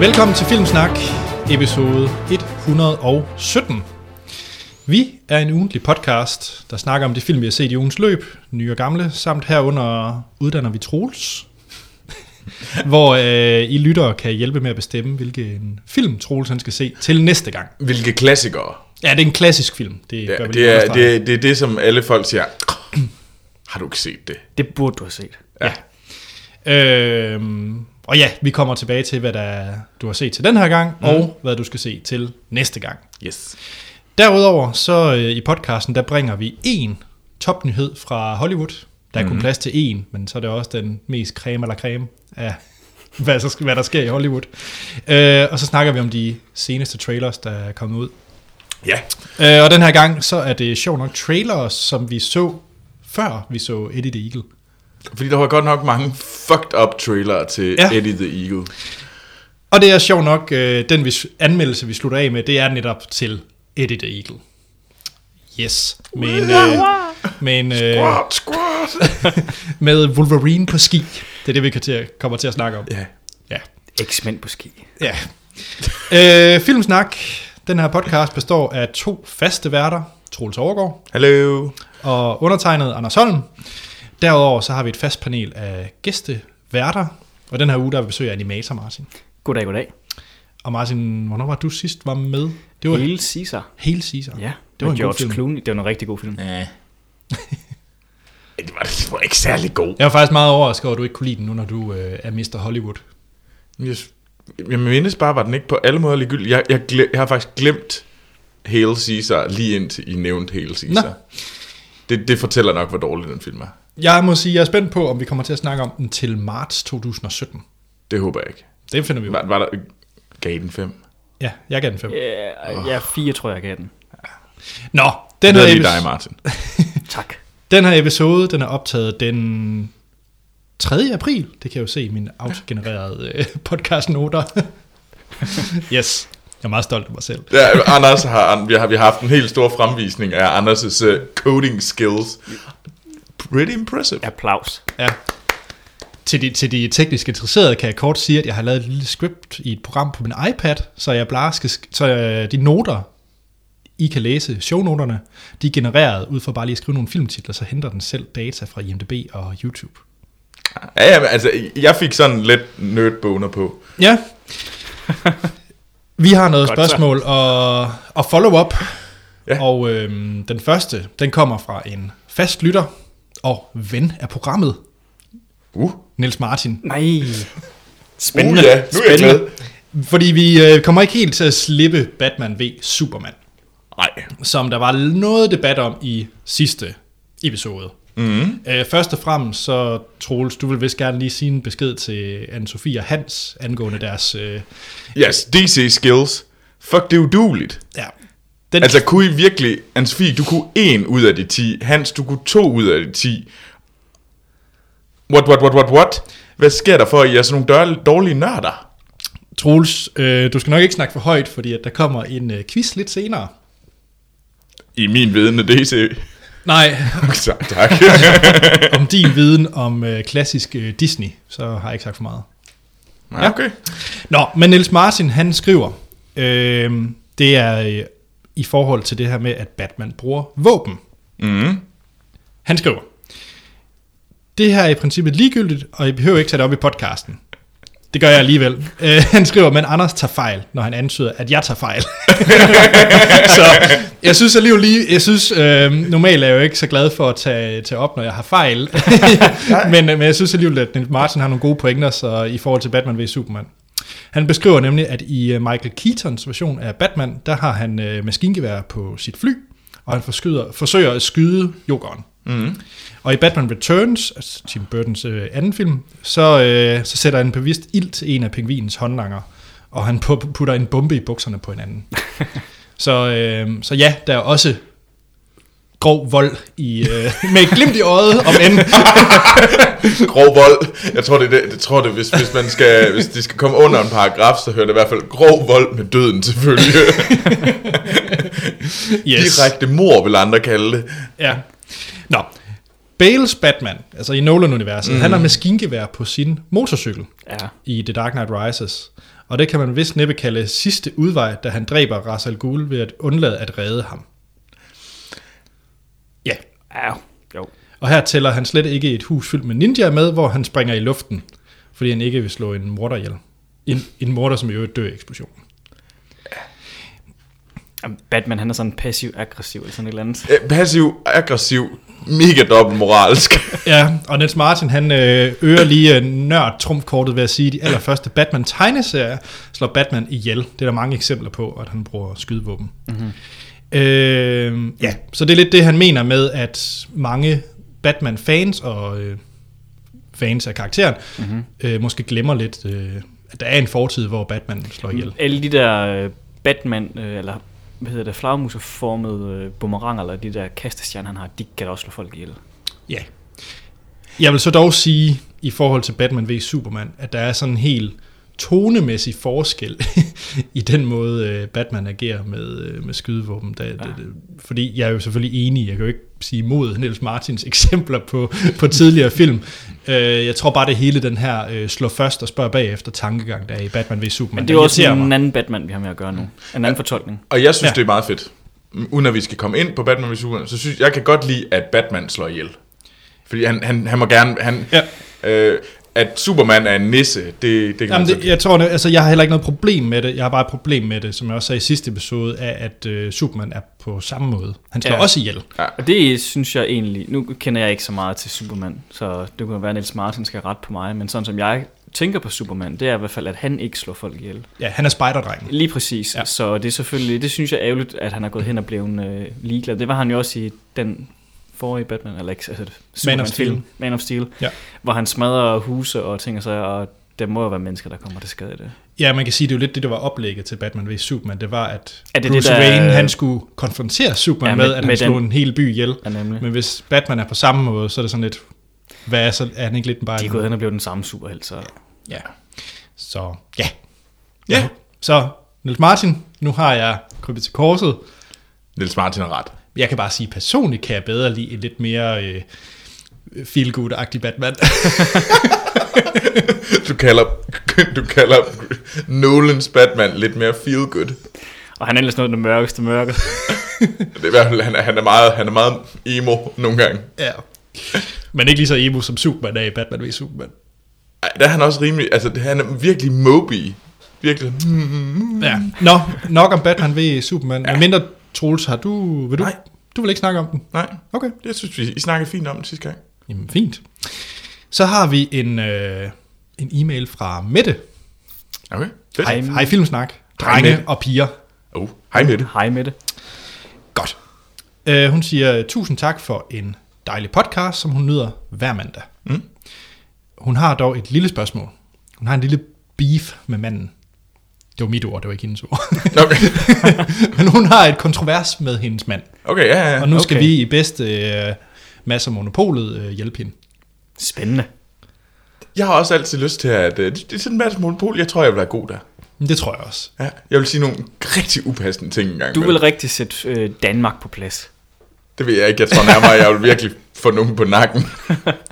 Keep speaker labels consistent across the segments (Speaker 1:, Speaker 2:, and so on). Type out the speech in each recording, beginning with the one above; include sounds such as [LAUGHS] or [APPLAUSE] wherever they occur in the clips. Speaker 1: Velkommen til Filmsnak, episode 117. Vi er en ugentlig podcast, der snakker om de film, vi har set i ugens løb, nye og gamle, samt herunder uddanner vi Troels, [LAUGHS] hvor øh, I lyttere kan hjælpe med at bestemme, hvilken film Troels han skal se til næste gang.
Speaker 2: Hvilke klassikere?
Speaker 1: Ja, det er en klassisk film. Det,
Speaker 2: Ja,
Speaker 1: bør vi lige
Speaker 2: det, er,
Speaker 1: understrege.
Speaker 2: det, er, det er det, som alle folk siger. [CLEARS THROAT] Har du ikke set det?
Speaker 3: Det burde du have set.
Speaker 1: Øhm, og ja, vi kommer tilbage til, hvad der, du har set til den her gang,
Speaker 2: Mhm.
Speaker 1: mm. og hvad du skal se til næste gang.
Speaker 2: Yes.
Speaker 1: Derudover så øh, i podcasten, der bringer vi en topnyhed fra Hollywood. Der er kun plads til en, men så er det også den mest creme eller creme af, hvad, så, hvad der sker i Hollywood. Øh, og så snakker vi om de seneste trailers, der er kommet ud.
Speaker 2: Ja.
Speaker 1: Øh, og den her gang, så er det sjovt nok trailers, som vi så, før vi så Eddie the Eagle.
Speaker 2: Fordi der var godt nok mange fucked up trailere til
Speaker 1: Ja.
Speaker 2: ja. Eddie the Eagle.
Speaker 1: Og det er sjovt nok, øh, den vi, anmeldelse, vi slutter af med, det er netop til Eddie the Eagle. Yes. Med en, øh, med, en, øh,
Speaker 2: Squat, squat. [LAUGHS]
Speaker 1: [LAUGHS] med Wolverine på ski. Det er det, vi kan til, at- kommer til at snakke om.
Speaker 2: ja.
Speaker 1: Ja.
Speaker 3: X-Men på ski.
Speaker 1: ja. Øh, Filmsnak, den her podcast består af to faste værter, Troels Overgaard
Speaker 2: Hello.
Speaker 1: og undertegnet Anders Holm. Derudover så har vi et fast panel af gæsteværter, og den her uge der besøger animator Martin.
Speaker 3: Goddag, goddag.
Speaker 1: Og Martin, hvornår var du sidst var med? Det var
Speaker 3: Hele Caesar.
Speaker 1: Hele Caesar.
Speaker 3: Ja,
Speaker 1: det var en
Speaker 3: George
Speaker 1: god film.
Speaker 3: Clooney. Det var en rigtig god film. Ja.
Speaker 2: Det var, det var ikke særlig god.
Speaker 1: Jeg var faktisk meget overrasket over, at du ikke kunne lide den nu, når du øh, er Mr. Hollywood.
Speaker 2: Jeg, jeg mindes bare, var den ikke på alle måder ligegyldig. Jeg, jeg, glem, jeg har faktisk glemt Hail Caesar, lige indtil I nævnte Hail Caesar. Det, det fortæller nok, hvor dårlig den film er.
Speaker 1: Jeg må sige, jeg er spændt på, om vi kommer til at snakke om den til marts 2017.
Speaker 2: Det håber jeg ikke.
Speaker 1: Det finder vi ud af.
Speaker 2: Var, var der... Gav I den fem?
Speaker 1: Ja, jeg gav den 5. Yeah.
Speaker 3: ja, fire tror jeg, jeg
Speaker 1: [LAUGHS]
Speaker 3: gav den.
Speaker 1: Nå,
Speaker 2: Den
Speaker 1: den
Speaker 2: er
Speaker 1: her,
Speaker 2: lige dig,
Speaker 1: episode,
Speaker 2: Martin.
Speaker 3: Tak.
Speaker 1: den her episode, den er optaget den 3. april. Det kan jeg jo se i mine autogenererede øh, podcastnoter. yes, jeg er meget stolt af mig selv.
Speaker 2: Ja, Anders har, vi har, vi har haft en helt stor fremvisning af Anders' uh, coding skills. Pretty impressive. Ja.
Speaker 3: Applaus.
Speaker 1: Ja. Til de, til de teknisk interesserede kan jeg kort sige, at jeg har lavet et lille script i et program på min iPad, så jeg bare skal, sk- så øh, de noter, I kan læse, shownoterne, de er genereret ud fra bare lige at skrive nogle filmtitler, så henter den selv data fra IMDb og YouTube.
Speaker 2: Ja, ja, men altså, jeg fik sådan lidt nerdboner på.
Speaker 1: Ja. [LAUGHS] Vi har noget
Speaker 3: Godt så.
Speaker 1: spørgsmål og, og follow-up. Ja.
Speaker 2: Ja.
Speaker 1: Og øhm, den første, den kommer fra en fast lytter og ven af programmet,
Speaker 2: Uh,
Speaker 1: Niels Martin.
Speaker 3: Nej.
Speaker 2: uh ja, nu er jeg
Speaker 3: Spændende.
Speaker 2: glad.
Speaker 1: Fordi vi øh, kommer ikke helt til at slippe Batman v Superman,
Speaker 2: Nej,
Speaker 1: som der var noget debat om i sidste episode. Mm-hmm. Øh, først og fremmest, så Troels, du vil vist gerne lige sige en besked til Anne-Sophie og Hans angående deres... Øh,
Speaker 2: yes, DC skills. Fuck, det er uduligt.
Speaker 1: ja, den,
Speaker 2: Altså, kunne I virkelig... Ansvi, du kunne en ud af de 10. Hans, du kunne to ud af de 10. What, what, what, what, what? Hvad sker der for, at I er sådan nogle dør- dårlige nørder?
Speaker 1: Troels, øh, du skal nok ikke snakke for højt, fordi at der kommer en øh, quiz lidt senere.
Speaker 2: I min vidende DC.
Speaker 1: Nej,
Speaker 2: Så, [LAUGHS] tak.
Speaker 1: [LAUGHS] om din viden om øh, klassisk øh, Disney, så har jeg ikke sagt for meget.
Speaker 2: ja, okay.
Speaker 1: Nå, men Niels Martin, han skriver, øh, det er øh, i forhold til det her med, at Batman bruger våben.
Speaker 2: Mm.
Speaker 1: Han skriver, det her er i princippet ligegyldigt, og I behøver ikke tage det op i podcasten. Det gør jeg alligevel. [LAUGHS] Øh, han skriver, men Anders tager fejl, når han antyder, at jeg tager fejl. [LAUGHS] så jeg synes alligevel lige, jeg synes, øh, normalt er jeg jo ikke så glad for at tage, tage op, når jeg har fejl. men, øh, men jeg synes alligevel, at Niels Martin har nogle gode pointer så, i forhold til Batman v Superman. Han beskriver nemlig, at i øh, Michael Keatons version af Batman, der har han øh, maskingevær på sit fly, og han forskyder, forsøger at skyde jokeren.
Speaker 2: Mm.
Speaker 1: Og i Batman Returns, altså Tim Burtons øh, anden film, så, øh, så sætter han bevidst ild til en af pingvinens håndlanger, og han pu- putter en bombe i bukserne på en anden. så, øh, så ja, der er også grov vold i, øh, [LAUGHS] med et glimt i øjet, om end
Speaker 2: Grov vold. Jeg tror, det, er det, jeg tror det, hvis, hvis, man skal, hvis de skal komme under en paragraf, så hører det i hvert fald grov vold med døden selvfølgelig.
Speaker 1: [LAUGHS] yes.
Speaker 2: Direkte mor, vil andre kalde det.
Speaker 1: Ja. Nå, Bales Batman, altså i Nolan-universet, mm. han har maskingevær på sin motorcykel
Speaker 3: Ja.
Speaker 1: i The Dark Knight Rises. og det kan man vist næppe kalde sidste udvej, da han dræber Ras Al Ghul ved at undlade at redde ham. Ja,
Speaker 3: Au. Jo.
Speaker 1: og her tæller han slet ikke et hus fyldt med ninjaer med, hvor han springer i luften, fordi han ikke vil slå en morder ihjel. En, en morder, som i øvrigt dør i eksplosionen.
Speaker 3: Jamen, Batman, han er sådan passiv-aggressiv eller sådan et eller andet.
Speaker 2: Øh, Passiv, aggressiv, mega dobbelt moralsk.
Speaker 1: Ja, og Niels Martin, han øh, øger lige øh, nørd trumfkortet ved at sige, at de allerførste Batman-tegneserier slår Batman ihjel. Det er der mange eksempler på, at han bruger skydevåben. Mm-hmm. Øh, ja, så det er lidt det, han mener med, at mange Batman-fans og øh, fans af karakteren mm-hmm. øh, måske glemmer lidt, øh, at der er en fortid, hvor Batman slår ihjel.
Speaker 3: Alle de der øh, Batman, øh, eller hvad hedder det, flagmuseformede øh, boomeranger, eller de der kastestjerner, han har, de kan da også slå folk ihjel.
Speaker 1: Ja. Jeg vil så dog sige, i forhold til Batman v Superman, at der er sådan en helt tonemæssig forskel [LAUGHS] i den måde, øh, Batman agerer med, øh, med skydevåben. Da, ja. det, det- fordi jeg er jo selvfølgelig enig, jeg kan jo ikke sige imod Niels Martins [LAUGHS] eksempler på, på tidligere film. Øh, Jeg tror bare, det hele den her øh, slå først og spørg bagefter tankegang, der er i Batman v Superman.
Speaker 3: Men det er
Speaker 1: der
Speaker 3: jo også
Speaker 1: irriterer
Speaker 3: en
Speaker 1: mig.
Speaker 3: anden Batman, vi har med at gøre nu. En anden fortolkning.
Speaker 2: Og jeg synes,
Speaker 1: Ja.
Speaker 2: ja. det er meget fedt. Mm, Uden at vi skal komme ind på Batman vs. Superman, så synes jeg, kan godt lide, at Batman slår ihjel. Fordi han, han, han må gerne... Han,
Speaker 1: Ja.
Speaker 2: øh, at Superman er en nisse, det, det kan
Speaker 1: Jamen det,
Speaker 2: man det,
Speaker 1: jeg tror, det, altså, jeg har heller ikke noget problem med det. Jeg har bare et problem med det, som jeg også sagde i sidste episode, er, at øh, Superman er på samme måde. Han slår ja.
Speaker 3: Ja.
Speaker 1: også ihjel.
Speaker 3: Og det synes jeg egentlig, nu kender jeg ikke så meget til Superman, så det kunne være, at Niels Martin skal ret på mig, men sådan som jeg tænker på Superman, det er i hvert fald, at han ikke slår folk ihjel.
Speaker 1: Ja, han er spejderdrengen.
Speaker 3: Lige præcis,
Speaker 1: Ja.
Speaker 3: ja. så det er selvfølgelig, det synes jeg er ærgerligt, at han er gået hen og blevet øh, ligeglad. Det var han jo også i den forrige Batman, eller ikke, altså Superman
Speaker 1: Steel.
Speaker 3: Man of Steel,
Speaker 1: Ja.
Speaker 3: hvor han smadrer huse og ting og så, og der må jo være mennesker, der kommer til skade i det.
Speaker 1: Ja, man kan sige, det er jo lidt det, der var oplægget til Batman vs. Superman. Det var, at
Speaker 3: Er det
Speaker 1: Bruce
Speaker 3: det, der-
Speaker 1: Wayne han skulle konfrontere Superman ja,
Speaker 3: Ja,
Speaker 1: med, med,
Speaker 3: med-
Speaker 1: at han
Speaker 3: med
Speaker 1: slog
Speaker 3: den-
Speaker 1: en hel by ihjel.
Speaker 3: Ja, nemlig.
Speaker 1: Men hvis Batman er på samme måde, så er det sådan lidt, hvad er, så, er han ikke lidt bare
Speaker 3: De
Speaker 1: en-
Speaker 3: er gået hen og blevet den samme superhelt, så...
Speaker 1: Ja. Så ja.
Speaker 2: Ja.
Speaker 1: Så Niels Martin, nu har jeg krybet til korset.
Speaker 2: Niels Martin har ret.
Speaker 1: Jeg kan bare sige, personligt kan jeg bedre lide en lidt mere øh, feel-good-agtig Batman. [LAUGHS]
Speaker 2: Du kalder, du kalder Nolans Batman lidt mere feel good.
Speaker 3: Og han er ellers noget af det mørkeste mørke.
Speaker 2: Det er i hvert fald, han er, han er, meget, han er meget emo nogle gange.
Speaker 1: ja. Men ikke lige så emo som Superman er i Batman v Superman.
Speaker 2: Ej, der er han også rimelig, altså han er virkelig Moby. Virkelig. Hmm.
Speaker 1: Ja. Nå, nok om Batman v Superman. Ja. mindre Troels, har du... Vil du?
Speaker 2: Nej.
Speaker 1: Du vil ikke snakke om den?
Speaker 2: Nej,
Speaker 1: Okay.
Speaker 2: jeg synes, vi, I snakkede fint om det sidste gang.
Speaker 1: Jamen, fint. Så har vi en, øh, en e-mail fra Mette.
Speaker 2: Okay, fedt.
Speaker 1: Hej,
Speaker 2: Hej.
Speaker 1: hej Filmsnak. Drenge
Speaker 2: Mette.
Speaker 1: og piger.
Speaker 2: Oh, hej Mette.
Speaker 3: Hej med det.
Speaker 1: Godt. Øh, hun siger, tusind tak for en dejlig podcast, som hun nyder hver mandag. Mm. Hun har dog et lille spørgsmål. Hun har en lille beef med manden. Det var mit ord, det var ikke hendes ord.
Speaker 2: Okay,
Speaker 1: [LAUGHS] Men hun har et kontrovers med hendes mand.
Speaker 2: okay ja, ja.
Speaker 1: Og nu okay. skal
Speaker 3: Okay.
Speaker 1: vi i bedste øh, masser af monopolet øh, hjælpe hende.
Speaker 3: Spændende.
Speaker 2: Jeg har også altid lyst til at... øh, Det det er sådan en masse monopol. Jeg tror, jeg vil være god der.
Speaker 1: Men det tror jeg også.
Speaker 2: Ja, jeg vil sige nogle rigtig upassende ting engang.
Speaker 3: Du vil rigtig sætte øh, Danmark på plads.
Speaker 2: Det vil jeg ikke. Jeg tror nærmere, jeg vil virkelig få nogen på nakken.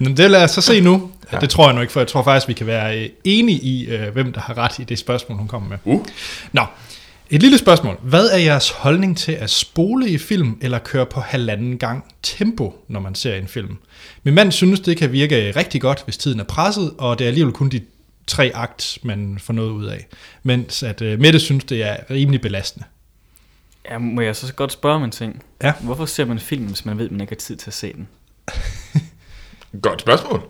Speaker 1: Men det lad os så se nu. Ja. Det tror jeg nu ikke, for jeg tror faktisk, vi kan være øh, enige i, øh, hvem der har ret i det spørgsmål, hun kommer med.
Speaker 2: Uh.
Speaker 1: Nå, et lille spørgsmål. Hvad er jeres holdning til at spole i film, eller køre på halvanden gang tempo, når man ser en film? Min mand synes, det kan virke rigtig godt, hvis tiden er presset, og det er alligevel kun de tre akt, man får noget ud af. Mens at øh, Mette synes, det er rimelig belastende.
Speaker 3: Ja, må jeg så godt spørge om en ting?
Speaker 1: Ja.
Speaker 3: Hvorfor ser man film, hvis man ved, man ikke har tid til at se den?
Speaker 2: Godt spørgsmål.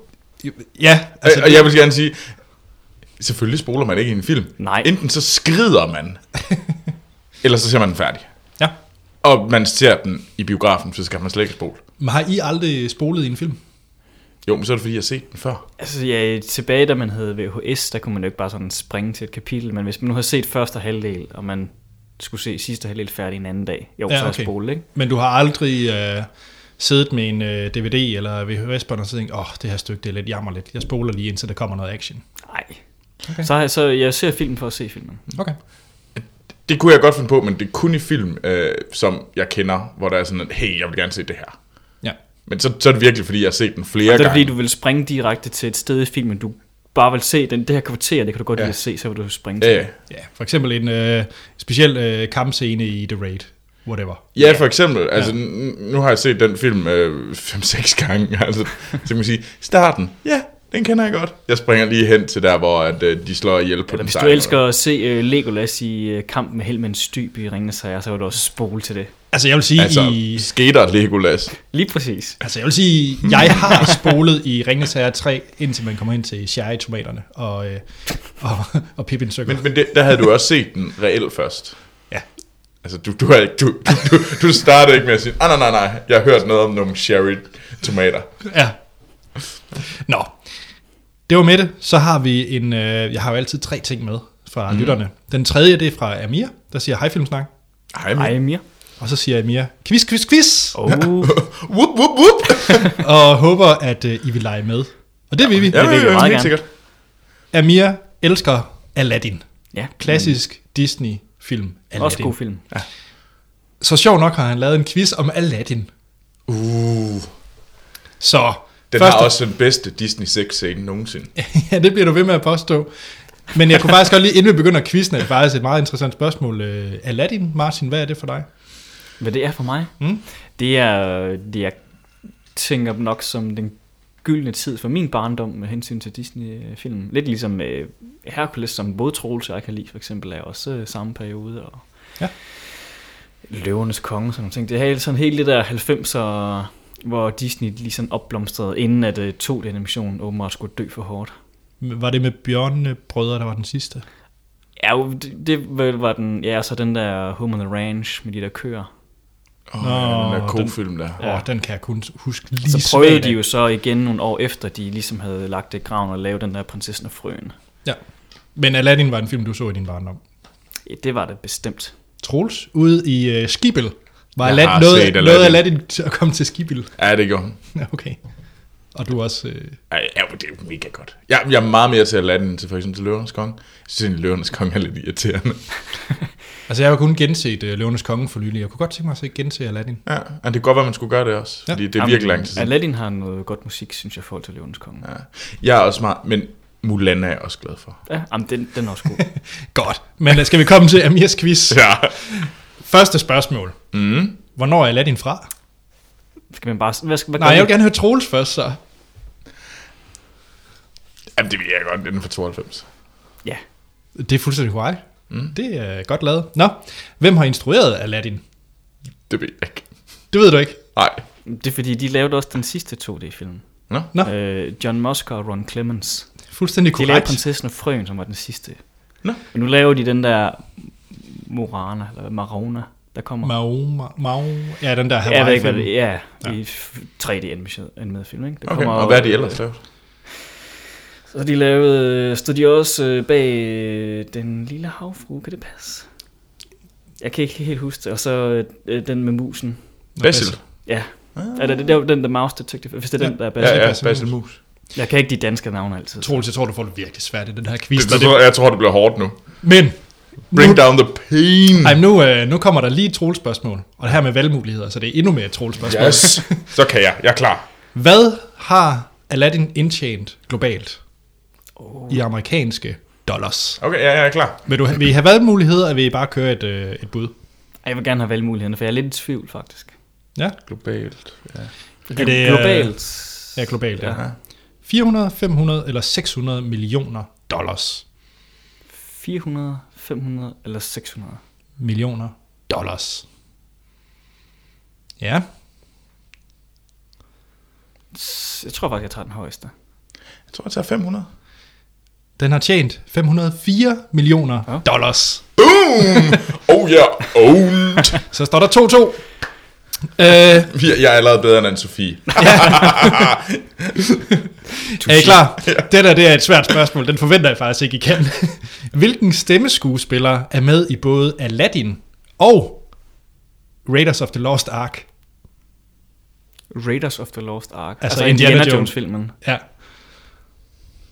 Speaker 1: Ja,
Speaker 2: Altså, og
Speaker 1: det-
Speaker 2: jeg vil gerne sige, selvfølgelig spoler man ikke i en film.
Speaker 3: Nej.
Speaker 2: Enten så skrider man, eller så ser man den færdig.
Speaker 1: ja.
Speaker 2: Og man ser den i biografen, så skal man slet ikke spole.
Speaker 1: Men har I aldrig spolet i en film?
Speaker 2: Jo, men så er det fordi, jeg har set den før.
Speaker 3: Altså, ja, tilbage da man havde VHS, der kunne man jo ikke bare sådan springe til et kapitel, men hvis man nu havde set første halvdel, og man skulle se sidste halvdel færdig en anden dag, jo,
Speaker 1: Ja,
Speaker 3: ja, så er
Speaker 1: okay.
Speaker 3: okay. spole, ikke?
Speaker 1: Men du har aldrig øh, siddet med en øh, DVD eller VHS-bånd og så tænkt, åh, oh, det her stykke, det er lidt jammer lidt. Jeg spoler lige, indtil der kommer noget action.
Speaker 3: Nej. Okay. Så, har jeg- så jeg ser film for at se filmen.
Speaker 1: Okay.
Speaker 2: Det kunne jeg godt finde på, men det er kun i film, øh, som jeg kender, hvor der er sådan, at hey, jeg vil gerne se det her.
Speaker 1: Ja.
Speaker 2: Men så, så er det virkelig, fordi jeg har set den flere
Speaker 3: Og det er
Speaker 2: gange.
Speaker 3: fordi, du vil springe direkte til et sted i filmen, du bare vil se den, det her kvarter, det kan du godt
Speaker 2: Ja.
Speaker 3: ja. lide at se, så vil du springe til.
Speaker 2: Ja, ja.
Speaker 1: Ja, for eksempel en øh, speciel øh, kampscene i The Raid, whatever.
Speaker 2: Ja, for eksempel. Altså, n- nu har jeg set den film 5-6 gange. [LAUGHS] Altså, så kan man sige, starten, ja, den kender jeg godt. Jeg springer lige hen til der, hvor at, øh, de slår ihjel på
Speaker 3: Eller
Speaker 2: den
Speaker 3: hvis du
Speaker 2: sejl.
Speaker 3: elsker at se uh, Legolas i uh, kampen med Helmens Styb i Ringens Herre, så vil du også spole til det.
Speaker 1: Altså jeg vil sige, altså,
Speaker 2: Altså,
Speaker 1: i,
Speaker 2: skater Legolas.
Speaker 3: Lige præcis.
Speaker 1: altså, jeg, vil sige jeg
Speaker 2: [LAUGHS]
Speaker 1: har spolet i Ringens Herre 3, indtil man kommer ind til Sherry-tomaterne og, øh, og, og Pippin Circle.
Speaker 2: Men, men det, der havde du også set den reelt først.
Speaker 1: Ja.
Speaker 2: Altså, du, du, har ikke, du, du, du, du startede ikke med at sige, ah, nej, nej, nej, jeg har hørt noget om nogle sherry-tomater.
Speaker 1: Ja. Nå. Det var med det. Så har vi en... Øh, jeg har jo altid tre ting med fra mm. lytterne. Den tredje, det er fra Amir, der siger hej filmsnak.
Speaker 2: Ej, men,
Speaker 3: Ej, Mir.
Speaker 1: Og så siger Amir, quiz, quiz, quiz!
Speaker 3: Oh,
Speaker 2: whoop, whoop,
Speaker 3: [LAUGHS]
Speaker 2: whoop.
Speaker 1: Og håber, at øh, I vil lege med. Og det vil vi.
Speaker 2: Ja,
Speaker 3: vil jeg
Speaker 2: men,
Speaker 3: meget
Speaker 2: helt
Speaker 3: gerne.
Speaker 2: sikkert.
Speaker 1: Amir elsker Aladdin.
Speaker 3: ja.
Speaker 1: Klassisk mm. Disney-film Aladdin.
Speaker 3: Også god film.
Speaker 1: Så sjov nok har han lavet en quiz om Aladdin.
Speaker 2: Uh,
Speaker 1: Så...
Speaker 2: den Første. har også den bedste Disney sex-scene nogensinde.
Speaker 1: [LAUGHS] Ja, det bliver du ved med at påstå. Men jeg kunne faktisk godt lige, inden vi begynder quizzen, er det faktisk et meget interessant spørgsmål. Øh, Aladdin, Martin, hvad er det for dig?
Speaker 3: Hvad det er for mig?
Speaker 1: Mm.
Speaker 3: Det er, det jeg tænker nok som den gyldne tid for min barndom med hensyn til Disney-filmen. Lidt ligesom øh, Hercules, som både Troels og jeg kan lide, for eksempel, er også øh, samme periode. Og
Speaker 1: Ja.
Speaker 3: Løvernes Konge og sådan nogle ting. Det er hele- sådan helt det der 90'er, hvor Disney lige sådan opblomstrede, inden at øh, 2D-animationen åbenbart skulle dø for hårdt.
Speaker 1: Var det med Bjørne Brødre, der var den sidste?
Speaker 3: Ja, jo, det, det vel var den, ja, så den der Home on the Ranch med de der køer.
Speaker 2: Åh,
Speaker 1: Nå,
Speaker 2: oh, den der
Speaker 1: den-
Speaker 2: kofilm der.
Speaker 1: Åh,
Speaker 3: Ja.
Speaker 1: oh, den kan jeg kun huske lige
Speaker 3: Så prøvede
Speaker 1: svagt
Speaker 3: de
Speaker 1: af.
Speaker 3: jo så igen nogle år efter, de ligesom havde lagt det i graven og lavet den der prinsessen og frøen.
Speaker 1: Ja. Men Aladdin var en film, du så i din barndom.
Speaker 3: Ja, det var det bestemt.
Speaker 1: Troels, ude i uh, Skibel. Var
Speaker 2: Jeg
Speaker 1: Aladdin
Speaker 2: har
Speaker 1: noget,
Speaker 2: set
Speaker 1: Aladdin. noget
Speaker 2: Aladdin.
Speaker 1: Aladdin til at komme til Skibel? [LAUGHS]
Speaker 2: Ja, det gjorde hun.
Speaker 1: Ja, okay. Og du også... Øh...
Speaker 2: Ej, ja, men det er mega godt. Jeg, jeg er meget mere til Aladdin end til for eksempel til Løvernes Konge. Jeg synes, egentlig, Løvernes Konge er lidt irriterende.
Speaker 1: Altså, jeg har jo kun genset øh, Løvenes Konge for nylig. Jeg kunne godt tænke mig at se gense Aladdin.
Speaker 2: Ja, og det kan godt være, man skulle gøre det også.
Speaker 1: Ja.
Speaker 2: Ja. Fordi det er virkelig lang tid. siden.
Speaker 3: Aladdin har noget godt musik, synes jeg, i forhold til Løvens Konge.
Speaker 2: Ja. Jeg er også meget, men Mulan er jeg også glad for.
Speaker 3: Ja, jamen, den, den er
Speaker 2: [LAUGHS]
Speaker 3: også god.
Speaker 1: Godt. Men øh, skal vi komme til Amirs
Speaker 3: [LAUGHS]
Speaker 1: quiz?
Speaker 2: Ja.
Speaker 1: Første spørgsmål.
Speaker 2: Mm.
Speaker 1: Hvornår er Aladdin fra?
Speaker 3: Skal man bare... Hvad, skal, hvad
Speaker 1: Nej,
Speaker 3: gør
Speaker 1: jeg
Speaker 3: vi?
Speaker 1: vil gerne høre Troels først, så.
Speaker 2: Jamen, det ved jeg godt. Den er fra 92.
Speaker 3: Ja,
Speaker 1: Det er fuldstændig korrekt. Mm. Det er godt lavet. Nå, hvem har instrueret Aladdin?
Speaker 2: Det ved jeg ikke.
Speaker 1: Det ved du ikke.
Speaker 2: Nej.
Speaker 3: det er fordi, de lavede også den sidste 2D-film.
Speaker 2: Nå?
Speaker 1: Nå.
Speaker 3: Øh, John Musker og Ron Clemens.
Speaker 1: Fuldstændig
Speaker 3: De lavede
Speaker 1: korrekt.
Speaker 3: Prinsessen og Frøen, som var den sidste.
Speaker 2: Nå.
Speaker 3: Men nu laver de den der Morana, eller Marona, der kommer.
Speaker 1: Mau, ma- mau, ja, den der
Speaker 3: ja, jeg ved ikke, hvad
Speaker 1: Hawaii-film.
Speaker 3: det er. Ja, i 3D-animeret film, ikke? Det
Speaker 2: Okay, og hvad er de ellers
Speaker 3: Så
Speaker 2: lavet?
Speaker 3: har de lavet, stod de også øh, bag øh, Den Lille Havfru, kan det passe? Jeg kan ikke helt huske det. Og så øh, den med musen.
Speaker 1: Nå,
Speaker 2: Basil.
Speaker 3: Ja, eller det, det er jo den der Mouse Detective, hvis det er
Speaker 1: Ja.
Speaker 3: den, der er bag.
Speaker 2: Ja, ja,
Speaker 1: Basil
Speaker 2: Basil Mus.
Speaker 3: Jeg kan ikke de danske navne altid.
Speaker 1: Troels, jeg tror, du får det virkelig svært i den her quiz.
Speaker 2: Det,
Speaker 1: Det,
Speaker 2: det, tror, jeg tror, det bliver hårdt nu.
Speaker 1: Men
Speaker 2: Bring
Speaker 1: nu,
Speaker 2: down the pain.
Speaker 1: ej, nu, øh, nu kommer der lige et Troels-spørgsmål. Og det her med valgmuligheder, så det er endnu mere et Troels-spørgsmål.
Speaker 2: Yes. [LAUGHS] Så kan jeg. Jeg er klar.
Speaker 1: Hvad har Aladdin indtjent globalt oh. i amerikanske dollars?
Speaker 2: Okay, ja, jeg er klar.
Speaker 1: Vil, du, vil I have valgmuligheder, eller vil I bare køre et, øh, et bud?
Speaker 3: Ej, Jeg vil gerne have valgmulighederne, for jeg er lidt i tvivl, faktisk.
Speaker 1: Ja,
Speaker 2: Globalt. Ja.
Speaker 1: Er det, øh,
Speaker 3: globalt?
Speaker 1: ja globalt, ja.
Speaker 2: Ja.
Speaker 1: 400, 500 eller 600 millioner dollars.
Speaker 3: 400, 500 eller 600?
Speaker 1: Millioner dollars. Ja,
Speaker 3: S- Jeg tror faktisk, jeg tager den højeste.
Speaker 2: Jeg tror, jeg tager 500.
Speaker 1: den har tjent 504 millioner
Speaker 3: Ja.
Speaker 1: dollars.
Speaker 2: Boom! [LAUGHS] Oh yeah, owned.
Speaker 1: Så står der 2-2. Øh,
Speaker 2: Vi- Jeg er allerede bedre end Anne-Sophie.
Speaker 1: er I klar? Det der det er et svært spørgsmål. Den forventer jeg faktisk ikke, I kan. [LAUGHS] Hvilken stemmeskuespiller er med i både Aladdin og Raiders of the Lost Ark?
Speaker 3: Raiders of the Lost Ark.
Speaker 1: Altså Indiana Jones.
Speaker 3: filmen
Speaker 1: Ja,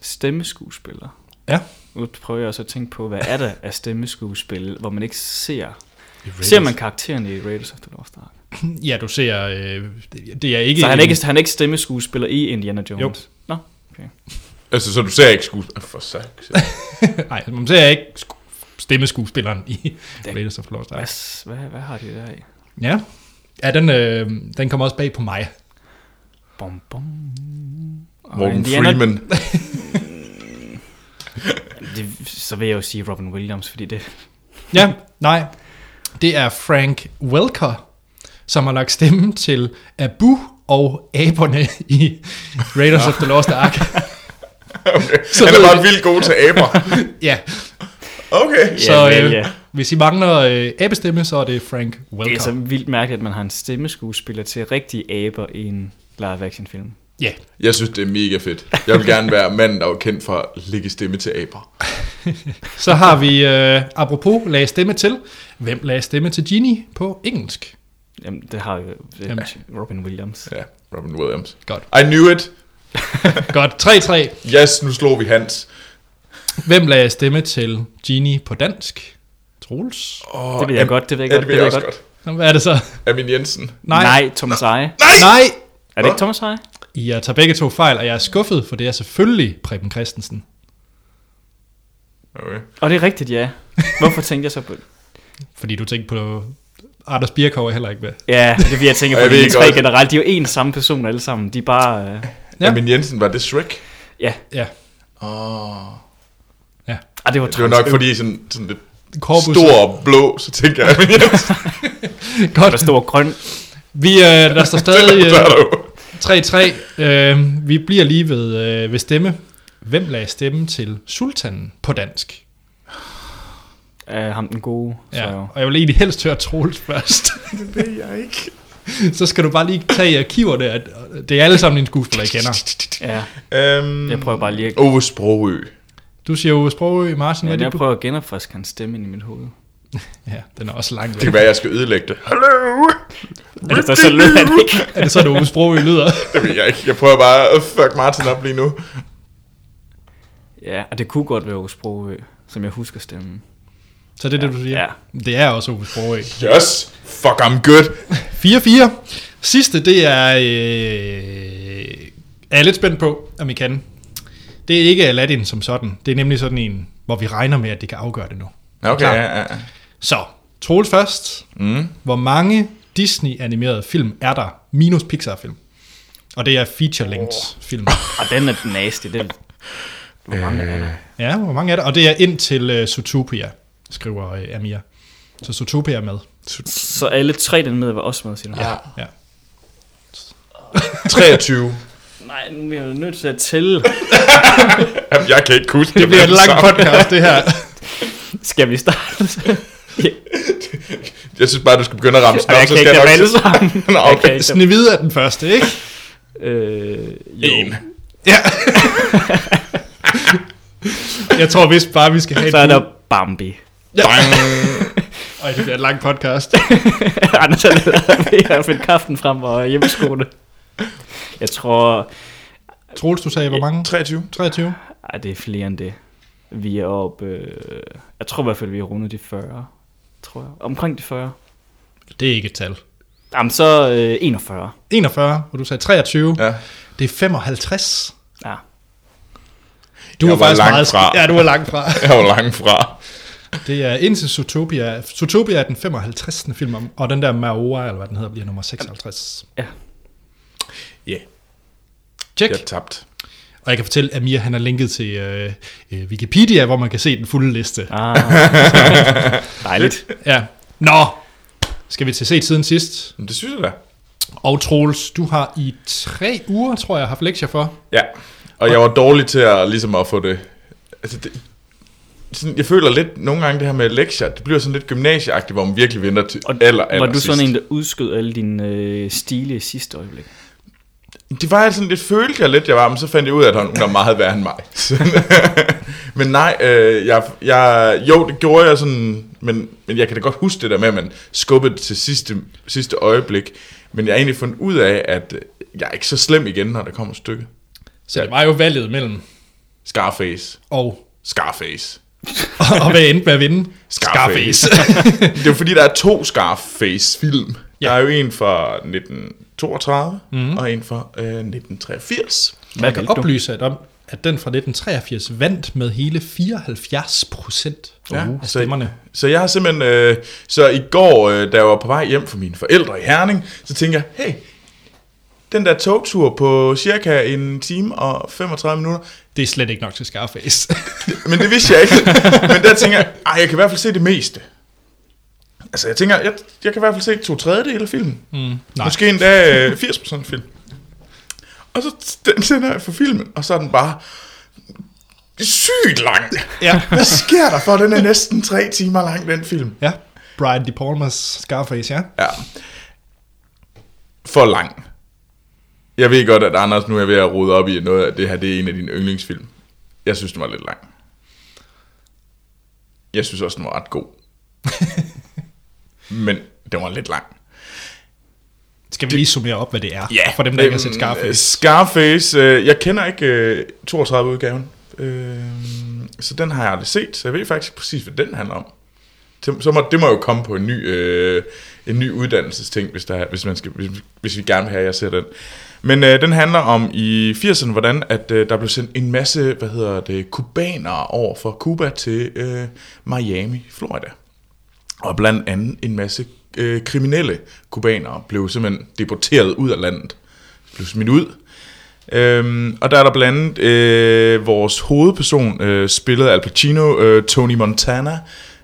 Speaker 3: Stemmeskuespiller.
Speaker 1: ja.
Speaker 3: Nu prøver jeg også at tænke på, hvad er der af stemmeskuespil, hvor man ikke ser... Ser man karaktererne i Raiders of the Lost Ark?
Speaker 1: Ja, du ser... Øh, det- det er ikke
Speaker 3: Så han er
Speaker 1: en-
Speaker 3: ikke, han er ikke stemmeskuespiller i Indiana Jones?
Speaker 1: Jo.
Speaker 3: Nå, okay.
Speaker 2: Altså, så du ser ikke skuespilleren? For sagt.
Speaker 1: [LAUGHS] Nej, man ser ikke sku- stemmeskuespilleren i
Speaker 3: Den-
Speaker 1: Raiders of the Lost Ark.
Speaker 3: Hvad, hvad, hvad har de der i?
Speaker 1: Ja, ja den, øh, den kommer også bag på mig.
Speaker 3: Bom, bom. Og
Speaker 2: Morgan
Speaker 3: Indiana-
Speaker 2: Freeman.
Speaker 3: Det, så vil jeg jo sige Robin Williams, fordi det...
Speaker 1: Ja, nej. Det er Frank Welker, som har lagt stemme til Abu og aberne i Raiders of the Lost Ark.
Speaker 2: [LAUGHS] Okay.
Speaker 1: Så
Speaker 2: Han
Speaker 1: ved
Speaker 2: er
Speaker 1: jeg-
Speaker 2: bare vildt god til aber.
Speaker 1: Ja,
Speaker 2: Okay.
Speaker 1: Så,
Speaker 3: ja,
Speaker 1: øh,
Speaker 3: ja.
Speaker 1: hvis I mangler øh, abestemme, så er det Frank
Speaker 3: Det er
Speaker 1: Welker.
Speaker 3: så vildt mærkeligt, at man har en stemmeskuespiller til rigtige aber i en live action film.
Speaker 1: Ja,
Speaker 2: Jeg synes, det er mega fedt. Jeg vil gerne være manden, der er kendt for at lægge stemme til aber.
Speaker 1: så har vi, øh, apropos, lagde stemme til. Hvem lagde stemme til Genie på engelsk?
Speaker 3: Jamen, det har jo det,
Speaker 1: Jamen.
Speaker 3: Robin Williams.
Speaker 2: Ja, Robin Williams.
Speaker 1: Godt.
Speaker 2: I knew it.
Speaker 1: Godt, 3-3.
Speaker 2: Yes, nu slog vi Hans.
Speaker 1: Hvem lagde stemme til Genie på dansk? Troels?
Speaker 2: Oh,
Speaker 3: Det ved jeg godt, det ved jeg
Speaker 2: Ja,
Speaker 3: godt,
Speaker 2: det ved
Speaker 3: det
Speaker 2: jeg
Speaker 3: ved
Speaker 2: også
Speaker 3: jeg
Speaker 2: godt.
Speaker 1: Nå, Hvad er det så?
Speaker 2: Amin Jensen.
Speaker 1: Nej.
Speaker 3: Nej Thomas Eje.
Speaker 1: Nej!
Speaker 3: Er det ikke Thomas Eje?
Speaker 1: I øh, tager begge to fejl, og jeg er skuffet, for det er selvfølgelig Preben Christensen.
Speaker 2: Okay.
Speaker 3: Og det er rigtigt, ja. Hvorfor tænkte jeg så på det? [LAUGHS]
Speaker 1: Fordi du tænkte på... Anders Birkow er heller ikke med.
Speaker 3: Ja, det er fordi, jeg tænker
Speaker 2: Og
Speaker 3: på
Speaker 2: jeg ved
Speaker 3: de
Speaker 2: ikke
Speaker 3: tre
Speaker 2: også-
Speaker 3: generelt. De er jo en samme person alle sammen. De er bare... Øh...
Speaker 1: Ja.
Speaker 2: Ja. Amin Jensen, var det Shrek?
Speaker 3: Ja,
Speaker 1: Ja.
Speaker 2: Oh.
Speaker 3: ah, det var
Speaker 2: Det var
Speaker 3: træls.
Speaker 2: nok fordi sådan, sådan lidt
Speaker 1: Korbus.
Speaker 2: stor og blå, så tænker jeg, [LAUGHS] Amin Jensen,
Speaker 3: Der
Speaker 1: [LAUGHS] Godt.
Speaker 3: står grøn.
Speaker 1: Vi, øh, der står
Speaker 2: [LAUGHS]
Speaker 1: stadig
Speaker 2: der er
Speaker 1: øh,
Speaker 2: der jo.
Speaker 1: 3-3. Øh, vi bliver lige ved, øh, ved stemme. Hvem lagde stemme til sultanen på dansk?
Speaker 3: Øh, ham den gode. Ja. Så
Speaker 1: Ja,
Speaker 3: jo.
Speaker 1: og jeg vil egentlig helst høre Troels først. [LAUGHS]
Speaker 2: Det ved jeg ikke.
Speaker 1: Så skal du bare lige tage i arkiverne, at øh, det er alle sammen dine skuespillere, jeg kender.
Speaker 3: Ja,
Speaker 2: Øhm,
Speaker 3: jeg prøver bare lige at...
Speaker 2: Ove Sprogø.
Speaker 1: Du siger jo Sprogø, Martin, ja,
Speaker 3: Ja,
Speaker 1: hvad er
Speaker 3: jeg
Speaker 1: det? Prøver...
Speaker 3: prøver at genopfriske hans stemme ind i mit hoved.
Speaker 1: Ja, den er også langt
Speaker 2: Det
Speaker 1: væk.
Speaker 2: kan være, jeg skal ødelægge det. Hallo!
Speaker 3: Eller der så lød han ikke.
Speaker 1: [LAUGHS] Er det så, at Sprogø lyder?
Speaker 2: Det ved jeg ikke. Jeg prøver bare at fuck Martin op lige nu.
Speaker 3: [LAUGHS] Ja, og det kunne godt være Aarhus Sprogø, som jeg husker stemmen.
Speaker 1: Så det er det, du siger?
Speaker 3: Ja.
Speaker 1: Det er også Ove Sprogø.
Speaker 2: Yes! Fuck, I'm good.
Speaker 1: 4-4. Sidste, det er... Øh, er jeg lidt spændt på, om I kan. Det er ikke Aladdin som sådan. Det er nemlig sådan en, hvor vi regner med, at det kan afgøre det nu.
Speaker 2: Okay,
Speaker 1: Klar.
Speaker 2: ja, ja. ja.
Speaker 1: Så, Troels først.
Speaker 2: Mm.
Speaker 1: Hvor mange Disney-animerede film er der minus Pixar-film? Og det er feature-length film.
Speaker 3: Og Ah, den er den nasty, det hvor mange
Speaker 2: Øh.
Speaker 3: er der?
Speaker 1: Ja, hvor mange er der? Og det er ind til øh, Zootopia, skriver øh, Amir. Så Zootopia er med.
Speaker 3: Så alle tre den med var også med, siger du?
Speaker 2: Ja.
Speaker 1: Ja.
Speaker 2: 23.
Speaker 3: Ah, Nej, nu bliver jeg nødt til at
Speaker 2: [LAUGHS]
Speaker 3: tælle.
Speaker 2: Jamen, jeg kan ikke huske
Speaker 1: Det bliver en
Speaker 2: med det
Speaker 1: lang
Speaker 2: samme.
Speaker 1: podcast,
Speaker 2: [LAUGHS]
Speaker 1: det her.
Speaker 3: Skal vi starte? ja.
Speaker 2: Jeg synes bare, du skal begynde at ramme
Speaker 3: Og jeg
Speaker 2: snart,
Speaker 3: kan ikke dem alle sammen.
Speaker 2: [LAUGHS] Nå,
Speaker 3: Jeg
Speaker 2: okay.
Speaker 3: kan ikke dem.
Speaker 1: Snevide er den første, ikke?
Speaker 3: Øh, jo.
Speaker 2: En.
Speaker 1: Ja. jeg tror vist bare, vi skal have
Speaker 3: Så er
Speaker 1: et
Speaker 3: der Bambi. [LAUGHS]
Speaker 2: Bang.
Speaker 1: bud. Ej, det bliver en lang podcast.
Speaker 3: Anders er ved at finde kaften frem og hjemmeskoene. Jeg tror,
Speaker 1: Troels, du sagde, hvor mange?
Speaker 2: 23.
Speaker 1: 23?
Speaker 3: ej, det er flere end det. Vi er oppe, øh, jeg tror i hvert fald, vi er rundet de 40, tror jeg. Omkring de 40.
Speaker 1: Det er ikke et tal.
Speaker 3: Jamen så øh, 41.
Speaker 1: 41, og du sagde 23. Ja.
Speaker 2: Ja.
Speaker 1: Det er 55.
Speaker 3: Ja.
Speaker 1: Du
Speaker 2: Jeg
Speaker 1: er
Speaker 2: var
Speaker 1: faktisk
Speaker 2: langt
Speaker 1: meget...
Speaker 2: fra.
Speaker 1: Ja, du er langt fra.
Speaker 2: Jeg var langt fra.
Speaker 1: Det er indtil Zootopia. Zootopia er den 55. film om, og den der Maora, eller hvad den hedder, bliver nummer 56.
Speaker 3: Ja.
Speaker 2: Ja,
Speaker 1: Tjek.
Speaker 2: jeg er tabt.
Speaker 1: Og jeg kan fortælle, at Amir han er linket til øh, øh, Wikipedia, hvor man kan se den fulde liste. [LAUGHS]
Speaker 3: Ah, dejligt.
Speaker 1: Ja. Nå! Skal vi til se siden sidst?
Speaker 2: Men det synes jeg da.
Speaker 1: Og Troels, du har i tre uger, tror jeg, haft lektier for.
Speaker 2: Ja, og jeg var dårlig til at, ligesom at få det... Altså det sådan, jeg føler lidt nogle gange det her med lektier, det bliver sådan lidt gymnasieagtigt, hvor man virkelig vinder til
Speaker 3: Og
Speaker 2: aller, aller
Speaker 3: Var du sådan
Speaker 2: sidst.
Speaker 3: en, der udskød alle dine øh, stile i sidste øjeblik?
Speaker 2: Det var jeg sådan lidt, følte jeg lidt, jeg var, men så fandt jeg ud af, at hun var meget værre end mig. [LAUGHS] Så- men nej, øh, jeg, jeg, jo, det gjorde jeg sådan, men, men jeg kan da godt huske det der med, at man skubbede det til sidste, sidste øjeblik. Men jeg har egentlig fundet ud af, at jeg er ikke så slem igen, når der kommer et stykke.
Speaker 1: Så det var jo valget mellem
Speaker 2: Scarface. [LAUGHS]
Speaker 1: og,
Speaker 2: Scarface.
Speaker 1: og hvad endte med at vinde?
Speaker 2: Scarface. [LAUGHS] Det er jo fordi, der er to Scarface-film. Ja. Der er jo en fra
Speaker 1: Mhm.
Speaker 2: 1932, mm. og en fra øh, 1983.
Speaker 3: Hvad
Speaker 1: Jeg kan
Speaker 3: valgte du?
Speaker 1: oplyse at om, at den fra 1983 vandt med hele 74 procent
Speaker 2: Ja,
Speaker 1: Uh, af
Speaker 2: så-
Speaker 1: stemmerne.
Speaker 2: Så jeg har simpelthen, øh, så i går, øh, da jeg var på vej hjem fra mine forældre i Herning, så tænkte jeg, hey, den der togtur på cirka en time og 35 minutter,
Speaker 1: Det er slet ikke nok til Scarface.
Speaker 2: men det vidste
Speaker 1: [LAUGHS]
Speaker 2: jeg ikke. Men der tænker jeg, ej, jeg kan i hvert fald se det meste. Altså, jeg tænker, jeg, jeg kan i hvert fald se to tredjedele af filmen.
Speaker 1: mm,
Speaker 2: Nej.
Speaker 1: nej,
Speaker 2: Måske endda øh, 80% af filmen. Og så den sender jeg for filmen, og så er den bare sygt lang.
Speaker 1: ja.
Speaker 2: Hvad sker der for, den er næsten tre timer lang, den film?
Speaker 1: [LAUGHS] ja. Brian De Palmas Scarface, ja.
Speaker 2: Ja. For lang. Jeg ved godt, at Anders nu er ved at rode op i noget af det her, det er en af dine yndlingsfilm. Jeg synes, den var lidt lang. Jeg synes også, den var ret god. Men den var lidt lang.
Speaker 1: Skal vi lige summere op, hvad det er? For dem, der
Speaker 2: Øhm,
Speaker 1: ikke har set Scarface.
Speaker 2: Scarface, øh, jeg kender ikke øh, 32-udgaven. Øh, så den har jeg aldrig set, så jeg ved faktisk præcis, hvad den handler om. Så så må, det må jo komme på en ny, øh, en ny uddannelsesting, hvis, der, er- hvis, man skal, hvis, hvis vi gerne vil have, at jeg ser den. Men øh, den handler om i 80'erne, hvordan at, øh, der blev sendt en masse, hvad hedder det, kubanere over fra Cuba til øh, Miami, Florida. Og blandt andet en masse øh, kriminelle kubanere blev simpelthen deporteret ud af landet. Blev smidt ud. Øhm, og der er der blandt andet øh, vores hovedperson, øh, spillet af Al Pacino, øh, Tony Montana,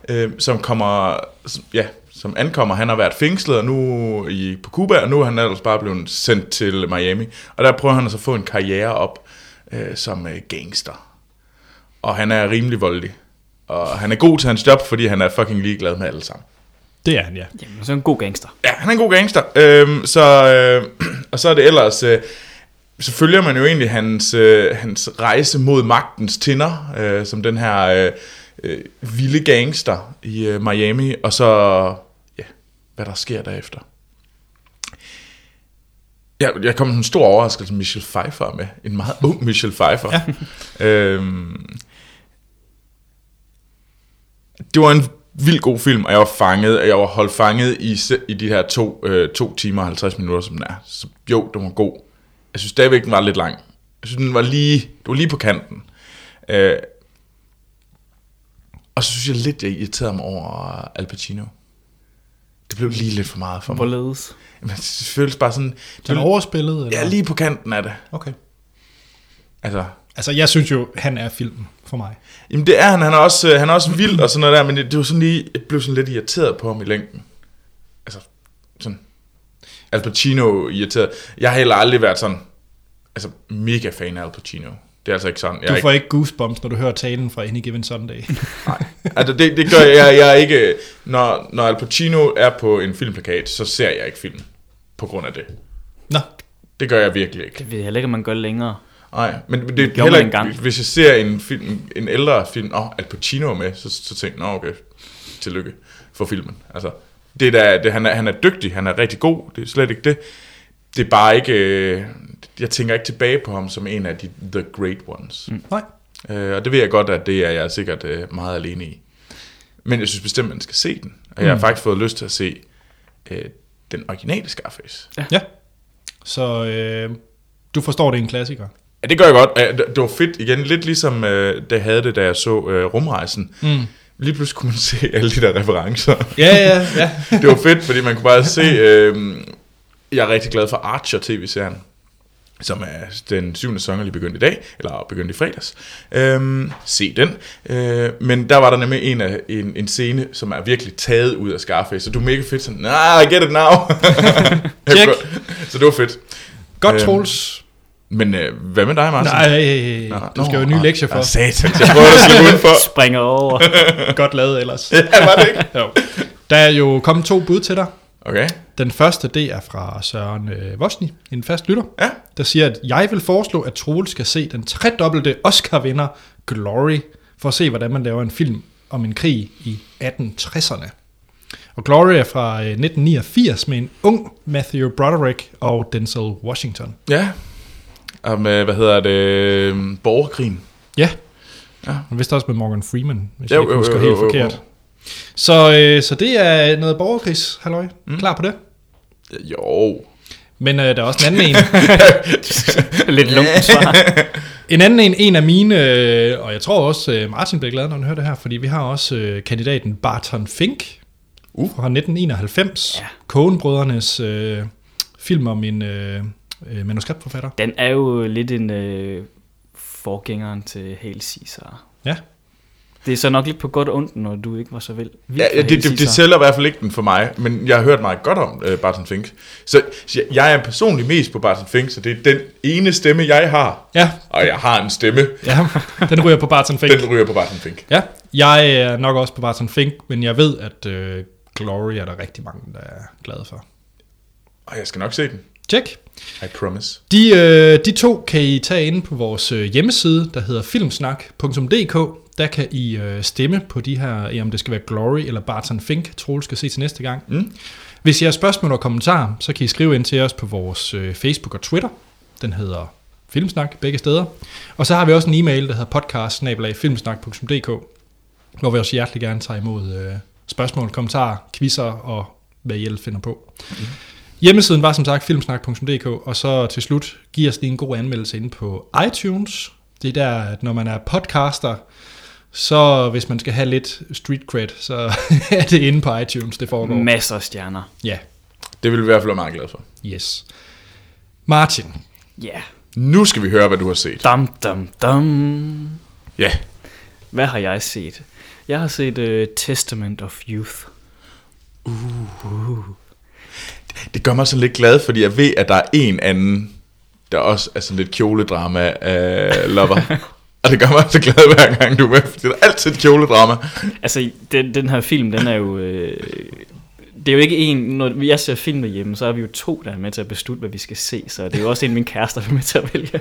Speaker 2: øh, som kommer, som- ja, som ankommer. Han har været fængslet og nu i, på Cuba, og nu er han ellers bare blevet sendt til Miami. Og der prøver han altså at få en karriere op øh, som øh, gangster. Og han er rimelig voldelig. Og han er god til hans job, fordi han er fucking ligeglad med alle sammen.
Speaker 1: Det er han, ja.
Speaker 3: Jamen, så er han en god gangster.
Speaker 2: Ja, han er en god gangster. Øhm, så, øh, [CLEARS THROAT] og så er det ellers... Øh, så følger man jo egentlig hans, øh, hans rejse mod magtens tinder, øh, som den her øh, øh, vilde gangster i øh, Miami, og så ja, hvad der sker derefter. Jeg, jeg kom med en stor overraskelse, Michelle Pfeiffer er med. En meget ung Michelle Pfeiffer. Ja. øhm, det var en vild god film, og jeg var fanget, og jeg var holdt fanget i, se- i de her to, øh, to timer og 50 minutter, som den er. Så jo, den var god. Jeg synes stadigvæk, den var lidt lang. Jeg synes, den var lige, det var lige på kanten. Øh, og så synes jeg lidt, jeg irriterede mig over Al Pacino. Det blev lige lidt for meget for mig.
Speaker 3: Hvorledes?
Speaker 2: Men det føles bare sådan...
Speaker 1: Så han er overspillet? Eller?
Speaker 2: Ja, lige på kanten af det.
Speaker 1: Okay.
Speaker 2: Altså,
Speaker 1: Altså, jeg synes jo, han er filmen for mig.
Speaker 2: jamen det er han, han er også, øh, han er også vild og sådan noget der, men det, det var sådan lige, jeg blev sådan lidt irriteret på ham i længden. Altså, sådan, Al Pacino irriteret. Jeg har heller aldrig været sådan, altså mega fan af Al Pacino. Det er altså ikke sådan. Jeg
Speaker 1: Du
Speaker 2: er ikke,
Speaker 1: får ikke goosebumps, når du hører talen fra Any Given Sunday.
Speaker 2: altså, det, det gør jeg, jeg er ikke, når, når Al Pacino er på en filmplakat, så ser jeg ikke filmen på grund af det.
Speaker 1: Nå,
Speaker 2: Det gør jeg virkelig ikke.
Speaker 3: Det ved jeg heller ikke, om man gør længere.
Speaker 2: Nej, men det er
Speaker 3: man
Speaker 2: heller ikke,
Speaker 3: engang.
Speaker 2: hvis jeg ser en, film, en ældre film, og oh, Al Pacino er med, så, så tænker jeg, "Nå, okay, tillykke for filmen. Altså, det der, det, han, er, han er dygtig, han er rigtig god, det er slet ikke det. Det er bare ikke, øh, jeg tænker ikke tilbage på ham som en af de the great ones. Mm.
Speaker 1: nej.
Speaker 2: Øh, og det ved jeg godt, at det er jeg sikkert øh, meget alene i. Men jeg synes bestemt, man skal se den. Og jeg har faktisk fået lyst til at se øh, den originale Scarface.
Speaker 1: Ja. Så øh, du forstår, det er en klassiker.
Speaker 2: Ja, det gør jeg godt. Ja, det- Det var fedt igen, lidt ligesom øh, det havde det, da jeg så øh, rumrejsen. Mm. Lige pludselig kunne man [LAUGHS] se alle de der referencer.
Speaker 1: Ja, ja, ja.
Speaker 2: det var fedt, fordi man kunne bare se... Øh, jeg er rigtig glad for Archer tv-serien, som er den syvende sæson, er lige begyndt i dag, eller begyndt i fredags. Øhm, se den. Øh, men der var der nemlig en, af, en, en scene, som er virkelig taget ud af Scarface, så du er mega fedt sådan, nah, I get it now.
Speaker 1: Check.
Speaker 2: så det var fedt.
Speaker 1: Godt,
Speaker 2: Øhm,
Speaker 1: Troels.
Speaker 2: Men øh, hvad med dig, Martin?
Speaker 1: Nej, du skal jo en ny lektie for.
Speaker 2: Ah, satan, jeg prøver at slippe udenfor.
Speaker 3: Springer
Speaker 1: [LAUGHS]
Speaker 3: over.
Speaker 1: Godt lavet ellers.
Speaker 2: [LAUGHS] Ja, var det ikke?
Speaker 1: Jo. Der er jo kommet to bud til dig.
Speaker 2: Okay.
Speaker 1: Den første, det er fra Søren øh, Vosni, en fast lytter,
Speaker 2: Ja.
Speaker 1: der siger, at jeg vil foreslå, at Troel skal se den tredobbelte Oscar-vinder Glory, for at se, hvordan man laver en film om en krig i 1860'erne. Og Glory er fra øh, 1989 med en ung Matthew Broderick og Denzel Washington.
Speaker 2: Ja. Om, øh, hvad hedder det? øh, Borgerkrigen.
Speaker 1: Ja.
Speaker 2: Ja.
Speaker 1: Og vist også med Morgan Freeman, hvis
Speaker 2: Jo,
Speaker 1: jeg ikke
Speaker 2: jo,
Speaker 1: husker
Speaker 2: jo,
Speaker 1: helt
Speaker 2: jo, jo, jo.
Speaker 1: forkert. Så, øh, så det er noget borgerkrigs, halløj. Mm. Klar på det?
Speaker 2: Jo. [LAUGHS]
Speaker 1: Men øh, der er også en anden en.
Speaker 3: Lidt lunken svar.
Speaker 1: En anden en, en af mine, øh, og jeg tror også øh, Martin bliver glad, når han hører det her, fordi vi har også øh, kandidaten Barton Fink uh. fra 1991.
Speaker 3: Ja.
Speaker 1: Ja. Coen-brødrenes øh, film om en øh, øh, manuskriptforfatter.
Speaker 3: Den er jo lidt en øh, forgængeren til Hail Caesar.
Speaker 1: Ja.
Speaker 3: Det er så nok lidt på godt og ondt, når du ikke var så vel. vild
Speaker 2: Ja, ja
Speaker 3: med Hail
Speaker 2: det, det, det
Speaker 3: Caesar.
Speaker 2: sælger i hvert fald ikke den for mig, men jeg har hørt meget godt om øh, Barton Fink. Så, så jeg, jeg er personligt mest på Barton Fink, så det er den ene stemme, jeg har.
Speaker 1: Ja,
Speaker 2: Og jeg har en stemme,
Speaker 1: ja. [LAUGHS] den ryger på Barton Fink.
Speaker 2: den ryger på Barton Fink.
Speaker 1: Ja, jeg er nok også på Barton Fink, men jeg ved, at øh, Glory er der rigtig mange, der er glade for.
Speaker 2: Og jeg skal nok se den.
Speaker 1: Tjek.
Speaker 2: I promise.
Speaker 1: De, øh, de to kan I tage inde på vores øh, hjemmeside, der hedder filmsnak.dk. Der kan I øh, stemme på de her, eh, om det skal være Glory eller Barton Fink, Troel skal se til næste gang.
Speaker 2: Mm.
Speaker 1: Hvis I har spørgsmål og kommentarer, så kan I skrive ind til os på vores øh, Facebook og Twitter. Den hedder Filmsnak begge steder. Og så har vi også en e-mail, der hedder podcast hvor vi også hjertelig gerne tager imod øh, spørgsmål, kommentarer, quizzer og hvad I ellers finder på. Hjemmesiden var som sagt filmsnak.dk, og så til slut, giv os lige en god anmeldelse inde på iTunes. Det er der, at når man er podcaster, så hvis man skal have lidt street cred, så [LAUGHS] er det inde på iTunes, det foregår.
Speaker 3: Masser af stjerner.
Speaker 1: Ja,
Speaker 2: Det vil vi i hvert fald være meget glad for.
Speaker 1: yes. Martin,
Speaker 3: Ja. Yeah.
Speaker 2: Nu skal vi høre, hvad du har set.
Speaker 3: Dum, dum, dum.
Speaker 2: Ja.
Speaker 3: Hvad har jeg set? Jeg har set uh, Testament of Youth.
Speaker 2: Det gør mig sådan lidt glad, fordi jeg ved, at der er en anden, der også er sådan lidt kjoledrama øh, lover. Og det gør mig så glad hver gang, du er med, fordi der er altid et kjoledrama.
Speaker 3: Altså, den, den her film, den er jo... Øh, det er jo ikke en... Når jeg ser film derhjemme, så er vi jo to, der er med til at beslutte, hvad vi skal se. Så det er jo også en af mine kærester, der er med til at vælge.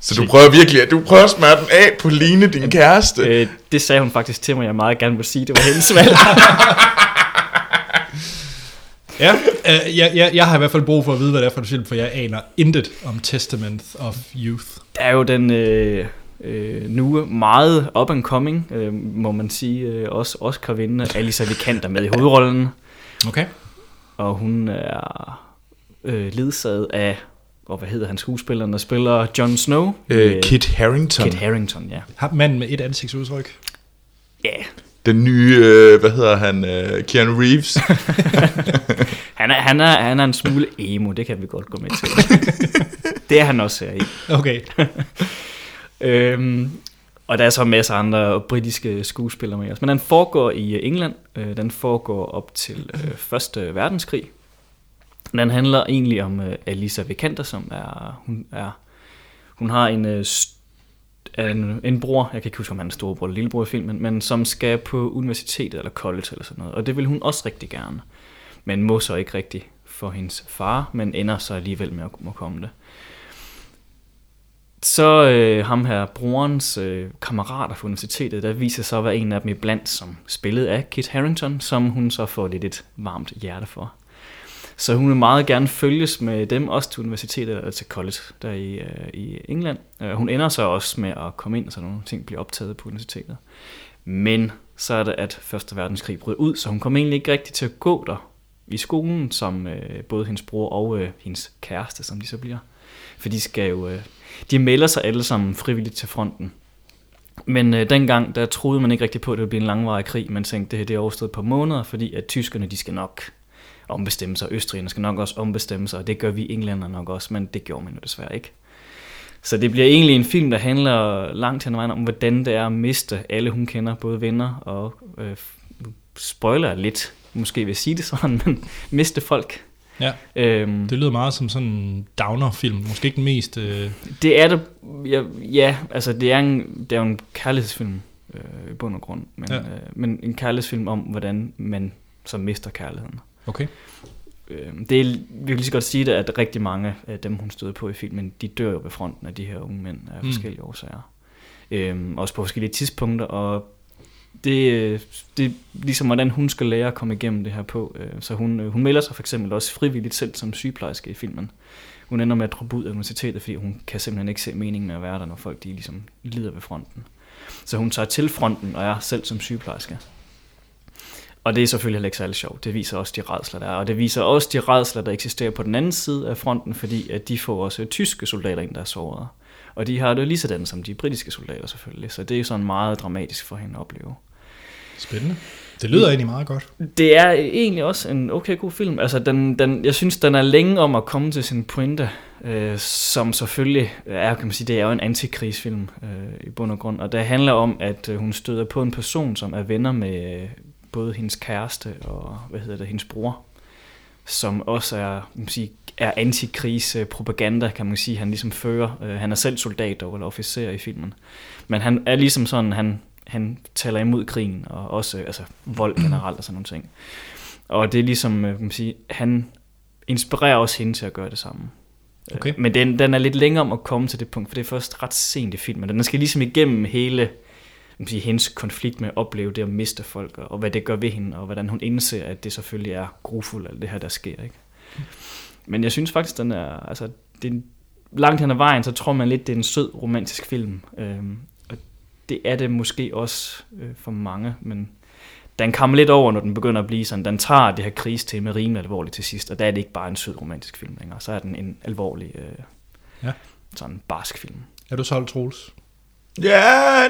Speaker 2: Så du prøver virkelig, at du prøver at smøre den af på Line, din kæreste.
Speaker 3: Øh, det sagde hun faktisk til mig, jeg meget gerne ville sige, det var hendes valg.
Speaker 1: ja, øh, jeg, jeg, jeg har i hvert fald brug for at vide, hvad det er for en film, for jeg aner intet om Testament of Youth.
Speaker 3: Der er jo den øh, øh, nu meget up and coming, øh, må man sige, øh, også Oscar-vindende Alisa Vikander med i hovedrollen.
Speaker 1: Okay.
Speaker 3: Og hun er øh, ledsaget af, og hvad hedder han skuespilleren, der spiller Jon Snow?
Speaker 2: Øh, Kit Harrington.
Speaker 3: Kit Harington, ja.
Speaker 1: Har manden med et ansigtsudtryk.
Speaker 3: Ja,
Speaker 2: Den nye, øh, hvad hedder han, øh, Keanu Reeves.
Speaker 3: han er, han, er, han er en smule emo, det kan vi godt gå med til.
Speaker 2: [LAUGHS]
Speaker 3: det er han også her i.
Speaker 1: Okay.
Speaker 3: Øhm, og der er så masser af andre britiske skuespillere med os. Men den foregår i øh, England. Øh, Den foregår op til øh, Første Verdenskrig. Den handler egentlig om øh, Alisa Vikander, som er hun er hun har en øh, st- en, en bror, jeg kan ikke huske, om han er storebror eller lillebror i filmen, men som skal på universitetet eller college eller sådan noget. Og det vil hun også rigtig gerne. Men må så ikke rigtig for hendes far, men ender så alligevel med at må komme det. Så øh, ham her, brorens øh, kammerater fra universitetet, der viser sig at være en af dem iblandt, som spillet af Kit Harrington, som hun så får lidt et varmt hjerte for. Så hun vil meget gerne følges med dem, også til universitetet og til college der i, øh, i England. Øh, hun ender så også med at komme ind, så nogle ting bliver optaget på universitetet. Men så er det, at Første Verdenskrig brød ud, så hun kom egentlig ikke rigtig til at gå der i skolen, som øh, både hendes bror og øh, hendes kæreste, som de så bliver. For de skal jo, øh, de melder sig alle sammen frivilligt til fronten. Men øh, dengang, der troede man ikke rigtig på, at det ville blive en langvarig krig. Man tænkte, det her det er overstået på måneder, fordi at tyskerne, de skal nok ombestemme sig, og østrigerne skal nok også ombestemme sig, og det gør vi englænder nok også, men det gjorde man jo desværre ikke. Så det bliver egentlig en film, der handler langt hen ad vejen om, hvordan det er at miste alle, hun kender, både venner og øh, spoiler lidt, måske vil jeg sige det sådan, [LAUGHS] men miste folk.
Speaker 1: Ja,
Speaker 3: Øhm,
Speaker 1: det lyder meget som sådan en downer-film. Måske ikke den mest... Øh,
Speaker 3: Det er det. Ja, ja altså det er, en, det er jo en kærlighedsfilm øh, i bund og grund. Men,
Speaker 1: Ja.
Speaker 3: ja. øh, men en kærlighedsfilm om, hvordan man så mister kærligheden.
Speaker 1: okay.
Speaker 3: Øh, det er, vi kan lige så godt sige det, at rigtig mange af dem, hun støder på i filmen, de dør jo ved fronten af de her unge mænd af
Speaker 1: Mm.
Speaker 3: forskellige årsager. Øh, også på forskellige tidspunkter, og det, øh, det er ligesom, hvordan hun skal lære at komme igennem det her på. Øh, Så hun, øh, hun melder sig for eksempel også frivilligt selv som sygeplejerske i filmen. Hun ender med at droppe ud af universitetet, fordi hun kan simpelthen ikke se meningen med at være der, når folk de ligesom lider ved fronten. Så hun tager til fronten og er selv som sygeplejerske. Og det er selvfølgelig heller ikke særlig sjovt. Det viser også de redsler, der er. Og det viser også de redsler, der eksisterer på den anden side af fronten, fordi at de får også tyske soldater ind, der er såret. Og de har det jo lige sådan som de britiske soldater selvfølgelig. Så det er jo sådan meget dramatisk for hende at opleve.
Speaker 1: Spændende. Det lyder egentlig meget godt.
Speaker 3: Det er egentlig også en okay god film. Altså, den, den, jeg synes, den er længe om at komme til sin pointe, øh, som selvfølgelig er, kan man sige, det er jo en antikrigsfilm øh, i bund og grund. Og det handler om, at øh, hun støder på en person, som er venner med øh, både hendes kæreste og, hvad hedder det, hendes bror, som også er, kan man sige, er antikrigspropaganda, kan man sige, han ligesom fører. Øh, han er selv soldat dog, eller officer i filmen. Men han er ligesom sådan, han, han taler imod krigen, og også øh, altså, vold generelt og sådan nogle ting. Og det er ligesom, øh, kan man sige, han inspirerer også hende til at gøre det samme. Øh,
Speaker 1: Okay.
Speaker 3: Men den, den er lidt længere om at komme til det punkt, for det er først ret sent i filmen. Den skal ligesom igennem hele kan man sige, hendes konflikt med at opleve det at miste folk, og og hvad det gør ved hende, og hvordan hun indser, at det selvfølgelig er grufuldt, alt det her, der sker. Ikke? Men jeg synes faktisk, den er, altså, det er en- langt hen ad vejen, så tror man lidt, det er en sød romantisk film. Øhm, og det er det måske også øh, for mange, men den kommer lidt over, når den begynder at blive sådan. Den tager det her krigstema rimelig alvorligt til sidst, og der er det ikke bare en sød romantisk film længere. Så er den en alvorlig, øh,
Speaker 1: Ja.
Speaker 3: sådan barsk film.
Speaker 1: Er du solgt, Troels?
Speaker 2: Ja,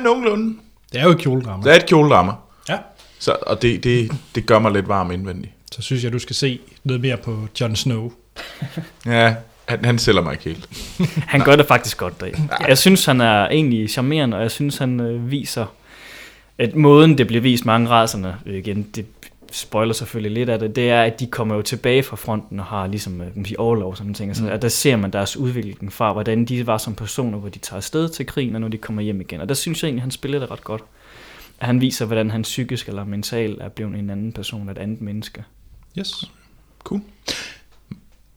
Speaker 2: nogenlunde.
Speaker 1: Det er jo et kjoledrama.
Speaker 2: Der er et kjolerammer.
Speaker 1: Ja.
Speaker 2: Så, og det, det, det gør mig lidt varm indvendigt.
Speaker 1: Så synes jeg, du skal se noget mere på Jon Snow.
Speaker 2: Ja, han, han sælger mig ikke helt.
Speaker 3: Han gør det faktisk godt deri. Jeg synes, han er egentlig charmerende, og jeg synes, han øh, viser, at måden, det bliver vist mange raserne, øh, igen, det spoiler selvfølgelig lidt af det, det er, at de kommer jo tilbage fra fronten og har ligesom øh, kan man sige, overlov og sådan nogle ting. Og, så, og der ser man deres udvikling fra, hvordan de var som personer, hvor de tager afsted til krigen, og når de kommer hjem igen. Og der synes jeg egentlig, han spiller det ret godt. At han viser, hvordan han psykisk eller mentalt er blevet en anden person, et andet menneske.
Speaker 1: Yes.
Speaker 2: Cool.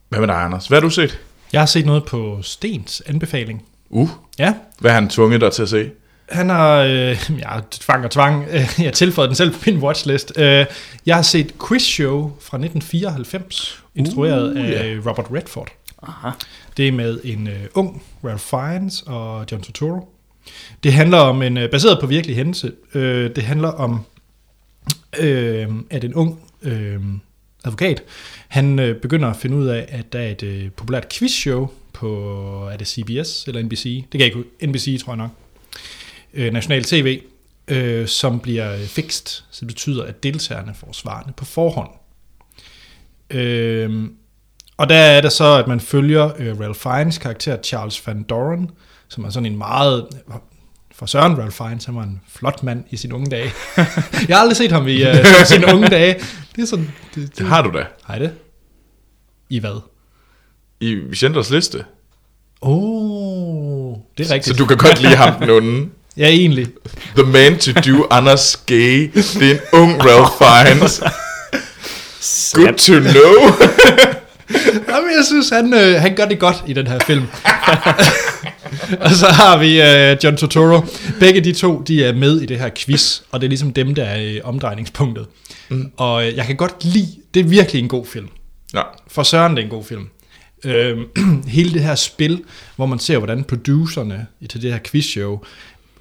Speaker 2: Hvad med dig, Anders? Hvad har du set?
Speaker 1: Jeg har set noget på Stens anbefaling.
Speaker 2: Uh,
Speaker 1: Ja,
Speaker 2: hvad har han tvunget dig til at se?
Speaker 1: Han har, øh, [LAUGHS] ja, tvang og tvang, [LAUGHS] øh, jeg tilføjede den selv på min watchlist. Øh, jeg har set Quiz Show fra 1994, instrueret
Speaker 2: Uh,
Speaker 1: uh,
Speaker 2: ja.
Speaker 1: af Robert Redford.
Speaker 3: Aha.
Speaker 1: Det er med en øh, ung Ralph Fiennes og John Turturro. Det handler om en, øh, baseret på virkelig hændelse, øh, det handler om, øh, at en ung øh, advokat, han øh, begynder at finde ud af, at der er et øh, populært quizshow på, er det CBS eller NBC? Det kan jeg ikke hu- NBC tror jeg nok. Øh, national TV, øh, som bliver øh, fikst, så det betyder, at deltagerne får svarene på forhånd. Øh, og der er det så, at man følger øh, Ralph Fiennes karakter, Charles Van Doren, som er sådan en meget... For Søren Ralph Fiennes, han var en flot mand i sine unge dage. jeg har aldrig set ham i øh, sine unge dage. Det er sådan... Det,
Speaker 2: Det
Speaker 1: det.
Speaker 2: har du da.
Speaker 1: Hej det. I hvad?
Speaker 2: I Vicenters liste.
Speaker 1: Åh, oh, det er
Speaker 2: Så
Speaker 1: rigtigt.
Speaker 2: du kan godt lide
Speaker 1: [LAUGHS]
Speaker 2: ham den onde.
Speaker 1: Ja, egentlig.
Speaker 2: The man to do, Anders Gay. Det er en ung
Speaker 1: [LAUGHS]
Speaker 2: Ralph Fiennes. Good to know.
Speaker 1: Jamen, jeg synes, han, øh, han gør det godt i den her film. [LAUGHS] og så har vi øh, John Totoro. Begge de to, de er med i det her quiz, og det er ligesom dem, der er øh, omdrejningspunktet. Mm. Og øh, jeg kan godt lide, det er virkelig en god film.
Speaker 2: Nå,
Speaker 1: For Søren, det er en god film. Øhm, [CLEARS THROAT] hele det her spil, hvor man ser, hvordan producerne til det her quizshow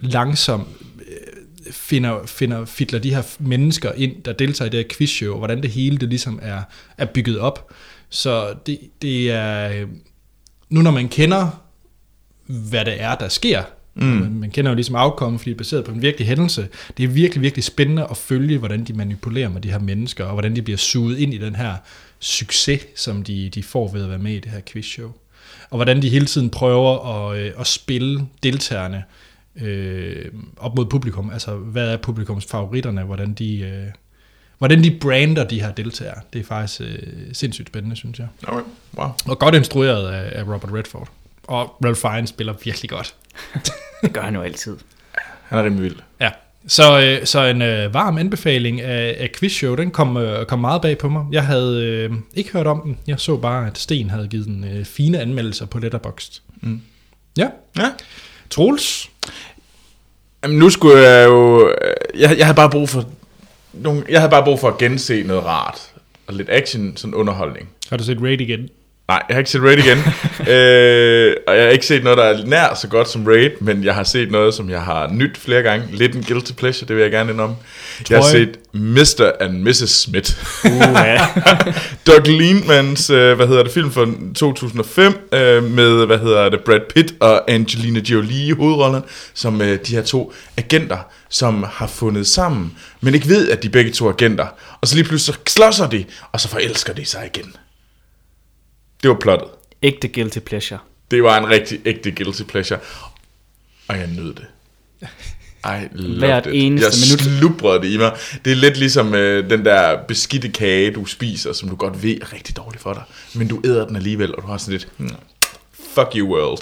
Speaker 1: langsomt øh, finder, finder, fitler de her mennesker ind, der deltager i det her quizshow, og hvordan det hele det ligesom er, er bygget op. Så det, det er... øh, Nu når man kender, hvad det er, der sker, mm. man, man kender jo ligesom outcome, fordi det er baseret på en virkelig hændelse, det er virkelig, virkelig spændende at følge, hvordan de manipulerer med de her mennesker, og hvordan de bliver suget ind i den her succes, som de, de får ved at være med i det her quizshow. Og hvordan de hele tiden prøver at, øh, at spille deltagerne øh, op mod publikum. Altså, hvad er publikums favoritterne? Hvordan de, øh, hvordan de brander de her deltagere. Det er faktisk øh, sindssygt spændende, synes jeg.
Speaker 2: okay. Wow.
Speaker 1: Og godt instrueret af, af Robert Redford. Og Ralph Fiennes spiller virkelig godt.
Speaker 3: Det gør han jo altid.
Speaker 2: Han er rimelig vild.
Speaker 1: Ja. Så, øh, så en øh, varm anbefaling af, af quizshow, den kom, øh, kom meget bag på mig. Jeg havde øh, ikke hørt om den. Jeg så bare, at Sten havde givet den øh, fine anmeldelser på Letterboxd.
Speaker 2: Mm.
Speaker 1: Ja.
Speaker 2: Ja.
Speaker 1: Troels?
Speaker 2: Jamen, nu skulle jeg jo... øh, Jeg, jeg havde bare brug for... Nogle, jeg havde bare brug for at gense noget rart. Og lidt action, sådan underholdning.
Speaker 1: Har du set Raid igen?
Speaker 2: Nej, jeg har ikke set Raid igen. øh, og jeg har ikke set noget, der er nær så godt som Raid, men jeg har set noget, som jeg har nyt flere gange. Lidt en guilty pleasure, det vil jeg gerne indrømme. Jeg har
Speaker 1: Trøje.
Speaker 2: set Mr. and Mrs. Smith.
Speaker 3: Uh, ja.
Speaker 2: Doug Liemans, øh, hvad hedder det, film fra 2005, øh, med, hvad hedder det, Brad Pitt og Angelina Jolie i hovedrollen, som øh, de her to agenter, som har fundet sammen, men ikke ved, at de er begge to agenter. Og så lige pludselig så slåsser de, og så forelsker de sig igen. Det var plottet.
Speaker 3: Ægte guilty pleasure.
Speaker 2: Det var en rigtig ægte guilty pleasure. Og jeg nød det. I loved
Speaker 3: Hvert
Speaker 2: it.
Speaker 3: eneste
Speaker 2: jeg
Speaker 3: minut.
Speaker 2: slubrede det i mig. Det er lidt ligesom øh, den der beskidte kage, du spiser, som du godt ved er rigtig dårlig for dig. Men du æder den alligevel, og du har sådan lidt... "Mm, Fuck you world.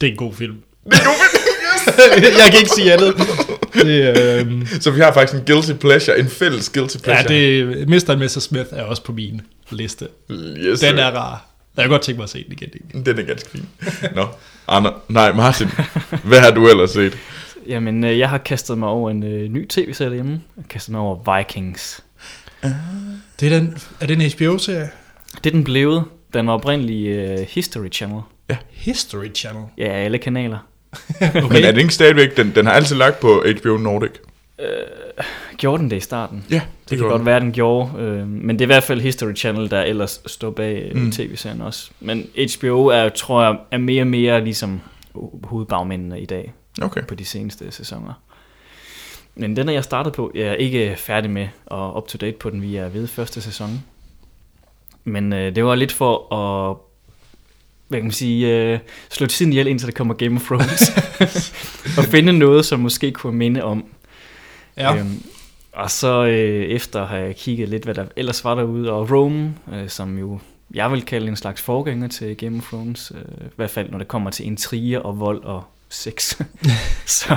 Speaker 1: Det er en god film. [LAUGHS] jeg kan ikke sige andet. Det, øh,
Speaker 2: Så vi har faktisk en guilty pleasure, en fælles guilty
Speaker 1: ja,
Speaker 2: pleasure.
Speaker 1: det, Mr. and Mrs. Smith er også på min liste.
Speaker 2: yes,
Speaker 1: Den
Speaker 2: sir.
Speaker 1: er rar. Jeg kan godt tænke mig at se den igen. egentlig.
Speaker 2: Den er ganske fin. Nå, Anna, nej Martin, hvad har du ellers set?
Speaker 3: Jamen, øh, jeg har kastet mig over en øh, ny tv-serie hjemme. Jeg har kastet mig over Vikings.
Speaker 1: Det er, den, er det en HBO-serie?
Speaker 3: Det er den blevet. Den var oprindelig øh, History Channel.
Speaker 1: History Channel.
Speaker 3: Ja, alle kanaler.
Speaker 2: Men er
Speaker 1: Okay.
Speaker 2: det ikke stadigvæk, den, den har altid lagt på HBO Nordic?
Speaker 3: Gjorde den det i starten?
Speaker 2: Ja, det,
Speaker 3: Det kan
Speaker 2: gjorde
Speaker 3: godt
Speaker 2: den.
Speaker 3: være, den gjorde, øh, men det er i hvert fald History Channel, der ellers står bag øh, mm. tv-serien også. Men HBO er, tror jeg, er mere og mere ligesom hovedbagmændene i dag
Speaker 2: Okay.
Speaker 3: på de seneste sæsoner. Men den er jeg startet på. Jeg er ikke færdig med og up to date på den. Vi er ved første sæson. Men øh, det var lidt for at hvad kan man sige, øh, slå tiden ihjel, indtil der kommer Game of Thrones. og finde noget, som måske kunne minde om
Speaker 1: Ja.
Speaker 3: Øhm, og så øh, efter har jeg kigget lidt, hvad der ellers var derude, og Rome, øh, som jo jeg vil kalde en slags forgænger til Game of Thrones, øh, i hvert fald når det kommer til intriger og vold og sex. så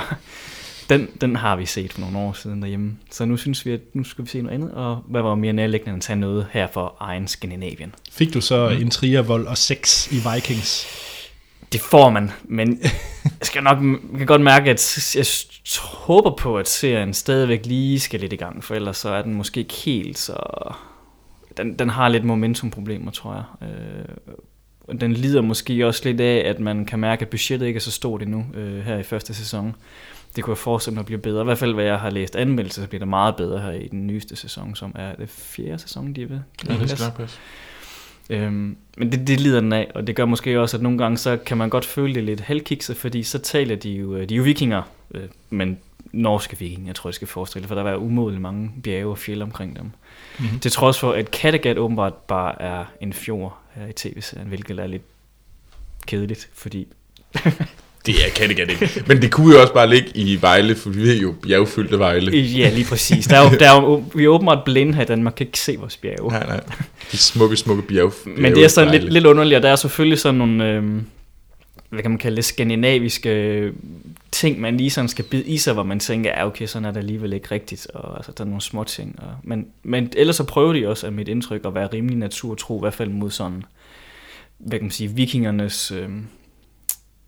Speaker 3: den, den har vi set for nogle år siden derhjemme. Så nu synes vi, at nu skal vi se noget andet, og hvad var mere nærliggende end at tage noget her for egen Skandinavien?
Speaker 1: Fik du så intriger, vold og sex i Vikings?
Speaker 3: Det får man, men jeg skal nok jeg kan godt mærke, at jeg s- håber på, at serien stadigvæk lige skal lidt i gang, for ellers så er den måske ikke helt så... Den, den har lidt momentumproblemer, tror jeg. Øh, og den lider måske også lidt af, at man kan mærke, at budgettet ikke er så stort endnu øh, her i første sæson. Det kunne jeg forestille mig at blive bedre. I hvert fald, hvad jeg har læst anmeldelser, så bliver det meget bedre her i den nyeste sæson, som er det fjerde sæson, de er ved. Øhm, men det, det lider den af, og det gør måske også, at nogle gange, så kan man godt føle det lidt halvkikset, fordi så taler de jo, øh, de er jo vikinger, øh, men norske vikinger, jeg tror jeg skal forestille, for der var umådeligt mange bjerge og fjelde omkring dem. Mm-hmm. Til trods for, at Kattegat åbenbart bare er en fjord her i tv-serien, hvilket er lidt kedeligt, fordi
Speaker 2: Det er Kattegat ikke. Men det kunne jo også bare ligge i Vejle, for vi ved jo bjergfyldte Vejle.
Speaker 3: Ja, lige præcis. Der er jo, der er jo, vi er åbenbart blinde her i Danmark, kan ikke se vores bjerge.
Speaker 2: Nej, nej. De smukke, smukke bjerg.
Speaker 3: Men det er sådan lidt, lidt underligt, og der er selvfølgelig sådan nogle, øhm, hvad kan man kalde det, skandinaviske øh, ting, man lige sådan skal bide i sig, hvor man tænker, ja okay, sådan er det alligevel ikke rigtigt, og altså, der er nogle små ting. Og, men, men ellers så prøver de også, af mit indtryk, at være rimelig naturtro, i hvert fald mod sådan, hvad kan man sige, vikingernes... Øhm,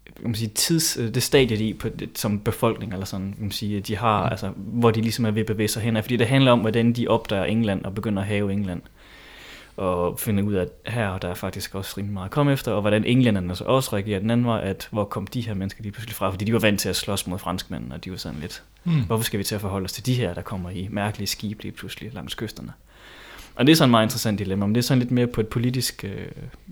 Speaker 3: hvad kan man sige, tids, øh, det stadie, de er i på, det- som befolkning, eller sådan, kan man sige, at de har, altså, hvor de ligesom er ved at bevæge sig hen. Fordi det handler om, hvordan de opdager England og begynder at have England og finde ud af, at her og der er faktisk også rimelig meget at komme efter, og hvordan englænderne så også reagerer. Den anden var, at hvor kom de her mennesker lige pludselig fra, fordi de var vant til at slås mod franskmændene, og de var sådan lidt,
Speaker 1: Mm.
Speaker 3: hvorfor skal vi til at forholde os til de her, der kommer i mærkelige skibe lige pludselig langs kysterne? Og det er sådan et meget interessant dilemma, men det er sådan lidt mere på et politisk, øh,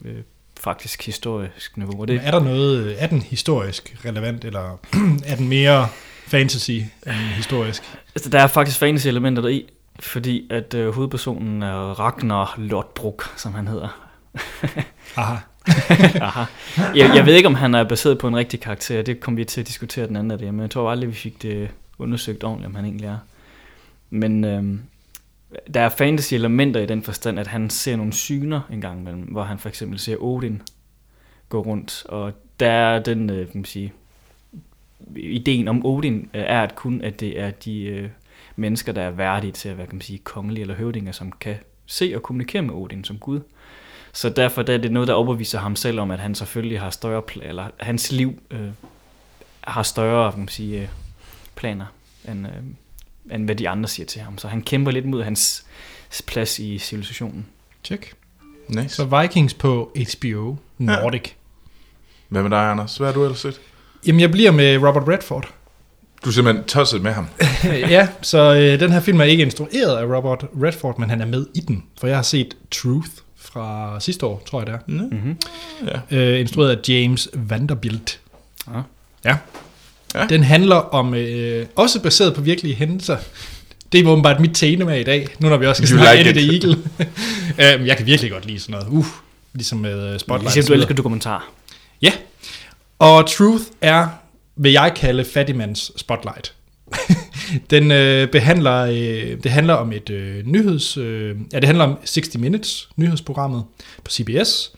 Speaker 3: øh, faktisk historisk niveau. Og det,
Speaker 1: Er der noget, øh, er den historisk relevant, eller [CLEARS THROAT] er den mere fantasy end historisk?
Speaker 3: Altså, der er faktisk fantasy-elementer deri, fordi at øh, hovedpersonen er Ragnar Lodbrok, som han hedder.
Speaker 1: Aha.
Speaker 3: [LAUGHS] Aha. Jeg, jeg ved ikke, om han er baseret på en rigtig karakter, det kom vi til at diskutere den anden af det, men jeg tror aldrig, vi fik det undersøgt ordentligt, om han egentlig er. Men øhm, der er fantasy-elementer i den forstand, at han ser nogle syner en gang imellem, hvor han for eksempel ser Odin gå rundt, og der er den, øh, kan man sige, ideen om Odin øh, er at kun, at det er de øh, mennesker, der er værdige til at være, kan man sige, kongelige eller høvdinger, som kan se og kommunikere med Odin som Gud. Så derfor der er det noget, der overbeviser ham selv om, at han selvfølgelig har større, pla- eller hans liv øh, har større, hvad kan man sige, øh, planer, end, øh, end hvad de andre siger til ham. Så han kæmper lidt mod hans plads i civilisationen.
Speaker 1: Tjek.
Speaker 2: Nice.
Speaker 1: Så Vikings på HBO Nordic. Ja.
Speaker 2: Hvad med dig, Anders? Hvad har du ellers set?
Speaker 1: Jamen, jeg bliver med Robert Redford.
Speaker 2: Du er simpelthen tosset med ham.
Speaker 1: [LAUGHS] ja, så øh, den her film er ikke instrueret af Robert Redford, men han er med i den. For jeg har set Truth fra sidste år, tror jeg det er.
Speaker 2: Mm.
Speaker 3: Mm-hmm.
Speaker 2: Ja.
Speaker 1: Øh, instrueret af James Vanderbilt.
Speaker 3: Ah.
Speaker 1: Ja.
Speaker 2: Ja.
Speaker 1: ja. Den handler om, øh, også baseret på virkelige hændelser. Det er åbenbart mit tema i dag, nu når vi også skal
Speaker 2: You
Speaker 1: snakke
Speaker 2: like
Speaker 1: Eddie the
Speaker 2: it.
Speaker 1: Eagle. [LAUGHS] Øhm, jeg kan virkelig godt lide sådan noget. Uh, ligesom med øh, Spotlight.
Speaker 3: Ligesom
Speaker 1: og
Speaker 3: du
Speaker 1: så videre.
Speaker 3: elsker dokumentar.
Speaker 1: Ja, og Truth er, vil jeg kalde, fattigmands spotlight. [LAUGHS] Den øh, behandler, øh, det handler om et øh, nyheds, øh, ja det handler om 60 Minutes, nyhedsprogrammet på CBS,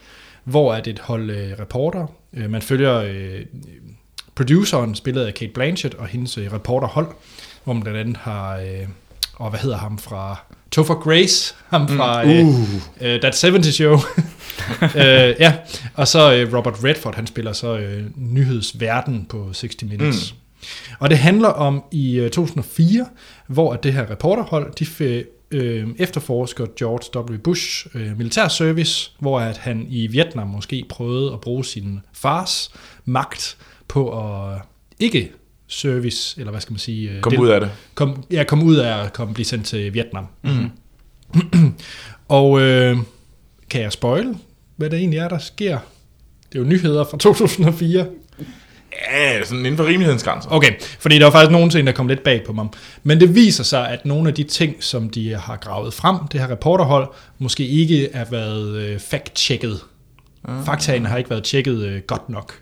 Speaker 1: hvor at et hold øh, reporter, øh, man følger øh, produceren, spillet af Kate Blanchett, og hendes øh, reporterhold, hvor man blandt andet har, øh, og hvad hedder ham fra, Topher Grace, ham fra mm. uh. øh, That 70 Show, [LAUGHS] øh, ja, og så øh, Robert Redford, han spiller så øh, nyhedsverden på 60 Minutes. Mm. Og det handler om i øh, 2004, hvor at det her reporterhold, de fe, øh, efterforsker George W. Bush øh, militærservice, hvor at han i Vietnam måske prøvede at bruge sin fars magt på at ikke service, eller hvad skal man sige? Øh,
Speaker 2: Kom
Speaker 1: del-
Speaker 2: ud af det.
Speaker 1: kom, ja, kom ud af at komme, blive sendt til Vietnam. Mm. [CLEARS THROAT] og øh, kan jeg spoil, hvad der egentlig er, der sker? Det er jo nyheder fra [LAUGHS] 2004.
Speaker 2: Ja, sådan inden for rimelighedens grænser.
Speaker 1: Okay, fordi der var faktisk nogen ting, der kom lidt bag på mig. Men det viser sig, at nogle af de ting, som de har gravet frem, det her reporterhold, måske ikke er været øh, fact-checket. Faktaen har ikke været tjekket øh, godt nok.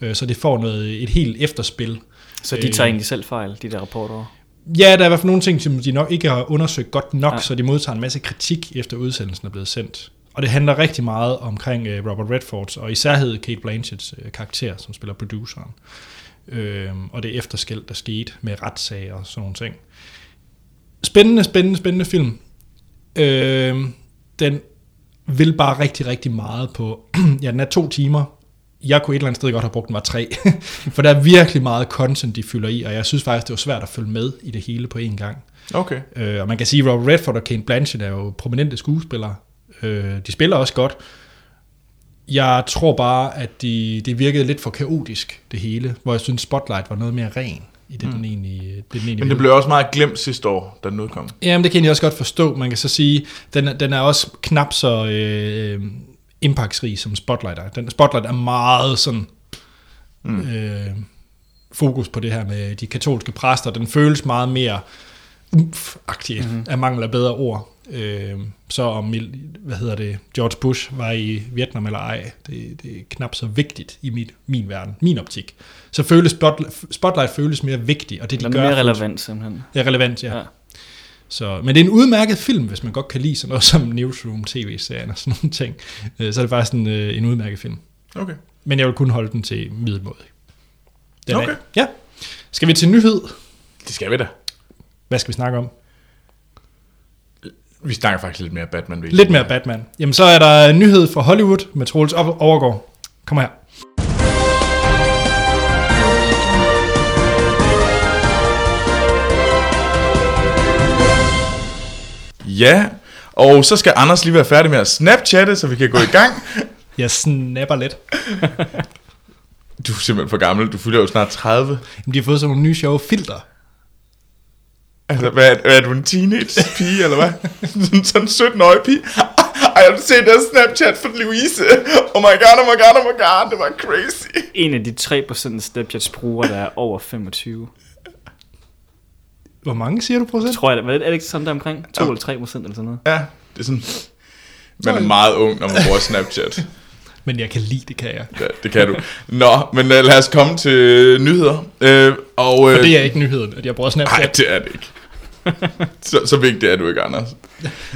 Speaker 1: Øh, så det får noget, et helt efterspil.
Speaker 3: Så de
Speaker 1: Øh.
Speaker 3: tager egentlig selv fejl, de der rapporter.
Speaker 1: Ja, der er i hvert fald nogle ting, som de nok ikke har undersøgt godt nok,
Speaker 3: Nej.
Speaker 1: så de modtager en masse kritik efter udsendelsen er blevet sendt. Og det handler rigtig meget omkring øh, Robert Redfords, og isærhed Kate Blanchetts øh, karakter, som spiller produceren. Øhm, og det efterskæld, der skete med retssager og sådan nogle ting. Spændende, spændende, spændende film. Øhm, den vil bare rigtig, rigtig meget på... [CLEARS THROAT] ja, den er to timer. Jeg kunne et eller andet sted godt have brugt den var tre. [LAUGHS] For der er virkelig meget content, de fylder i, og jeg synes faktisk, det var svært at følge med i det hele på én gang.
Speaker 2: Okay.
Speaker 1: Øh, og man kan sige, at Robert Redford og Kate Blanchett er jo prominente skuespillere. Øh, de spiller også godt. Jeg tror bare, at de, det virkede lidt for kaotisk, det hele. Hvor jeg synes, Spotlight var noget mere ren i det, mm. den egentlig... Det, den egentlig
Speaker 2: Men det
Speaker 1: ville.
Speaker 2: blev også meget glemt sidste år, da den udkom.
Speaker 1: Jamen, det kan jeg også godt forstå. Man kan så sige, den, er- den er også knap så øh, impactsrig som Spotlight er. Den, Spotlight er meget sådan... Mm. Øh, fokus på det her med de katolske præster. Den føles meget mere umf-agtig, mm-hmm. af mangel af bedre ord. Øh, så om, mil- hvad hedder det, George Bush var i Vietnam eller ej, det, det er knap så vigtigt i mit, min verden, min optik. Så føles spotlight, spotlight føles mere vigtig, og det de
Speaker 3: Den er
Speaker 1: gør...
Speaker 3: mere relevant simpelthen.
Speaker 1: Ja, relevant, ja.
Speaker 3: Ja.
Speaker 1: ja. Så, men det er en udmærket film, hvis man godt kan lide sådan noget [LAUGHS] som Newsroom, tv-serien og sådan nogle ting. Øh, Så er det faktisk en, øh, en udmærket film.
Speaker 2: Okay.
Speaker 1: Men jeg vil kun holde den til middelmåde. Den er-
Speaker 2: Okay.
Speaker 1: Ja. Skal vi til nyhed?
Speaker 2: Det skal vi da.
Speaker 1: Hvad skal vi snakke om?
Speaker 2: Vi snakker faktisk lidt mere Batman. ved I.
Speaker 1: Lidt mere Batman. Jamen, så er der en nyhed fra Hollywood med Troels Op- Overgaard. Kom her.
Speaker 2: Ja, og så skal Anders lige være færdig med at snapchatte, så vi kan gå i gang.
Speaker 1: Jeg snapper lidt.
Speaker 2: Du er simpelthen for gammel, du fylder jo snart 30.
Speaker 1: Jamen, de har fået sådan nogle nye sjove filter.
Speaker 2: Altså, hvad, er- hvad er du, en teenage pige, eller hvad? Sådan- Sådan en 17-årig pige. Ej, jeg har set deres Snapchat fra Louise. Oh my god, oh my god, oh my god, det var crazy.
Speaker 3: En af de 3% Snapchats brugere, der er over 25.
Speaker 1: Hvor mange siger du procent?
Speaker 3: Tror jeg, er det ikke sådan der omkring? 2 eller 3% eller sådan noget?
Speaker 2: Ja, det er sådan... Man er meget ung, når man bruger Snapchat.
Speaker 1: Men jeg kan lide det, kan jeg.
Speaker 2: Ja, det kan du. Nå, men uh, lad os komme til øh, nyheder. Uh, og, uh,
Speaker 1: Og det er ikke nyheden, at jeg bruger Snapchat.
Speaker 2: Nej, det er det ikke. så, så vigtigt er du ikke, Anders.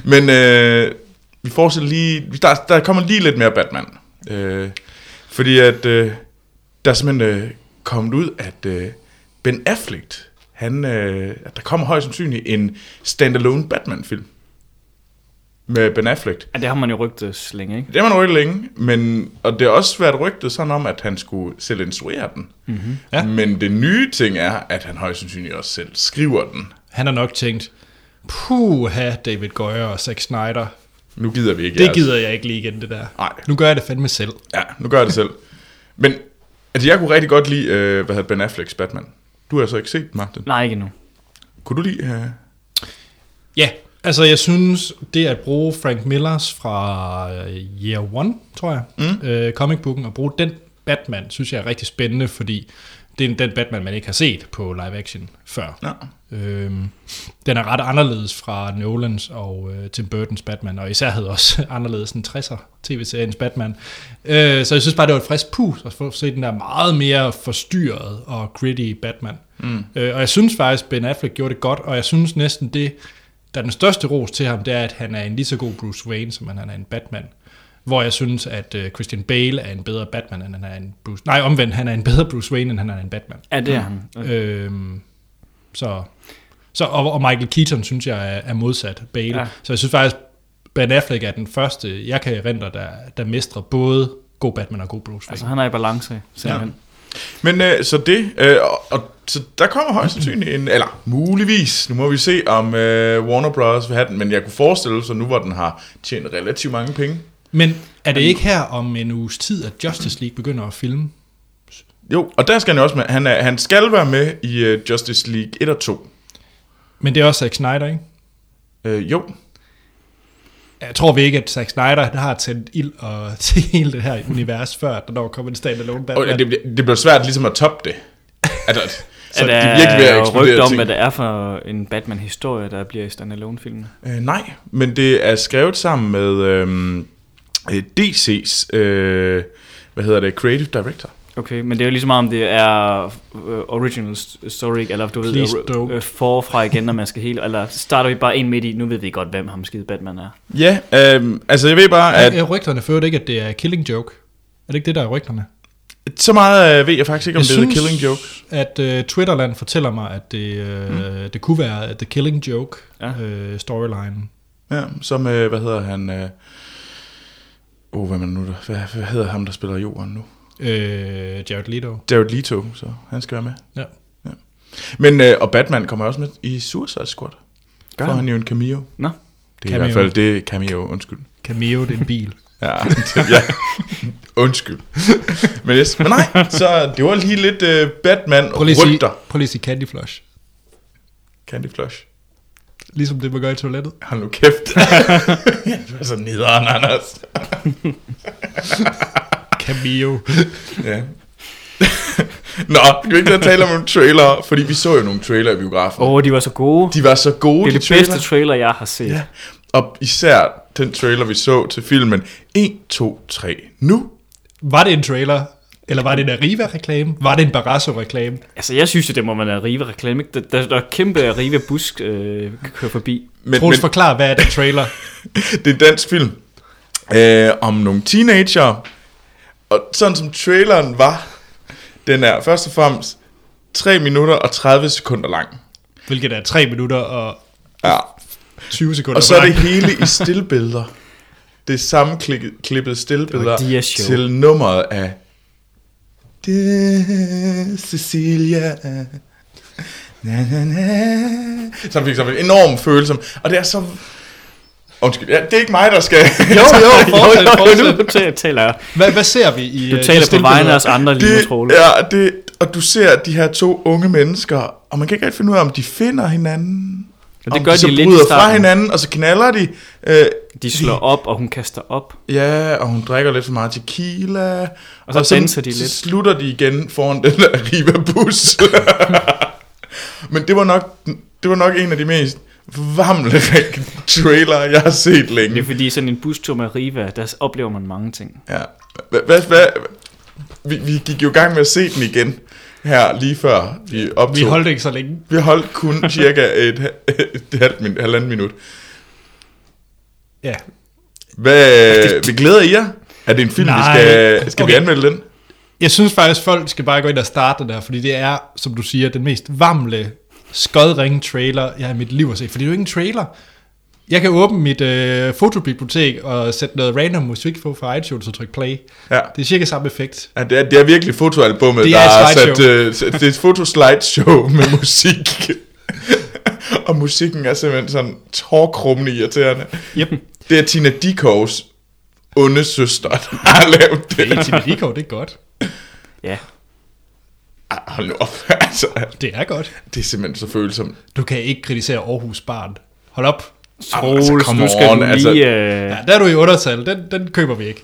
Speaker 2: Men øh, vi fortsætter lige... vi- Der, der kommer lige lidt mere Batman. Øh, fordi at øh, der er simpelthen øh, kommet ud, at øh, Ben Affleck, han, øh, at der kommer højst sandsynligt en standalone Batman-film med Ben Affleck.
Speaker 3: Ja, det har man jo rygtes længe, ikke?
Speaker 2: Det har man rygtet længe, men, og det har også været rygtet sådan om, at han skulle selv instruere den. Mm-hmm.
Speaker 1: Ja.
Speaker 2: Men det nye ting er, at han højst sandsynligt også selv skriver den.
Speaker 1: Han har nok tænkt, puha, David Goyer og Zack Snyder.
Speaker 2: Nu gider vi ikke
Speaker 1: Det
Speaker 2: jeres-
Speaker 1: gider jeg ikke lige igen, det der.
Speaker 2: Nej.
Speaker 1: Nu gør jeg det fandme selv.
Speaker 2: Ja, nu gør jeg det selv. Men altså, jeg kunne rigtig godt lide, øh, hvad hedder Ben Afflecks Batman. Du har så ikke set den, Martin.
Speaker 3: Nej, ikke endnu.
Speaker 2: Kunne du lide... Øh,
Speaker 1: Ja, altså jeg synes, det at bruge Frank Millers fra øh, Year One, tror jeg, mm. øh, comicbooken, og bruge den Batman, synes jeg er rigtig spændende, fordi det er den Batman, man ikke har set på live action før.
Speaker 2: ja.
Speaker 1: Øhm, den er ret anderledes fra Nolans og øh, Tim Burton's Batman, og især havde også [LAUGHS] anderledes end 60'er tv-seriens Batman. Øh, så jeg synes bare, det var et frisk pus at få se den der meget mere forstyrret og gritty Batman. Mm. Øh, og jeg synes faktisk, Ben Affleck gjorde det godt, og jeg synes næsten det, der er den største ros til ham, det er, at han er en lige så god Bruce Wayne, som han er en Batman. Hvor jeg synes, at øh, Christian Bale er en bedre Batman, end han er en Bruce... Nej, omvendt, han er en bedre Bruce Wayne, end han er en Batman.
Speaker 3: Ja, det er han. Øh,
Speaker 1: Øhm, så, så og, og Michael Keaton synes jeg er, er modsat Bale.
Speaker 3: Ja.
Speaker 1: Ja. Så jeg synes faktisk, Ben Affleck er den første, jeg kan erindre, der, der mestrer både god Batman og god Bruce Wayne.
Speaker 3: Altså, han er i balance, simpelthen.
Speaker 2: Men øh, så det... Øh, og, og, så der kommer højst sandsynligt en... Eller muligvis. Nu må vi se, om øh, Warner Bros. vil have den. Men jeg kunne forestille sig nu, hvor den har tjent relativt mange penge.
Speaker 1: Men er det ikke her om en uges tid, at Justice League begynder at filme?
Speaker 2: Jo, og der skal han jo også med. Han, er, han skal være med i øh, Justice League 1 og 2.
Speaker 1: Men det er også Zack Snyder, ikke?
Speaker 2: Øh, jo.
Speaker 1: Jeg tror vi ikke, at Zack Snyder han har tændt ild og, [LAUGHS] til hele det her univers, før der når kommer en standalone
Speaker 2: Og
Speaker 1: Batman.
Speaker 2: det, bliver- det bliver svært ligesom at toppe det. Altså,
Speaker 3: Så
Speaker 2: de
Speaker 3: der er
Speaker 2: virkelig ved at
Speaker 3: jo
Speaker 2: eksplodere
Speaker 3: rygter om,
Speaker 2: ting.
Speaker 3: hvad det er for en Batman-historie, der bliver i standalone-filmen.
Speaker 2: Øh, nej, men det er skrevet sammen med øhm, øh, DC's, øh, hvad hedder det, Creative Director.
Speaker 3: Okay, men det er jo lige så meget, om det er øh, original st- story, ikke? eller du
Speaker 1: Please
Speaker 3: ved,
Speaker 1: don't.
Speaker 3: øh, øh, forfra igen, når man skal hele, eller starter vi bare en midt i, nu ved vi godt, hvem ham skide Batman er.
Speaker 2: Ja, øhm, altså jeg ved bare, at
Speaker 1: Er Øh, rygterne fører det ikke, at det er Killing Joke? Er det ikke det, der er rygterne?
Speaker 2: så meget øh, ved jeg faktisk ikke, om
Speaker 1: Jeg
Speaker 2: det hedder
Speaker 1: synes-
Speaker 2: Killing Joke.
Speaker 1: at øh, Twitterland fortæller mig, at det, øh, mm. det kunne være at The Killing Joke
Speaker 3: Ja.
Speaker 1: ja. øh, storyline.
Speaker 2: Ja, som, øh, hvad hedder han, øh, oh, hvad, man nu, der, hvad, hvad hedder ham, der spiller jorden nu?
Speaker 1: Øh, Jared Leto.
Speaker 2: Jared Leto, så han skal være med.
Speaker 1: Ja.
Speaker 2: ja. Men, øh, og Batman kommer også med i Suicide Squad.
Speaker 3: Gør
Speaker 2: Gør får
Speaker 3: han?
Speaker 2: han jo en cameo.
Speaker 3: Nå,
Speaker 2: Det er
Speaker 1: Cameo.
Speaker 2: i hvert fald det cameo, undskyld.
Speaker 1: Cameo, det er en
Speaker 2: [LAUGHS]
Speaker 1: bil.
Speaker 2: Ja, det- ja. undskyld. Men, yes. Men nej, så det var lige lidt uh, Batman
Speaker 1: Prøv lige at sige,
Speaker 2: rygter.
Speaker 1: prøv lige at sige Candy Flush.
Speaker 2: Candy Flush.
Speaker 1: Ligesom det, man gør i toilettet.
Speaker 2: Hold nu kæft. [LAUGHS] det var så nederen, Anders.
Speaker 1: Cameo.
Speaker 2: ja. [LAUGHS] Nå, skal vi ikke lige tale om nogle trailere? Fordi vi så jo nogle trailere i biografen.
Speaker 3: åh, oh, de var så gode.
Speaker 2: De var så gode,
Speaker 3: det er
Speaker 2: de
Speaker 3: det bedste trailer, jeg har set.
Speaker 2: Ja. Og især den trailer, vi så til filmen 1, 2, 3, nu.
Speaker 1: Var det en trailer? Eller var det en Arriva-reklame? Var det en Barrasso-reklame?
Speaker 3: Altså, jeg synes jo, det må man arrive reklame. ikke? Der, der, der er kæmpe arrive busk øh, kører forbi.
Speaker 2: Men,
Speaker 1: Troels, forklar, hvad er den trailer?
Speaker 2: det er en dansk film øh, om nogle teenager. Og sådan som traileren var, den er først og fremmest 3 minutter og 30 sekunder lang.
Speaker 1: Hvilket er 3 minutter og
Speaker 2: Ja.
Speaker 1: 20 sekunder.
Speaker 2: Og så er det
Speaker 1: lang.
Speaker 2: hele i stillbilleder. Det er sammenklippet stillbilleder
Speaker 3: Det var Dias show.
Speaker 2: til nummeret af Det Cecilia na, na, na. Så han fik sådan en enorm følelse om- Og det er så Undskyld, ja, det er ikke mig, der skal [LAUGHS]
Speaker 3: Jo, [LAUGHS] jo,
Speaker 1: fortsæt, fortsæt.
Speaker 3: Nu ta- taler jeg.
Speaker 1: Hvad, hvad ser vi i...
Speaker 3: Du
Speaker 1: øh,
Speaker 3: taler
Speaker 1: de
Speaker 3: på vegne af os
Speaker 1: stillbilleder?
Speaker 3: andre lige nu, Troel.
Speaker 2: det, ja, det, og du ser de her to unge mennesker, og man kan ikke rigtig finde ud af, om de finder hinanden.
Speaker 3: Og det
Speaker 2: om
Speaker 3: gør
Speaker 2: så
Speaker 3: de lidt i
Speaker 2: bryder fra
Speaker 3: starten.
Speaker 2: hinanden, og så knaller de. Øh,
Speaker 3: De slår op, og hun kaster op.
Speaker 2: ja, og hun drikker lidt for meget tequila.
Speaker 3: Og så danser de
Speaker 2: så
Speaker 3: lidt.
Speaker 2: slutter de igen foran den der Riva-bus. [LAUGHS] Men det var, nok, det var nok en af de mest vamlevæk trailer, jeg har set længe.
Speaker 3: Det er fordi sådan en bustur med Riva, der oplever man mange ting.
Speaker 2: Ja. Hvad, hvad, hvad, vi, vi gik jo i gang med at se den igen her lige før vi optog.
Speaker 1: Vi holdt ikke så længe.
Speaker 2: vi holdt kun cirka et, [LAUGHS] et halvt min, halvandet minut.
Speaker 1: Ja.
Speaker 2: Hvad, vi glæder I jer? Er det en film, vi
Speaker 1: Nej.
Speaker 2: skal, skal okay. vi
Speaker 1: Okay.
Speaker 2: anmelde den?
Speaker 1: Jeg synes faktisk, folk skal bare gå ind og starte der, fordi det er, som du siger, den mest varmle, skodringe trailer, jeg i mit liv har set. Fordi det er jo ikke en trailer. Jeg kan åbne mit øh, fotobibliotek og sætte noget random musik på fra iTunes og trykke play.
Speaker 2: Ja.
Speaker 1: Det er cirka samme effekt.
Speaker 2: Ja, det, er, det er virkelig fotoalbummet,
Speaker 1: Det er
Speaker 2: der
Speaker 1: et
Speaker 2: har sat,
Speaker 1: slideshow.
Speaker 2: [LAUGHS] øh, sat- det er et fotoslideshow med musik. Og musikken er simpelthen sådan tårkrummende irriterende.
Speaker 1: Yep.
Speaker 2: Det er Tina Dickows onde søster, [LAUGHS] der har lavet
Speaker 1: Det er
Speaker 2: det.
Speaker 1: ikke Tina Dickow, det er godt.
Speaker 3: Ja,
Speaker 2: Ej, hold nu op. [LAUGHS] Altså,
Speaker 1: Det er godt.
Speaker 2: det er simpelthen så følsomt.
Speaker 1: Du kan ikke kritisere Aarhus Barn. Hold op.
Speaker 2: Jamen, altså,
Speaker 3: Troels,
Speaker 2: come
Speaker 3: nu skal
Speaker 2: on,
Speaker 3: du lige...
Speaker 2: altså.
Speaker 3: øh,
Speaker 1: Ja, der er du i undertal. Den, den køber vi ikke.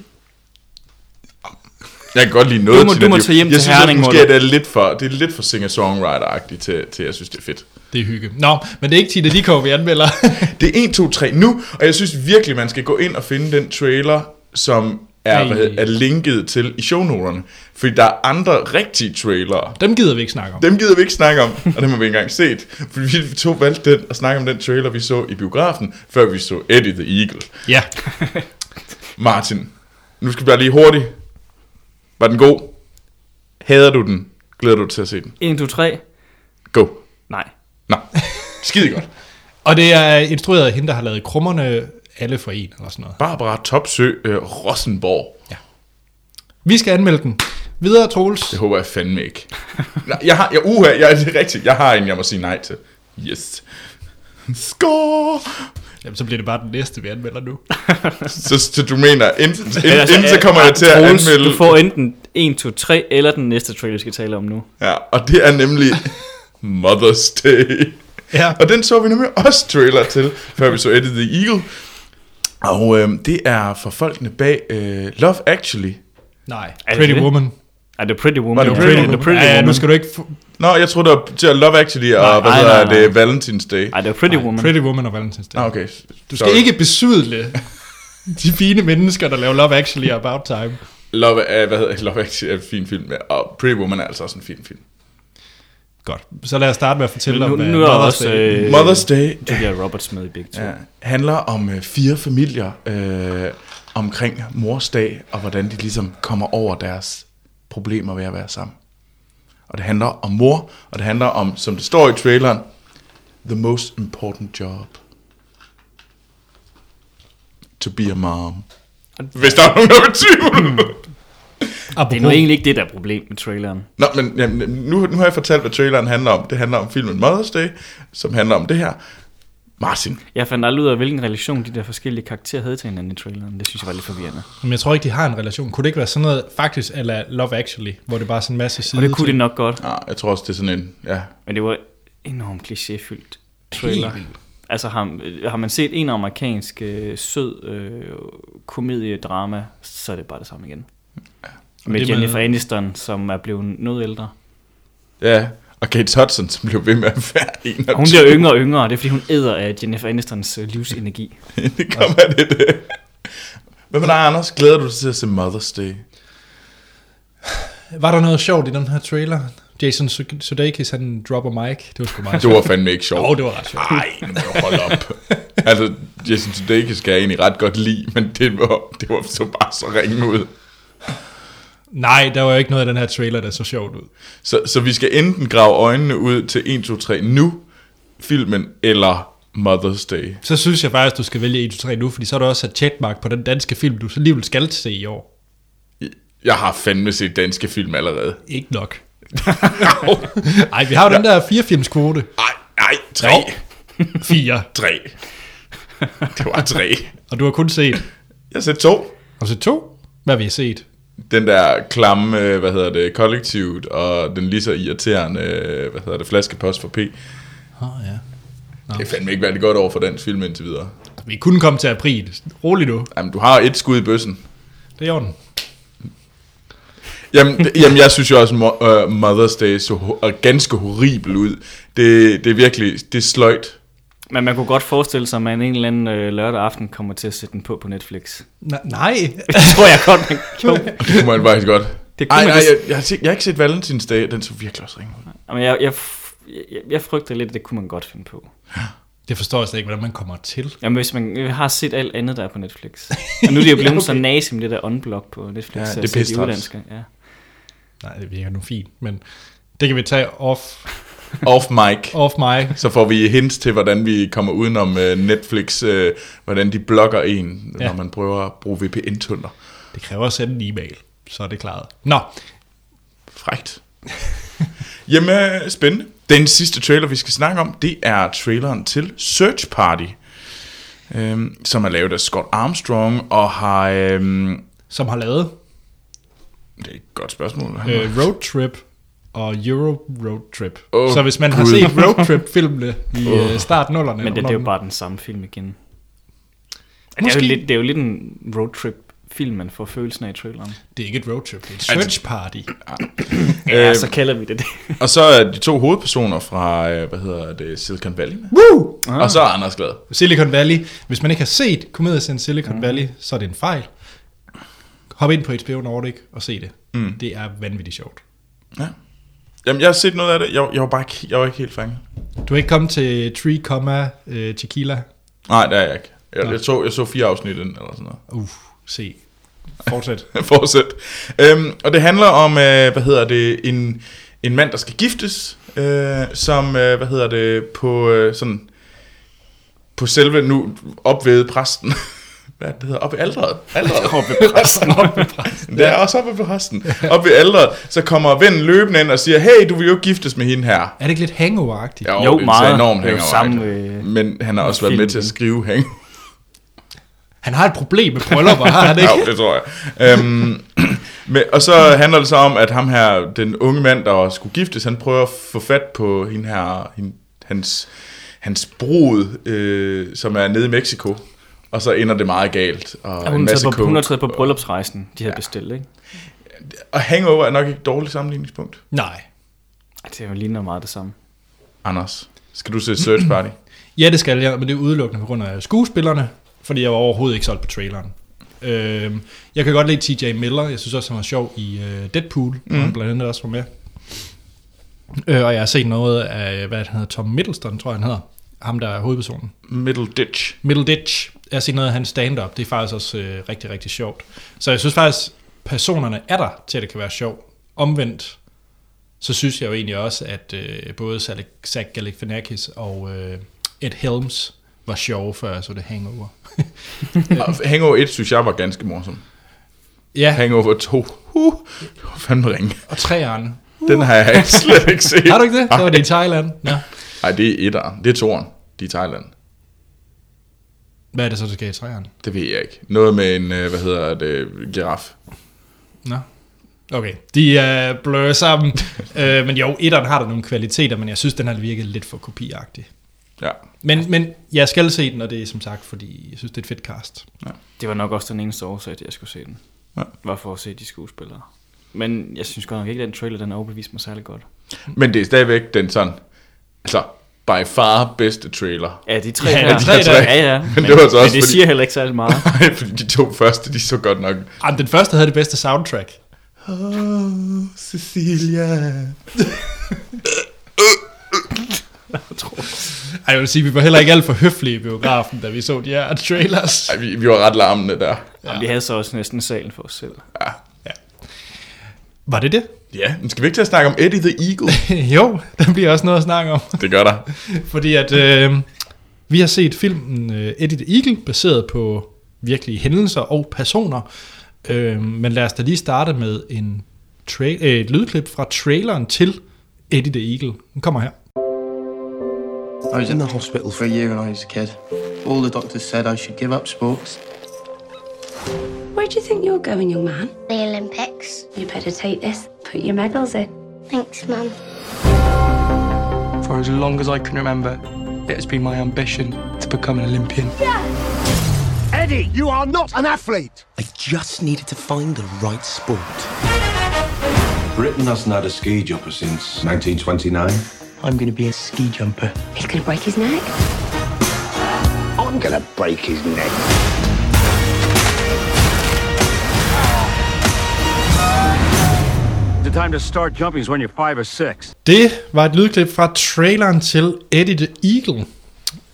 Speaker 2: Jeg kan godt lide noget
Speaker 3: Du må-
Speaker 2: Tina
Speaker 3: du må
Speaker 2: Dickow.
Speaker 3: tage hjem
Speaker 2: jeg
Speaker 3: til
Speaker 2: synes,
Speaker 3: Herning,
Speaker 2: at måske
Speaker 3: må
Speaker 2: at
Speaker 3: du.
Speaker 2: det er lidt for, det er lidt for singer-songwriter-agtigt til, til, jeg synes, det er fedt.
Speaker 1: Det er hygge. Nå, men det er ikke Tina Dickow, vi anmelder. [LAUGHS]
Speaker 2: Det er 1, 2, 3 nu, og jeg synes virkelig, man skal gå ind og finde den trailer, som er,
Speaker 1: Ej.
Speaker 2: hvad hedder, er linket til i shownoterne. Fordi der er andre rigtige trailere.
Speaker 1: Dem gider vi ikke snakke om.
Speaker 2: Dem gider vi ikke snakke om, og dem har vi ikke engang set. Fordi vi to valgte den og snakke om den trailer, vi så i biografen, før vi så Eddie the Eagle.
Speaker 1: Ja,
Speaker 2: Martin, nu skal vi bare lige hurtigt. Var den god? Hader du den? Glæder du dig til at se den?
Speaker 3: 1, 2, 3.
Speaker 2: Go.
Speaker 3: Nej.
Speaker 2: Nå, skide godt.
Speaker 1: og det er instrueret af hende, der har lavet krummerne alle for en eller sådan noget.
Speaker 2: Barbara Topsø øh, Rosenborg.
Speaker 1: Vi skal anmelde den. Videre, Troels.
Speaker 2: Det håber jeg fandme ikke. Nej, jeg har, jeg, uha, jeg, det er rigtigt. Jeg har en, jeg må sige nej til. Yes. Score!
Speaker 1: Jamen, så bliver det bare den næste, vi anmelder nu.
Speaker 2: Så, så du mener, enten,
Speaker 3: Men
Speaker 2: enten, enten så kommer jeg til at
Speaker 3: Altså, øh, Troels,
Speaker 2: anmelde...
Speaker 3: Du får enten 1, 2, 3, eller den næste trailer, vi skal tale om nu.
Speaker 2: Ja, og det er nemlig Mother's Day.
Speaker 1: [LAUGHS] Ja.
Speaker 2: Og den så vi nemlig også trailer til, før vi så Eddie the Eagle. Og øh, det er for folkene bag øh, Love Actually.
Speaker 1: Nej,
Speaker 3: det
Speaker 1: Pretty
Speaker 3: det?
Speaker 1: Woman.
Speaker 3: Er det Pretty Woman?
Speaker 2: Var det
Speaker 3: Ja,
Speaker 2: Pretty
Speaker 3: The
Speaker 2: Woman?
Speaker 3: Pretty
Speaker 1: ja,
Speaker 3: Woman.
Speaker 1: nu skal du ikke... Fu-
Speaker 2: Nå, jeg tror der til Love Actually og
Speaker 3: Nej,
Speaker 2: hvad
Speaker 3: nej,
Speaker 2: hedder
Speaker 3: nej,
Speaker 2: det, Valentine's Day.
Speaker 3: Ej, det er Pretty Woman.
Speaker 1: Pretty Woman og Valentine's Day.
Speaker 2: Nå, okay.
Speaker 1: Du skal ikke besydle de fine mennesker, der laver Love Actually og About Time.
Speaker 2: Love, uh, hvad hedder det? Love Actually er en fin film, ja. og Pretty Woman er altså også en fin film.
Speaker 1: Godt, så lad os starte med at fortælle
Speaker 3: Nu,
Speaker 1: om... øh,
Speaker 3: nu er der
Speaker 1: Mother's
Speaker 3: også
Speaker 1: Day.
Speaker 3: øh,
Speaker 2: Mother's Day
Speaker 3: Julia Roberts med i begge to.
Speaker 2: ja, handler om øh, fire familier øh, omkring mors dag, og hvordan de ligesom kommer over deres problemer ved at være sammen. Og det handler om mor, og det handler om, som det står i traileren, the most important job. To be a mom. Hvis der er nogen, der er i tvivl.
Speaker 3: Det er
Speaker 1: Apropos,
Speaker 3: nu egentlig ikke det, der er problemet med traileren.
Speaker 2: Nå, men jamen, nu, nu har jeg fortalt, hvad traileren handler om. Det handler om filmen Mother's Day, som handler om det her. Martin,
Speaker 3: Jeg fandt aldrig ud af, hvilken relation de der forskellige karakterer havde til hinanden i traileren. Det synes jeg var lidt forvirrende.
Speaker 1: men jeg tror ikke, de har en relation. Kunne det ikke være sådan noget, faktisk, eller Love Actually, hvor det bare er sådan en masse
Speaker 3: Og
Speaker 1: sider
Speaker 3: det kunne det nok godt,
Speaker 2: ah, jeg tror også, det er sådan en... Ja,
Speaker 3: men det var enormt klichéfyldt trailer. Altså har, har man set en amerikansk øh, sød øh, komediedrama, så er det bare det samme igen. Med
Speaker 1: Det med-
Speaker 3: Jennifer Aniston, som er blevet noget ældre.
Speaker 2: Ja, og Kate Hudson, som blev ved med at være en
Speaker 3: Og hun bliver yngre og yngre, og det er fordi hun æder af Jennifer Anistons øh, livsenergi.
Speaker 2: [LAUGHS] det kommer af det, det. Hvad med dig, Anders? Glæder du dig til at se Mother's Day?
Speaker 1: Var der noget sjovt i den her trailer? Jason Sud- Sudeikis, han dropper mic. Det var sgu meget
Speaker 2: Det
Speaker 1: sjovt.
Speaker 2: var fandme ikke sjovt.
Speaker 1: Åh, oh, det var ret sjovt.
Speaker 2: Nej, nu må du holde op. altså, Jason Sudeikis skal jeg egentlig ret godt lide, men det var, det var så bare så ringe ud.
Speaker 1: Nej, der var jo ikke noget af den her trailer, der så sjovt ud.
Speaker 2: Så, så vi skal enten grave øjnene ud til 1, 2, 3 nu, filmen, eller Mother's Day.
Speaker 1: Så synes jeg faktisk, du skal vælge 1, 2, 3 nu, fordi så er der også sat checkmark på den danske film, du så alligevel skal se i år.
Speaker 2: Jeg har fandme set danske film allerede.
Speaker 1: Ikke [LAUGHS] nok. Nej, vi har jo den der firefilmskvote.
Speaker 2: Ej, nej, tre.
Speaker 1: Jo. Fire.
Speaker 2: Tre. Det var tre.
Speaker 1: Og du har kun set...
Speaker 2: Jeg har set to.
Speaker 1: Har du set to? Hvad har vi set?
Speaker 2: den der klamme, øh, hvad hedder det, kollektivt, og den lige så irriterende, øh, hvad hedder det, flaskepost for P. Det
Speaker 1: Åh, oh, ja.
Speaker 2: er fandme ikke været godt over for dansk film indtil videre.
Speaker 1: Vi kunne komme til april. Rolig nu.
Speaker 2: Jamen, du har et skud i bøssen.
Speaker 1: Det er i orden.
Speaker 2: Jamen, det, jamen jeg synes jo også, mo- øh, Mother's Day så ho- er ganske horribel ud. Det, det er virkelig, det er sløjt.
Speaker 3: Men man kunne godt forestille sig, at man en eller anden øh, lørdag aften kommer til at sætte den på på Netflix. [LAUGHS]
Speaker 1: N- nej.
Speaker 3: Det tror jeg godt, man gjorde.
Speaker 2: Det kunne man faktisk godt.
Speaker 3: [LAUGHS] Det kunne
Speaker 2: Nej,
Speaker 3: man
Speaker 2: nej,
Speaker 3: vist.
Speaker 2: jeg, jeg, har set, jeg har ikke set Valentins Day, den så virkelig også ringe ud.
Speaker 3: Jamen, jeg, jeg, f- jeg, jeg frygter lidt, at det kunne man godt finde på.
Speaker 1: Det forstår [LAUGHS] jeg slet ikke, hvordan man kommer til.
Speaker 3: Jamen, hvis man øh, har set alt andet, der er på Netflix.
Speaker 2: [LAUGHS]
Speaker 3: Og nu er det jo blevet okay. så nazi med det der unblock på Netflix.
Speaker 2: Ja,
Speaker 3: så
Speaker 2: det er
Speaker 3: jeg ser de
Speaker 2: pisse træls.
Speaker 3: udenlandske, Ja.
Speaker 1: Nej, det virker nu fint, men det kan vi tage off,
Speaker 2: Off mic.
Speaker 1: off mig.
Speaker 2: Så får vi hints til, hvordan vi kommer udenom øh, Netflix, øh, hvordan de blokker en,
Speaker 1: Ja.
Speaker 2: når man prøver at bruge VPN-tunder.
Speaker 1: Det kræver at sende en e-mail, så er det klaret. Nå,
Speaker 2: Frægt. [LAUGHS] Jamen, øh, spændende. Den sidste trailer, vi skal snakke om, det er traileren til Search Party, øhm, som er lavet af Scott Armstrong og har... Øhm,
Speaker 1: som har lavet
Speaker 2: det er et godt spørgsmål. Han
Speaker 1: øh, Road Trip og Euro Road Trip.
Speaker 2: Åh,
Speaker 1: Oh, så hvis man har
Speaker 2: Gud.
Speaker 1: set [LAUGHS] Road Trip-filmene i oh. start nullerne,
Speaker 3: Men det, det er jo bare den samme film igen. Det er,
Speaker 1: Måske-
Speaker 3: jo lidt, det er jo lidt en roadtrip-film, man får følelsen af i traileren.
Speaker 1: det er ikke et road trip, det er et search party.
Speaker 3: Ja,
Speaker 2: Øhm.
Speaker 3: så kalder vi det det.
Speaker 2: Og så er de to hovedpersoner fra, øh, hvad hedder det, Silicon Valley med.
Speaker 1: Woo!
Speaker 2: Ah. Og så er Anders glad.
Speaker 1: Silicon Valley. Hvis man ikke har set komedien Silicon Valley, så er det en fejl. Hop ind på HBO Nordic og se det. Mm. Det er vanvittigt sjovt.
Speaker 2: Ja. Jamen, jeg har set noget af det. Jeg, jeg var bare ikke, jeg var ikke helt fanget.
Speaker 1: Du er ikke kommet til 3, comma, øh, tequila.
Speaker 2: Nej, det er jeg ikke. Jeg,
Speaker 1: Nå.
Speaker 2: jeg, så, jeg så fire afsnit ind, eller sådan noget.
Speaker 1: Uh, se. [LAUGHS] Fortsæt.
Speaker 2: [LAUGHS] Fortsæt. Øhm, og det handler om, øh, hvad hedder det, en, en mand, der skal giftes, øh, som, øh, hvad hedder det, på øh, sådan, på selve, nu op ved præsten. [LAUGHS] hvad er det, det hedder? Op ved alderet. alderet. op ved præsten. op ved præsten. Det er også op ved præsten. Op ved alderet. Så kommer vennen løbende ind og siger, hey, du vil jo ikke giftes med hende her.
Speaker 1: Er det ikke lidt hangover-agtigt?
Speaker 3: Jo,
Speaker 2: det er så
Speaker 3: meget.
Speaker 2: Enormt
Speaker 3: Det er jo
Speaker 2: hangover,
Speaker 3: samme, øh,
Speaker 2: Men han har også været
Speaker 3: film
Speaker 2: med til at
Speaker 3: igen.
Speaker 2: skrive hangover.
Speaker 1: Han har et problem med bryllupper, har han [LAUGHS]
Speaker 2: Ja,
Speaker 1: ikke?
Speaker 2: det tror jeg. Øhm, [CLEARS THROAT] men, og så handler det så om, at ham her, den unge mand, der skulle giftes, han prøver at få fat på hende her, hende, hans, hans brud, øh, som er nede i Mexico. Og så ender det meget galt. Og,
Speaker 3: Ja,
Speaker 2: en
Speaker 3: hun,
Speaker 2: masse
Speaker 3: tager på,
Speaker 2: coke.
Speaker 3: hun har taget på bryllupsrejsen, de havde ja. bestilt, ikke?
Speaker 2: og hangover er nok ikke et dårligt sammenligningspunkt.
Speaker 1: Nej.
Speaker 3: Ej, Det er jo ligner meget det samme.
Speaker 2: Anders, skal du se Search Party? [CLEARS THROAT]
Speaker 1: Ja, det skal jeg, men det er udelukkende på grund af skuespillerne, fordi jeg var overhovedet ikke solgt på traileren. Øhm, jeg kan godt lide TJ Miller, jeg synes også, han var sjov i øh, Deadpool, mm. han blandt andet også var med. Øh, og jeg har set noget af, hvad han hedder, Tom Middleston, tror jeg han hedder, ham der er hovedpersonen.
Speaker 2: Middle Ditch.
Speaker 1: Middleditch, jeg har set noget af hans stand-up, det er faktisk også øh, rigtig, rigtig sjovt. Så jeg synes faktisk, personerne er der til, at det kan være sjovt. Omvendt, så synes jeg jo egentlig også, at øh, både Zach- Zach Galifianakis og øh, Ed Helms var sjove, før jeg så det hangover.
Speaker 2: Og hangover 1 synes jeg var ganske morsom.
Speaker 1: ja,
Speaker 2: Hangover 2. Uh, det var fandme ringe.
Speaker 1: og træerne.
Speaker 2: Den har jeg slet ikke set. Ah,
Speaker 1: Har du ikke det? Så var det i Thailand. Ja.
Speaker 2: Nej, det er etter. Det er toren. De er i Thailand.
Speaker 1: Hvad er det så, der sker i træerne?
Speaker 2: Det ved jeg ikke. Noget med en, øh, hvad hedder det, giraf.
Speaker 1: Nå. Okay, de øh, blører sammen. øh, men jo, etteren har der nogle kvaliteter, men jeg synes, den har virket lidt for kopiagtig.
Speaker 2: Ja.
Speaker 1: Men, men jeg skal se den, og det er som sagt, fordi jeg synes, det er et fedt cast.
Speaker 3: Det var nok også den eneste årsag, til at jeg skulle se den.
Speaker 2: Ja.
Speaker 3: Var for at se de skuespillere. Men jeg synes godt nok ikke, at den trailer den overbeviste mig særlig godt.
Speaker 2: Men det er stadigvæk den sådan, altså by far bedste trailer. [LAUGHS]
Speaker 3: Ja, de tre
Speaker 1: Ja,
Speaker 3: her.
Speaker 1: de tre der.
Speaker 3: Ja, ja.
Speaker 2: Men det var så
Speaker 3: men
Speaker 2: også
Speaker 3: det
Speaker 2: fordi-
Speaker 3: siger heller ikke særlig meget.
Speaker 2: Nej, fordi de to første, de så godt nok.
Speaker 1: Jamen, den første havde det bedste soundtrack.
Speaker 2: Oh, Cecilia.
Speaker 1: Ej, jeg vil sige, vi var heller ikke alt for høflige i biografen, da vi så de her trailers.
Speaker 2: Ej, vi, vi var ret larmende der.
Speaker 3: Ja. Vi havde så også næsten salen for os selv.
Speaker 1: Var det [LAUGHS] det?
Speaker 2: Ja, men skal vi ikke til at snakke om Eddie the [LAUGHS] Eagle?
Speaker 1: jo, der bliver også noget at snakke om. [LAUGHS]
Speaker 2: Det gør der.
Speaker 1: Fordi at øh, vi har set filmen øh, Eddie the Eagle, baseret på virkelige hændelser og personer. Øh, men lad os da lige starte med en tra- øh, et lydklip fra traileren til Eddie the Eagle. Den kommer her.
Speaker 4: I was in the hospital for a year when I was a kid. All the doctors said I should give up sports.
Speaker 5: Where do you think you're going, young man?
Speaker 6: the Olympics.
Speaker 5: You better take this, put your medals in.
Speaker 6: Thanks, Mum.
Speaker 7: For as long as I can remember, it has been my ambition to become an Olympian.
Speaker 8: Eddie, you are not an athlete.
Speaker 9: I just needed to find the right sport.
Speaker 10: Britain hasn't had a ski jumper since 1929.
Speaker 9: I'm going to be a ski jumper.
Speaker 5: He's gonna break his neck.
Speaker 8: I'm gonna break his neck. The time to start jumping is when you're five or six.
Speaker 1: Det var et lydklip fra traileren til Eddie the Eagle,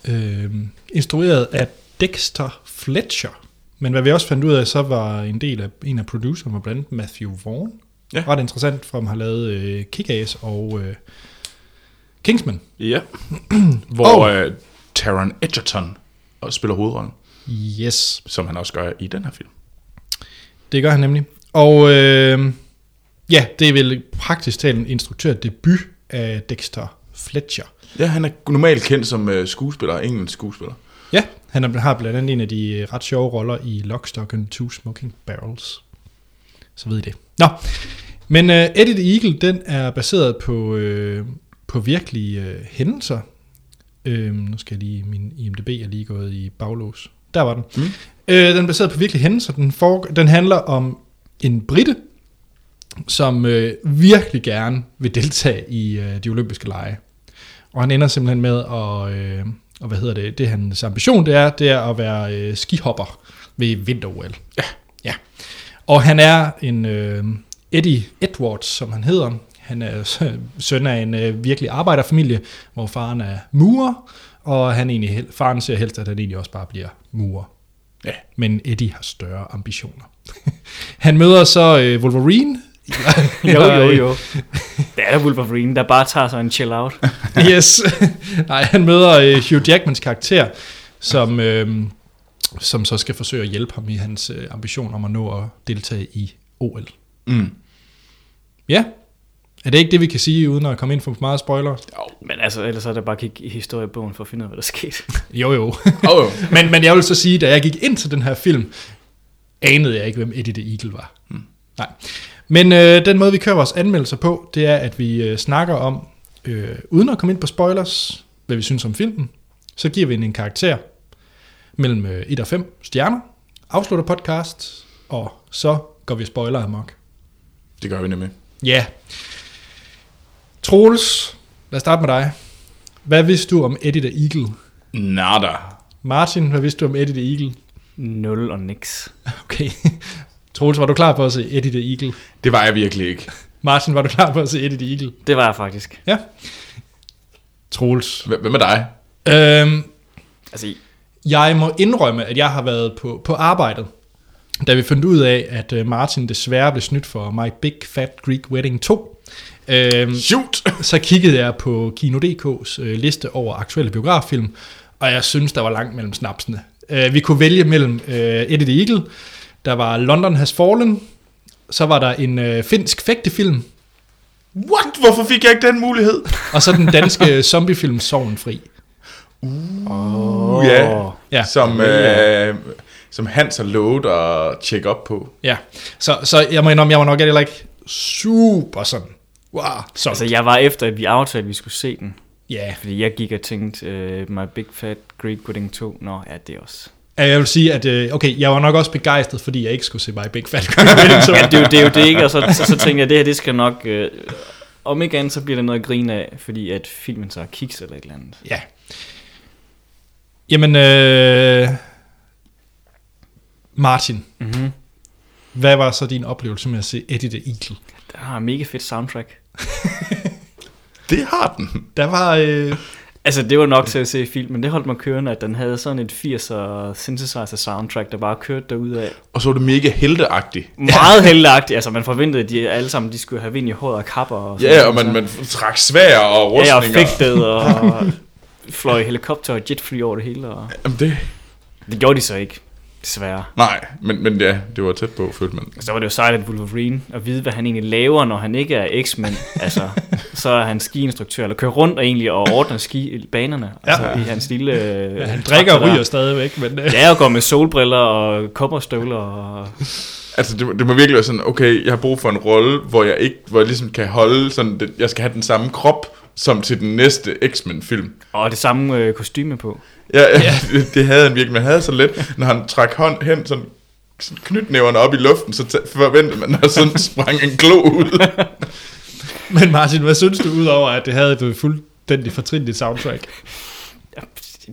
Speaker 1: øh, instrueret af Dexter Fletcher. Men hvad vi også fandt ud af, så var en del af en af producerne, var blandt andet Matthew Vaughn.
Speaker 2: Ja.
Speaker 1: Ja. Ret interessant, for han har lavet øh, Kick-Ass og øh, Kingsman.
Speaker 2: Ja. [CLEARS THROAT] Hvor
Speaker 1: Og-
Speaker 2: oh. øh, Taron Edgerton også spiller hovedrollen,
Speaker 1: Yes,
Speaker 2: som han også gør i den her film.
Speaker 1: det gør han nemlig. Og øhm, øh, ja, det er vel praktisk talt en instruktørdebut af Dexter Fletcher.
Speaker 2: Ja, han er normalt kendt som øh, skuespiller, engelsk [LAUGHS] skuespiller.
Speaker 1: Ja, han er- har blandt andet en af de øh, ret sjove roller i Lockstock and Two Smoking Barrels. Så ved I det. Nå, men uh, Eddie the Eagle, den er baseret på, øh, på virkelige øh, hændelser. Øh, nu skal jeg lige, min IMDB er lige gået i baglås. Der var den. Mm. Øh, den er baseret på virkelige hændelser. Den, for, den handler om en britte, som øh, virkelig gerne vil deltage i øh, de olympiske lege. Og han ender simpelthen med at, øh, og hvad hedder det, det er hans ambition, det er, det er at være øh, skihopper ved vinter -OL. Ja. ja. Og han er en øh, Eddie Edwards, som han hedder. Han er s- søn af en øh, virkelig arbejderfamilie, hvor faren er murer, og han egentlig, hel- faren ser helst, at han egentlig også bare bliver murer. Ja. Men Eddie har større ambitioner. [LAUGHS] han møder så øh, Wolverine.
Speaker 3: [LAUGHS] Jo, jo, jo. Det er Wolverine, der bare tager sig en chill out.
Speaker 1: [LAUGHS] yes. Nej, han møder øh, Hugh Jackmans karakter, som, øh, som så skal forsøge at hjælpe ham i hans øh, ambition om at nå at deltage i OL.
Speaker 2: Mm.
Speaker 1: Ja. Er det ikke det, vi kan sige, uden at komme ind for meget spoiler?
Speaker 3: Men altså, ellers er det bare at kigge i historiebogen for at finde ud af, hvad der skete.
Speaker 1: Jo, jo.
Speaker 2: Oh,
Speaker 1: men, men jeg vil så sige, da jeg gik ind til den her film, anede jeg ikke, hvem Eddie the Eagle var. Hmm. Nej. Men øh, den måde, vi kører vores anmeldelser på, det er, at vi øh, snakker om, øh, uden at komme ind på spoilers, hvad vi synes om filmen, så giver vi den en karakter mellem øh, 1 og 5 stjerner, afslutter podcast, og så går vi spoiler amok.
Speaker 2: det gør vi nemlig.
Speaker 1: Ja. Troels, lad os starte med dig. Hvad vidste du om Eddie the Eagle?
Speaker 2: Nada.
Speaker 1: Martin, hvad vidste du om Eddie the Eagle?
Speaker 3: Nul og niks.
Speaker 1: Okay. [LAUGHS] Troels, var du klar på at se Eddie the Eagle?
Speaker 2: Det var jeg virkelig ikke.
Speaker 1: Martin, var du klar på at se Eddie the Eagle?
Speaker 3: Det var jeg faktisk.
Speaker 1: Ja. Troels.
Speaker 2: Hvem hvem er dig?
Speaker 1: Øhm,
Speaker 3: Altså,
Speaker 1: jeg må indrømme, at jeg har været på, på arbejdet, da vi fandt ud af, at øh, Martin desværre blev snydt for My Big Fat Greek Wedding 2. Øhm,
Speaker 2: Shoot!
Speaker 1: [LAUGHS] så kiggede jeg på Kino.dk's øh, liste over aktuelle biograffilm, og jeg synes, der var langt mellem snapsene. Øh, vi kunne vælge mellem øh, Eddie the Eagle, der var London Has Fallen, så var der en øh, finsk fægtefilm,
Speaker 2: What? Hvorfor fik jeg ikke den mulighed?
Speaker 1: og så den danske zombiefilm Sorgen Fri.
Speaker 2: Uh, ja.
Speaker 1: Ja.
Speaker 2: Som, øh, som Hans har lovet at tjekke op på.
Speaker 1: Ja, så, så jeg må indrømme, jeg var nok heller ikke super sådan, wow, sådan.
Speaker 3: altså, jeg var efter, at vi aftalte, at vi skulle se den.
Speaker 1: ja.
Speaker 3: Fordi jeg gik og tænkte, uh, My Big Fat Greek Wedding 2, nå, ja, det er også.
Speaker 1: Jeg vil sige, at øh, okay, jeg var nok også begejstret, fordi jeg ikke skulle se My Big Fat Greek
Speaker 3: [LAUGHS] Ja, det er jo det, er jo det ikke? Og så, så, så tænkte jeg, det her, det skal nok... Øh, om ikke andet, så bliver det noget at grine af, fordi at filmen så har kiks eller et eller andet.
Speaker 1: Ja. Jamen, øh, Martin, mm-hmm.
Speaker 3: Mhm.
Speaker 1: hvad var så din oplevelse med at se Eddie the Eagle?
Speaker 3: Der har en mega fedt soundtrack.
Speaker 2: Det har den.
Speaker 1: Der var, øh,
Speaker 3: Altså, det var nok til at se filmen. Det holdt mig kørende, at den havde sådan et 80'er synthesizer soundtrack, der bare kørte derudad.
Speaker 2: Og så var det mega helteagtigt.
Speaker 3: Meget heldagtigt. Altså, man forventede, at de alle sammen de skulle have vind i håret og kapper. Og sådan
Speaker 2: Ja,
Speaker 3: noget.
Speaker 2: og man, man trak svær og
Speaker 3: Ja, og
Speaker 2: rustninger.
Speaker 3: fægtede og fløj i helikopter og jetfly over det hele. Og...
Speaker 2: Jamen det...
Speaker 3: Det gjorde de så ikke, desværre.
Speaker 2: Nej, men, men ja, det var tæt på, følte man.
Speaker 3: Så var det jo sejt, at Wolverine at vide, hvad han egentlig laver, når han ikke er X-Men. Altså, så er han skiinstruktør, eller kører rundt og egentlig og ordner skibanerne. Altså, i hans lille... øh, Ja,
Speaker 1: han drikker og ryger stadigvæk, men øh,
Speaker 3: Ja, og går med solbriller og kopperstøvler og...
Speaker 2: Altså, det, det må virkelig være sådan, okay, jeg har brug for en rolle, hvor jeg ikke, hvor jeg ligesom kan holde sådan, den, jeg skal have den samme krop, som til den næste X-Men-film.
Speaker 3: Og det samme øh, kostyme på.
Speaker 2: Ja, ja. [LAUGHS] Det, det havde han virkelig, man havde så let, når han trak hånd hen, sådan, sådan knytnæverne op i luften, så tæ- forventede man, at [LAUGHS] sådan sprang en glo ud.
Speaker 1: [LAUGHS] men Martin, hvad synes du, udover at det havde et fuldstændig fortrinligt soundtrack?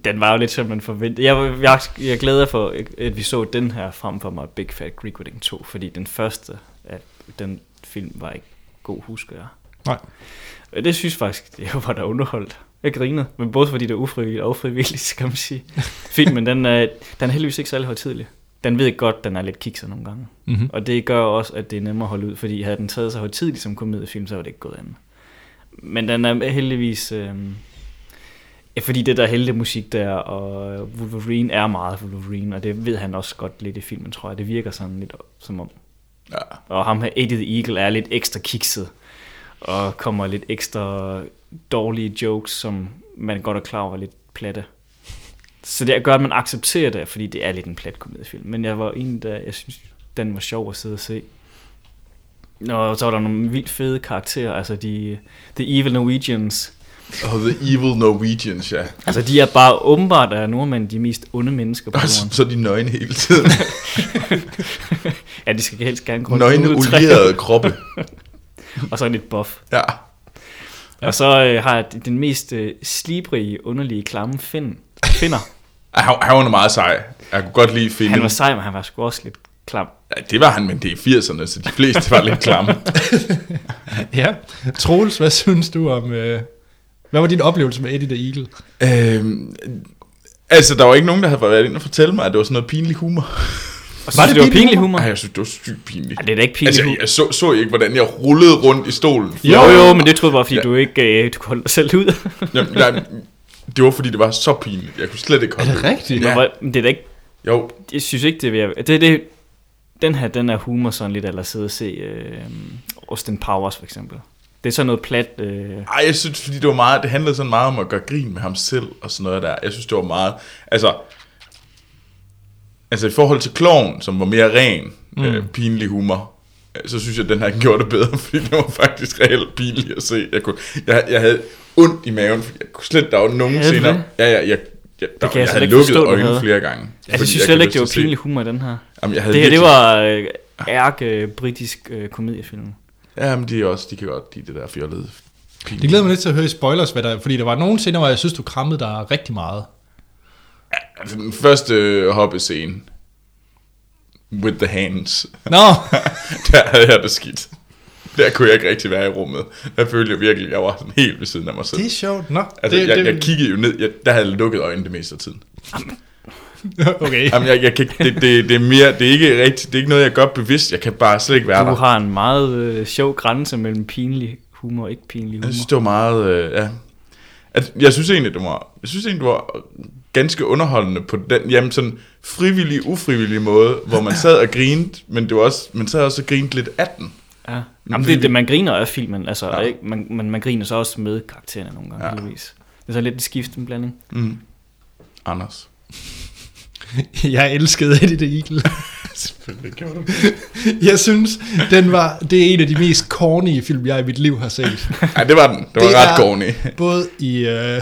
Speaker 3: Den var jo lidt, som man forventede. Jeg, jeg, jeg glæder for, at vi så den her frem for mig, Big Fat Greek Wedding 2, fordi den første af den film var ikke god, husker jeg.
Speaker 1: Nej.
Speaker 3: Og Det synes jeg faktisk, jeg var da underholdt. Jeg grinede, men både fordi det er ufrivilligt og ufrivilligt, kan man sige. Filmen, den er, den er heldigvis ikke særlig højtidelig. Den ved godt, den er lidt kikset nogle gange. Mm-hmm. Og det gør også, at det er nemmere at holde ud, fordi havde den taget sig højtidligt som komediefilm, så var det ikke gået andet. Men den er heldigvis... Øh, ja, fordi det der heltemusik der, og Wolverine er meget Wolverine, og det ved han også godt lidt i filmen, tror jeg. Det virker sådan lidt som om.
Speaker 2: Ja.
Speaker 3: Og ham her, Eddie the Eagle, er lidt ekstra kikset. og kommer lidt ekstra dårlige jokes, som man godt er klar over er lidt platte. Så det gør, at man accepterer det, fordi det er lidt en plat komediefilm. Men jeg var en, der jeg synes, den var sjov at sidde og se. Og så var der nogle vildt fede karakterer, altså de The Evil Norwegians.
Speaker 2: Oh, the evil Norwegians, ja.
Speaker 3: Altså de er bare åbenbart af nordmænd de mest onde mennesker på
Speaker 2: Og så,
Speaker 3: [LAUGHS] jorden.
Speaker 2: så er de nøgne hele [LAUGHS] tiden.
Speaker 3: ja, de skal helst gerne gå rundt
Speaker 2: nøgne,
Speaker 3: uden træ.
Speaker 2: olierede kroppe.
Speaker 3: [LAUGHS] Og så en lidt buff.
Speaker 2: [LAUGHS] Ja.
Speaker 3: Ja. Og så øh, har jeg den mest øh, slibrige, underlige, klamme Finn. [LAUGHS] Finder.
Speaker 2: Ej, Han, han var meget sej. Jeg kunne godt lide filmen.
Speaker 3: Han var sej, men han var sgu også lidt klam.
Speaker 2: Ja, det var han, men det er i 80'erne, så de fleste var lidt [LAUGHS] klamme.
Speaker 1: Ja. Troels, hvad synes du om... Øh, hvad var din oplevelse med Eddie the Eagle?
Speaker 2: øhm, altså, der var ikke nogen, der havde været inde og fortælle mig, at det var sådan noget pinlig humor.
Speaker 3: Og så var det, det var pinlig humor?
Speaker 2: Nej, jeg synes, det var sygt pinligt.
Speaker 3: Ej, det er da ikke pinlig
Speaker 2: Altså, jeg,
Speaker 3: humor.
Speaker 2: jeg så, så I ikke, hvordan jeg rullede rundt i stolen.
Speaker 3: Jo, jo, men det troede jeg bare, fordi
Speaker 2: Ja.
Speaker 3: ja. du ikke øh, du kunne holde dig [LAUGHS] selv ud.
Speaker 2: Jamen, jeg, det var, fordi det var så pinligt. Jeg kunne slet ikke holde
Speaker 1: rigtigt?
Speaker 2: Ja.
Speaker 1: Ja.
Speaker 3: Hvor- men det er da ikke,
Speaker 2: Jo,
Speaker 3: jeg synes ikke, det vil jeg, det, er det, den her, den er humor sådan lidt, eller sidde og se øh, Austin Powers for eksempel. Det er sådan noget plat, øh,
Speaker 2: Ej, jeg synes, fordi det, var meget, det handlede sådan meget om at gøre grin med ham selv og sådan noget der. Jeg synes, det var meget... Altså, altså i forhold til kloven, som var mere ren, mm. øh, pinlig humor, øh, så synes jeg, at den her gjorde det bedre, [LAUGHS] fordi det var faktisk reelt pinligt at se. Jeg, kunne, jeg, jeg havde ondt i maven, fordi jeg kunne slet, der var nogen
Speaker 3: Havde du
Speaker 2: scener...
Speaker 3: det?
Speaker 2: Ja, ja, jeg, jeg, der,
Speaker 3: jeg
Speaker 2: jeg, jeg
Speaker 3: slet
Speaker 2: havde
Speaker 3: ikke
Speaker 2: lukket
Speaker 3: forstå, du
Speaker 2: øjnene
Speaker 3: havde. Altså,
Speaker 2: flere gange.
Speaker 3: jeg
Speaker 2: fordi kan
Speaker 3: synes slet ikke,
Speaker 2: lyst
Speaker 3: det var
Speaker 2: til at se-
Speaker 3: pinlig humor, den her.
Speaker 2: Jamen, jeg havde
Speaker 3: Det her, det
Speaker 2: virkelig-
Speaker 3: var øh, ærke britisk øh, komediefilm.
Speaker 2: Jamen, de, er også, de kan godt lide det der fjollede pinlige.
Speaker 1: Det glæder mig lidt til at høre i spoilers, hvad der, fordi der var nogle scener, hvor jeg synes, du krammede dig rigtig meget.
Speaker 2: Altså, den første øh, hoppescene. With the hands. [LAUGHS]
Speaker 1: Nå,
Speaker 2: der havde jeg det skidt. Der kunne jeg ikke rigtig være i rummet. Jeg følte jeg virkelig, jeg var sådan helt ved siden af mig selv.
Speaker 1: det er sjovt. Nå,
Speaker 2: altså,
Speaker 1: det,
Speaker 2: jeg,
Speaker 1: det,
Speaker 2: jeg kiggede jo ned. Jeg, der havde jeg lukket øjnene det meste af tiden.
Speaker 1: Okay.
Speaker 2: Jamen, jeg, jeg kan, ikke- det, det, det, er mere, det er ikke rigtigt, det er ikke noget, jeg er godt bevidst. Jeg kan bare slet ikke være
Speaker 3: Du
Speaker 2: der.
Speaker 3: har en meget øh, sjov grænse mellem pinlig humor og ikke pinlig
Speaker 2: Jeg synes,
Speaker 3: humor.
Speaker 2: det var meget... Øh, ja. At, jeg synes egentlig, det var, jeg synes egentlig, det var ganske underholdende på den jamen, sådan frivillig, ufrivillig måde, hvor man sad og grinede, men, det var også, man sad også og grinede lidt af den.
Speaker 3: Ja. Jamen, det, er det, man griner af filmen, altså, ja. ikke? Man, man, man griner så også med karaktererne nogle gange,
Speaker 2: Ja.
Speaker 3: ja. heldigvis. Det er så lidt en skift, en blanding.
Speaker 2: Anders.
Speaker 1: Jeg elskede Eddie the Eagle.
Speaker 2: [LAUGHS] Selvfølgelig gjorde du
Speaker 1: Jeg synes, den var, det er en af de mest corny film, jeg i mit liv har set.
Speaker 2: Ja, det var den. Det
Speaker 1: Det
Speaker 2: var det ret
Speaker 1: er-
Speaker 2: corny.
Speaker 1: Både i, øh,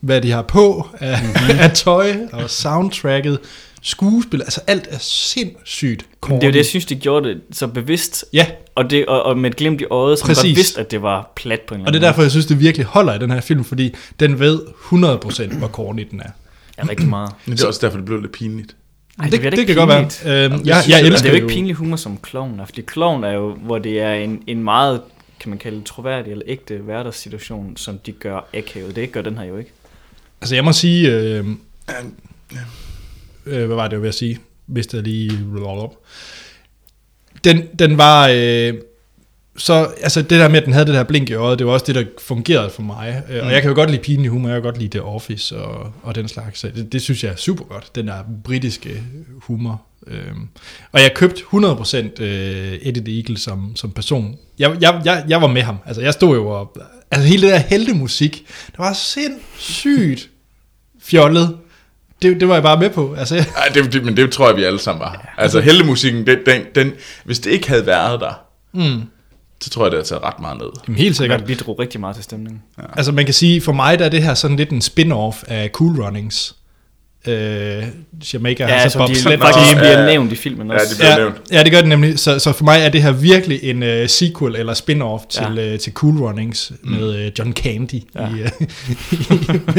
Speaker 1: hvad de har på af,
Speaker 2: Mhm.
Speaker 1: mm-hmm. af tøj og soundtracket, skuespil, altså alt er sindssygt corny.
Speaker 3: Det er jo det, jeg synes, de gjorde det så bevidst,
Speaker 1: Ja,
Speaker 3: og, det, og, og med et glimt i øjet, så man
Speaker 1: Præcis.
Speaker 3: godt vidste, at det var plat på en eller
Speaker 1: og det
Speaker 3: anden
Speaker 1: er derfor, jeg synes, det virkelig holder i den her film, fordi den ved 100% hvor corny den er.
Speaker 3: måde. Ja, rigtig meget.
Speaker 2: Men det er også derfor, det blev lidt pinligt.
Speaker 3: Ej,
Speaker 1: det,
Speaker 3: bliver da
Speaker 1: det
Speaker 3: ikke
Speaker 1: kan godt være.
Speaker 3: pinligt.
Speaker 1: Øhm,
Speaker 2: det
Speaker 1: jeg,
Speaker 2: synes
Speaker 1: jeg
Speaker 2: jeg da.
Speaker 3: Men det
Speaker 1: elsker
Speaker 3: er jo ikke
Speaker 1: jo-
Speaker 3: pinlig humor som klovn er, fordi klovn er jo, hvor det er en, en meget, kan man kalde det, troværdig eller ægte hverdagssituation, som de gør akavet. Det gør den her jo ikke.
Speaker 1: Altså jeg må sige, øh, øh, hvad var det, jeg var ved at sige? Mistede jeg lige... Den, den var... Øh, så altså det der med, at den havde det der blink i øjet, det var også det, der fungerede for mig. Mm. Og jeg kan jo godt lide pinlig humor, jeg kan godt lide The Office og, og den slags. Så det, det synes jeg er super godt, den der britiske humor. Øhm, og jeg købte 100% øh, Eddie the Eagle som, som person. Jeg, jeg, jeg, jeg var med ham. Altså jeg stod jo og... Altså hele det der heltemusik, det var sindssygt fjollet. Det, det var jeg bare med på. Altså, jeg,
Speaker 2: Ej, det, det, men det tror jeg, vi alle sammen var. Altså, heldemusikken, den, den, den, hvis det ikke havde været der, mm.
Speaker 1: Hmm.
Speaker 2: så tror jeg, det havde taget ret meget ned.
Speaker 1: [LAUGHS] Jamen, helt sikkert.
Speaker 3: Det bidrog rigtig meget til stemningen.
Speaker 1: Altså man kan sige, for mig der er det her sådan lidt en spin-off af Cool Runnings. Øh, Jamaica
Speaker 3: Ja,
Speaker 1: har så
Speaker 3: som de ligesom
Speaker 1: bobsled
Speaker 3: faktisk
Speaker 2: Nå,
Speaker 3: bliver
Speaker 2: ja.
Speaker 3: nævnt i filmen
Speaker 2: Ja,
Speaker 3: også.
Speaker 2: det bliver-
Speaker 1: Ja,
Speaker 2: nævnt.
Speaker 1: ja, det gør det nemlig. Så, så for mig er det her virkelig en øh, sequel eller spin-off til,
Speaker 3: Ja.
Speaker 1: øh, til Cool Runnings med øh, John Candy ja. i, øh,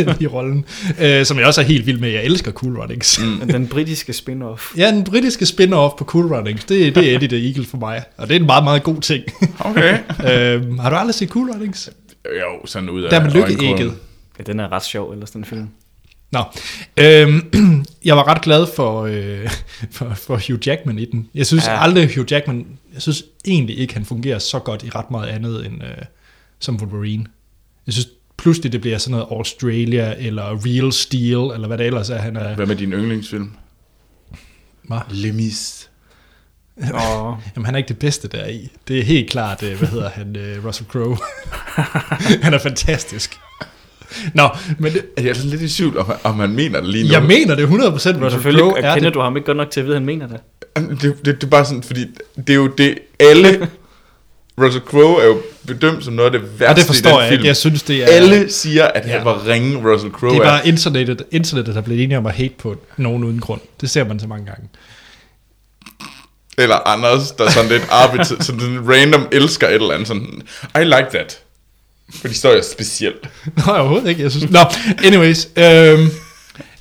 Speaker 1: [LAUGHS] i, i rollen, øh, som jeg også er helt vild med. Jeg elsker Cool Runnings. Mm.
Speaker 3: Men Den britiske spin-off.
Speaker 1: Ja, den britiske spin-off på Cool Runnings, det, det er Eddie the Eagle for mig, og det er en meget, meget god ting. [LAUGHS]
Speaker 2: Okay.
Speaker 1: øh, har du aldrig set Cool Runnings?
Speaker 2: [LAUGHS] jo, sådan ud af
Speaker 1: Der er med
Speaker 2: øjenkrogen.
Speaker 1: lykkeægget.
Speaker 3: Ja, den er ret sjov, ellers
Speaker 2: [LAUGHS]
Speaker 3: den film.
Speaker 1: Nå, øhm, [CLEARS THROAT] jeg var ret glad for, øh, [LAUGHS] for, for Hugh Jackman i den. Jeg synes ja.
Speaker 3: Ja.
Speaker 1: aldrig, Hugh Jackman, jeg synes egentlig ikke, han fungerer så godt i ret meget andet end øh, som Wolverine. Jeg synes pludselig, det bliver sådan noget Australia, eller Real Steel, eller hvad det ellers er, han er.
Speaker 2: Hvad med din yndlingsfilm?
Speaker 1: Hva?
Speaker 2: Lemis.
Speaker 3: Og
Speaker 1: Jamen, han er ikke det bedste der i. Det er helt klart, øh, hvad hedder han, øh, Russell Crowe. [LAUGHS] han er fantastisk. Nå, men det,
Speaker 2: Jeg er sådan lidt i tvivl, om, om man mener det lige nu.
Speaker 1: jeg mener det 100% Russell
Speaker 3: selvfølgelig
Speaker 1: Crowe er
Speaker 3: kender
Speaker 1: det.
Speaker 3: du ham ikke godt nok til at vide, at han mener det.
Speaker 2: Jamen, Det, det, det er bare sådan, fordi det er jo det,
Speaker 1: [LAUGHS]
Speaker 2: alle... Russell Crowe er jo bedømt som noget af det værste
Speaker 1: Og det forstår
Speaker 2: i den
Speaker 1: jeg
Speaker 2: film.
Speaker 1: ikke. Jeg synes, det er...
Speaker 2: alle siger, at han
Speaker 1: Ja.
Speaker 2: var ringe Russell Crowe.
Speaker 1: Det er
Speaker 2: er.
Speaker 1: bare internettet, internettet der er blevet enige om at hate på nogen uden grund. Det ser man så mange gange. [LAUGHS]
Speaker 2: Eller Anders, der sådan lidt arbit,
Speaker 1: [LAUGHS]
Speaker 2: sådan lidt random elsker et eller andet. Sådan, I like that. Fordi så er jeg speciel.
Speaker 1: Nej, overhovedet ikke. Jeg synes... Nå, anyways. Øhm,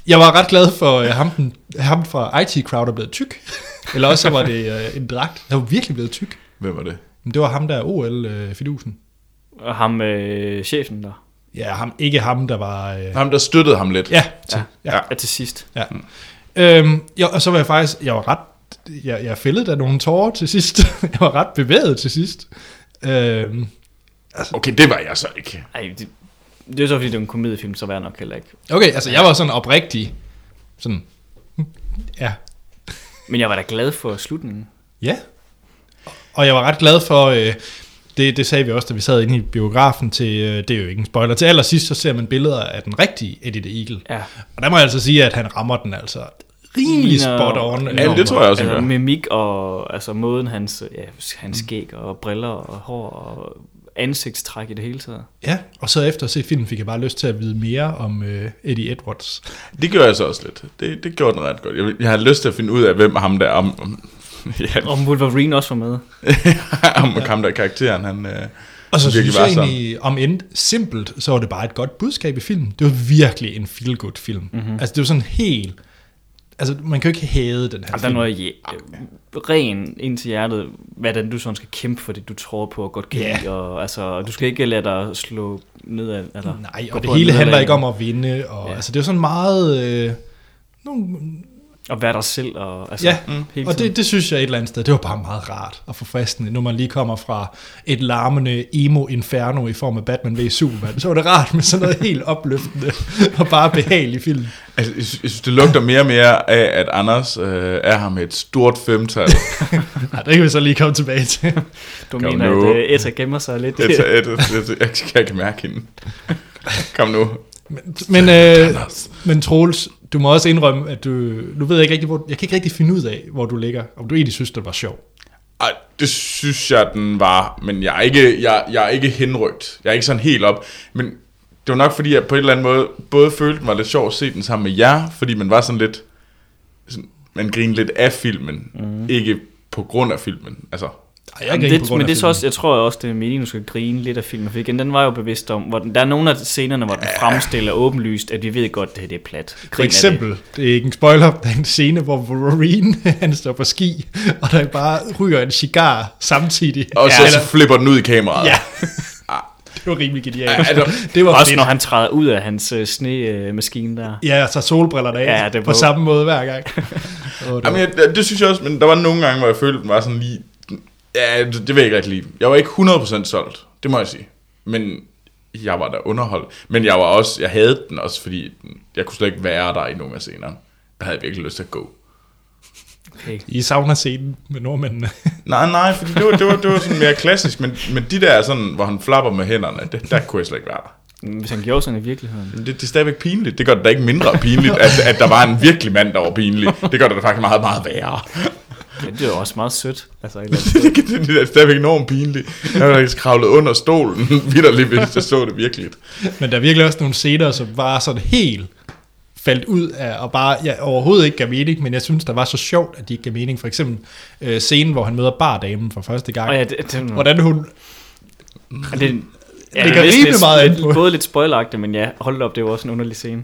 Speaker 1: jeg var ret glad for øh, ham, den, ham fra IT Crowd er blevet tyk. [LAUGHS] Eller også så var det øh, en dragt. Han var virkelig blevet tyk.
Speaker 2: Hvem var det?
Speaker 1: Men det var ham, der er øh, OL-fidusen.
Speaker 3: Og ham, øh, chefen der,
Speaker 1: ja, ham, ikke ham, der var... Øh,
Speaker 2: Ham, der støttede ham lidt.
Speaker 1: ja, til, ja.
Speaker 3: er til sidst.
Speaker 1: Ja. Mm. Øhm, jeg, og så var jeg faktisk, jeg var ret, jeg, jeg fældede da nogle tårer til sidst. [LAUGHS] jeg var ret bevæget til sidst. Øhm,
Speaker 2: Okay, det var jeg så ikke.
Speaker 3: Ej, det, det er jo så, fordi det er en komediefilm, så var jeg nok heller ikke.
Speaker 1: okay, altså jeg var sådan oprigtig. Sådan, "Hm, ja.
Speaker 3: Men jeg var da glad for slutningen.
Speaker 1: Ja. Og jeg var ret glad for, øh, det, det sagde vi også, da vi sad inde i biografen til, øh, det er jo ikke en spoiler, til allersidst så ser man billeder af den rigtige Eddie Eagle.
Speaker 3: Ja.
Speaker 1: Og der må jeg altså sige, at han rammer den altså rimelig
Speaker 3: Ligner-
Speaker 1: spot on.
Speaker 3: Ja,
Speaker 2: Ja, det tror jeg også, jeg
Speaker 3: Altså
Speaker 2: gør. Mm.
Speaker 3: mimik og altså måden hans, ja, hans skæg og briller og hår og ansigtstræk i det hele taget.
Speaker 1: Ja, og så efter at se filmen fik jeg bare lyst til at vide mere om øh, Eddie Edwards.
Speaker 2: Det gjorde jeg så også lidt. Det, det gjorde den ret godt. Jeg, jeg har lyst til at finde ud af, hvem ham der er. Om, om, [LAUGHS] ja,
Speaker 3: Og Wolverine også var med.
Speaker 2: om ham der er karakteren, han øh,
Speaker 1: Og så
Speaker 2: virkelig
Speaker 1: synes
Speaker 2: var
Speaker 1: jeg
Speaker 2: sådan.
Speaker 1: egentlig, om end simpelt, så var det bare et godt budskab i filmen. Det var virkelig en feel-good film. Mm-hmm. Altså det var sådan helt... Altså man kan jo ikke hæde den her
Speaker 3: Altså, der
Speaker 1: film.
Speaker 3: er noget ja, ren ind til hjertet, hvordan du sådan skal kæmpe for det, du tror på og godt kan
Speaker 1: Ja.
Speaker 3: yeah. og, altså, og du skal ikke lade dig slå ned af, eller
Speaker 1: Nej,
Speaker 3: gå
Speaker 1: og det
Speaker 3: på
Speaker 1: hele
Speaker 3: et
Speaker 1: handler
Speaker 3: nederlag.
Speaker 1: ikke om at vinde. Og, ja.
Speaker 3: Ja.
Speaker 1: Altså det var sådan meget... Øh, nogle,
Speaker 3: at være dig selv, og, altså,
Speaker 1: ja,
Speaker 3: hele
Speaker 1: og
Speaker 3: tiden.
Speaker 1: det, det synes jeg et eller andet sted, det var bare meget rart og forfriskende, når man lige kommer fra et larmende emo-inferno i form af Batman v Superman. Så var det rart med sådan noget [LAUGHS] helt opløftende og bare behagelig film.
Speaker 2: Altså, jeg, sy- jeg synes, det lugter mere og mere af, at Anders øh, er her med et stort
Speaker 1: [LAUGHS]
Speaker 2: femtal.
Speaker 1: Nej, det kan vi så lige komme tilbage til.
Speaker 3: Du
Speaker 2: Kom
Speaker 3: mener,
Speaker 2: nu.
Speaker 3: at øh, Etta gemmer sig lidt.
Speaker 2: Et, et, et, et, jeg, kan- jeg kan mærke hende. Kom nu.
Speaker 1: Men, øh, men Troels, du må også indrømme, at du... Nu ved jeg ikke rigtig, hvor... Jeg kan ikke rigtig finde ud af, hvor du ligger. Om du egentlig synes, det var sjov.
Speaker 2: Ej, det synes jeg, den var, men jeg er ikke, jeg, jeg er ikke henrygt. Jeg er ikke sådan helt op, men det var nok fordi, jeg på en eller anden måde både følte den var lidt sjov at se den sammen med jer, fordi man var sådan lidt, sådan, man grinede lidt af filmen,
Speaker 1: Mhm.
Speaker 2: mm. ikke på grund af filmen. Altså,
Speaker 1: Ej, jeg
Speaker 3: Jamen,
Speaker 1: kan ikke på
Speaker 3: det,
Speaker 1: grund
Speaker 3: men
Speaker 1: af
Speaker 3: det er så
Speaker 1: filmen.
Speaker 3: også, jeg tror også, det er meningen, du skal grine lidt af filmen, for igen, den var jo bevidst om, hvor den, der er nogle af scenerne, hvor den fremstiller åbenlyst, at vi ved godt, at det her det er plat.
Speaker 1: For
Speaker 3: Grin af det.
Speaker 1: eksempel, det er ikke en spoiler, [LAUGHS] der er en scene, hvor Wolverine [LAUGHS] han står på ski, og der bare ryger en cigar samtidig.
Speaker 2: og så,
Speaker 1: Eller-
Speaker 2: så flipper den ud i kameraet.
Speaker 1: Ja. det var rimelig genialt.
Speaker 2: altså,
Speaker 1: [LAUGHS] det var
Speaker 3: Også
Speaker 1: fedt.
Speaker 3: når han træder ud af hans øh, snemaskine der.
Speaker 1: Ja, og tager solbrillerne af
Speaker 3: Ja, det
Speaker 1: ja,
Speaker 3: var-
Speaker 1: på samme måde hver
Speaker 3: [LAUGHS]
Speaker 1: gang. Og det var-
Speaker 2: Jamen, jeg, det- det synes jeg også, men der var nogle gange, hvor jeg følte, den var sådan lige... Ja, det, det vil jeg ikke rigtig lide. Jeg var ikke 100% solgt, det må jeg sige. Men jeg var da underholdt. Men jeg var også, jeg havde den også, fordi den- jeg kunne slet ikke være der i nogle af scenerne. Der havde jeg virkelig lyst til at gå.
Speaker 1: I savner scenen med nordmændene. [LAUGHS]
Speaker 2: Nej, nej, fordi det var, det var, det var sådan mere klassisk, men, men de der sådan, hvor han flapper med hænderne, det, der kunne jeg slet ikke være der.
Speaker 3: Hvis han gjorde sådan i virkeligheden.
Speaker 2: Men det, det er stadigvæk pinligt. Det gør det da ikke mindre pinligt, at, at der var en virkelig mand, der var pinlig. Det gør det da faktisk meget, meget værre.
Speaker 3: Ja, det er jo også meget sødt. Altså, et eller andet.
Speaker 2: det, det, det, det er stadigvæk enormt pinligt. Jeg har kravlet under stolen, [LAUGHS] vidderligt, hvis jeg så det virkelig.
Speaker 1: Men der er virkelig også nogle scener, som var sådan helt faldt ud af, og bare ja, overhovedet ikke gav mening, men jeg synes, der var så sjovt, at de ikke gav mening. For eksempel øh, scenen, hvor han møder bardamen for første gang.
Speaker 3: Og ja, det, det,
Speaker 1: Hvordan hun
Speaker 3: det, det, ja,
Speaker 1: Det går
Speaker 3: næsten
Speaker 1: rimelig
Speaker 3: lidt-
Speaker 1: meget an på.
Speaker 3: Både lidt spoileragtigt, men ja, hold da op, det var også en underlig scene.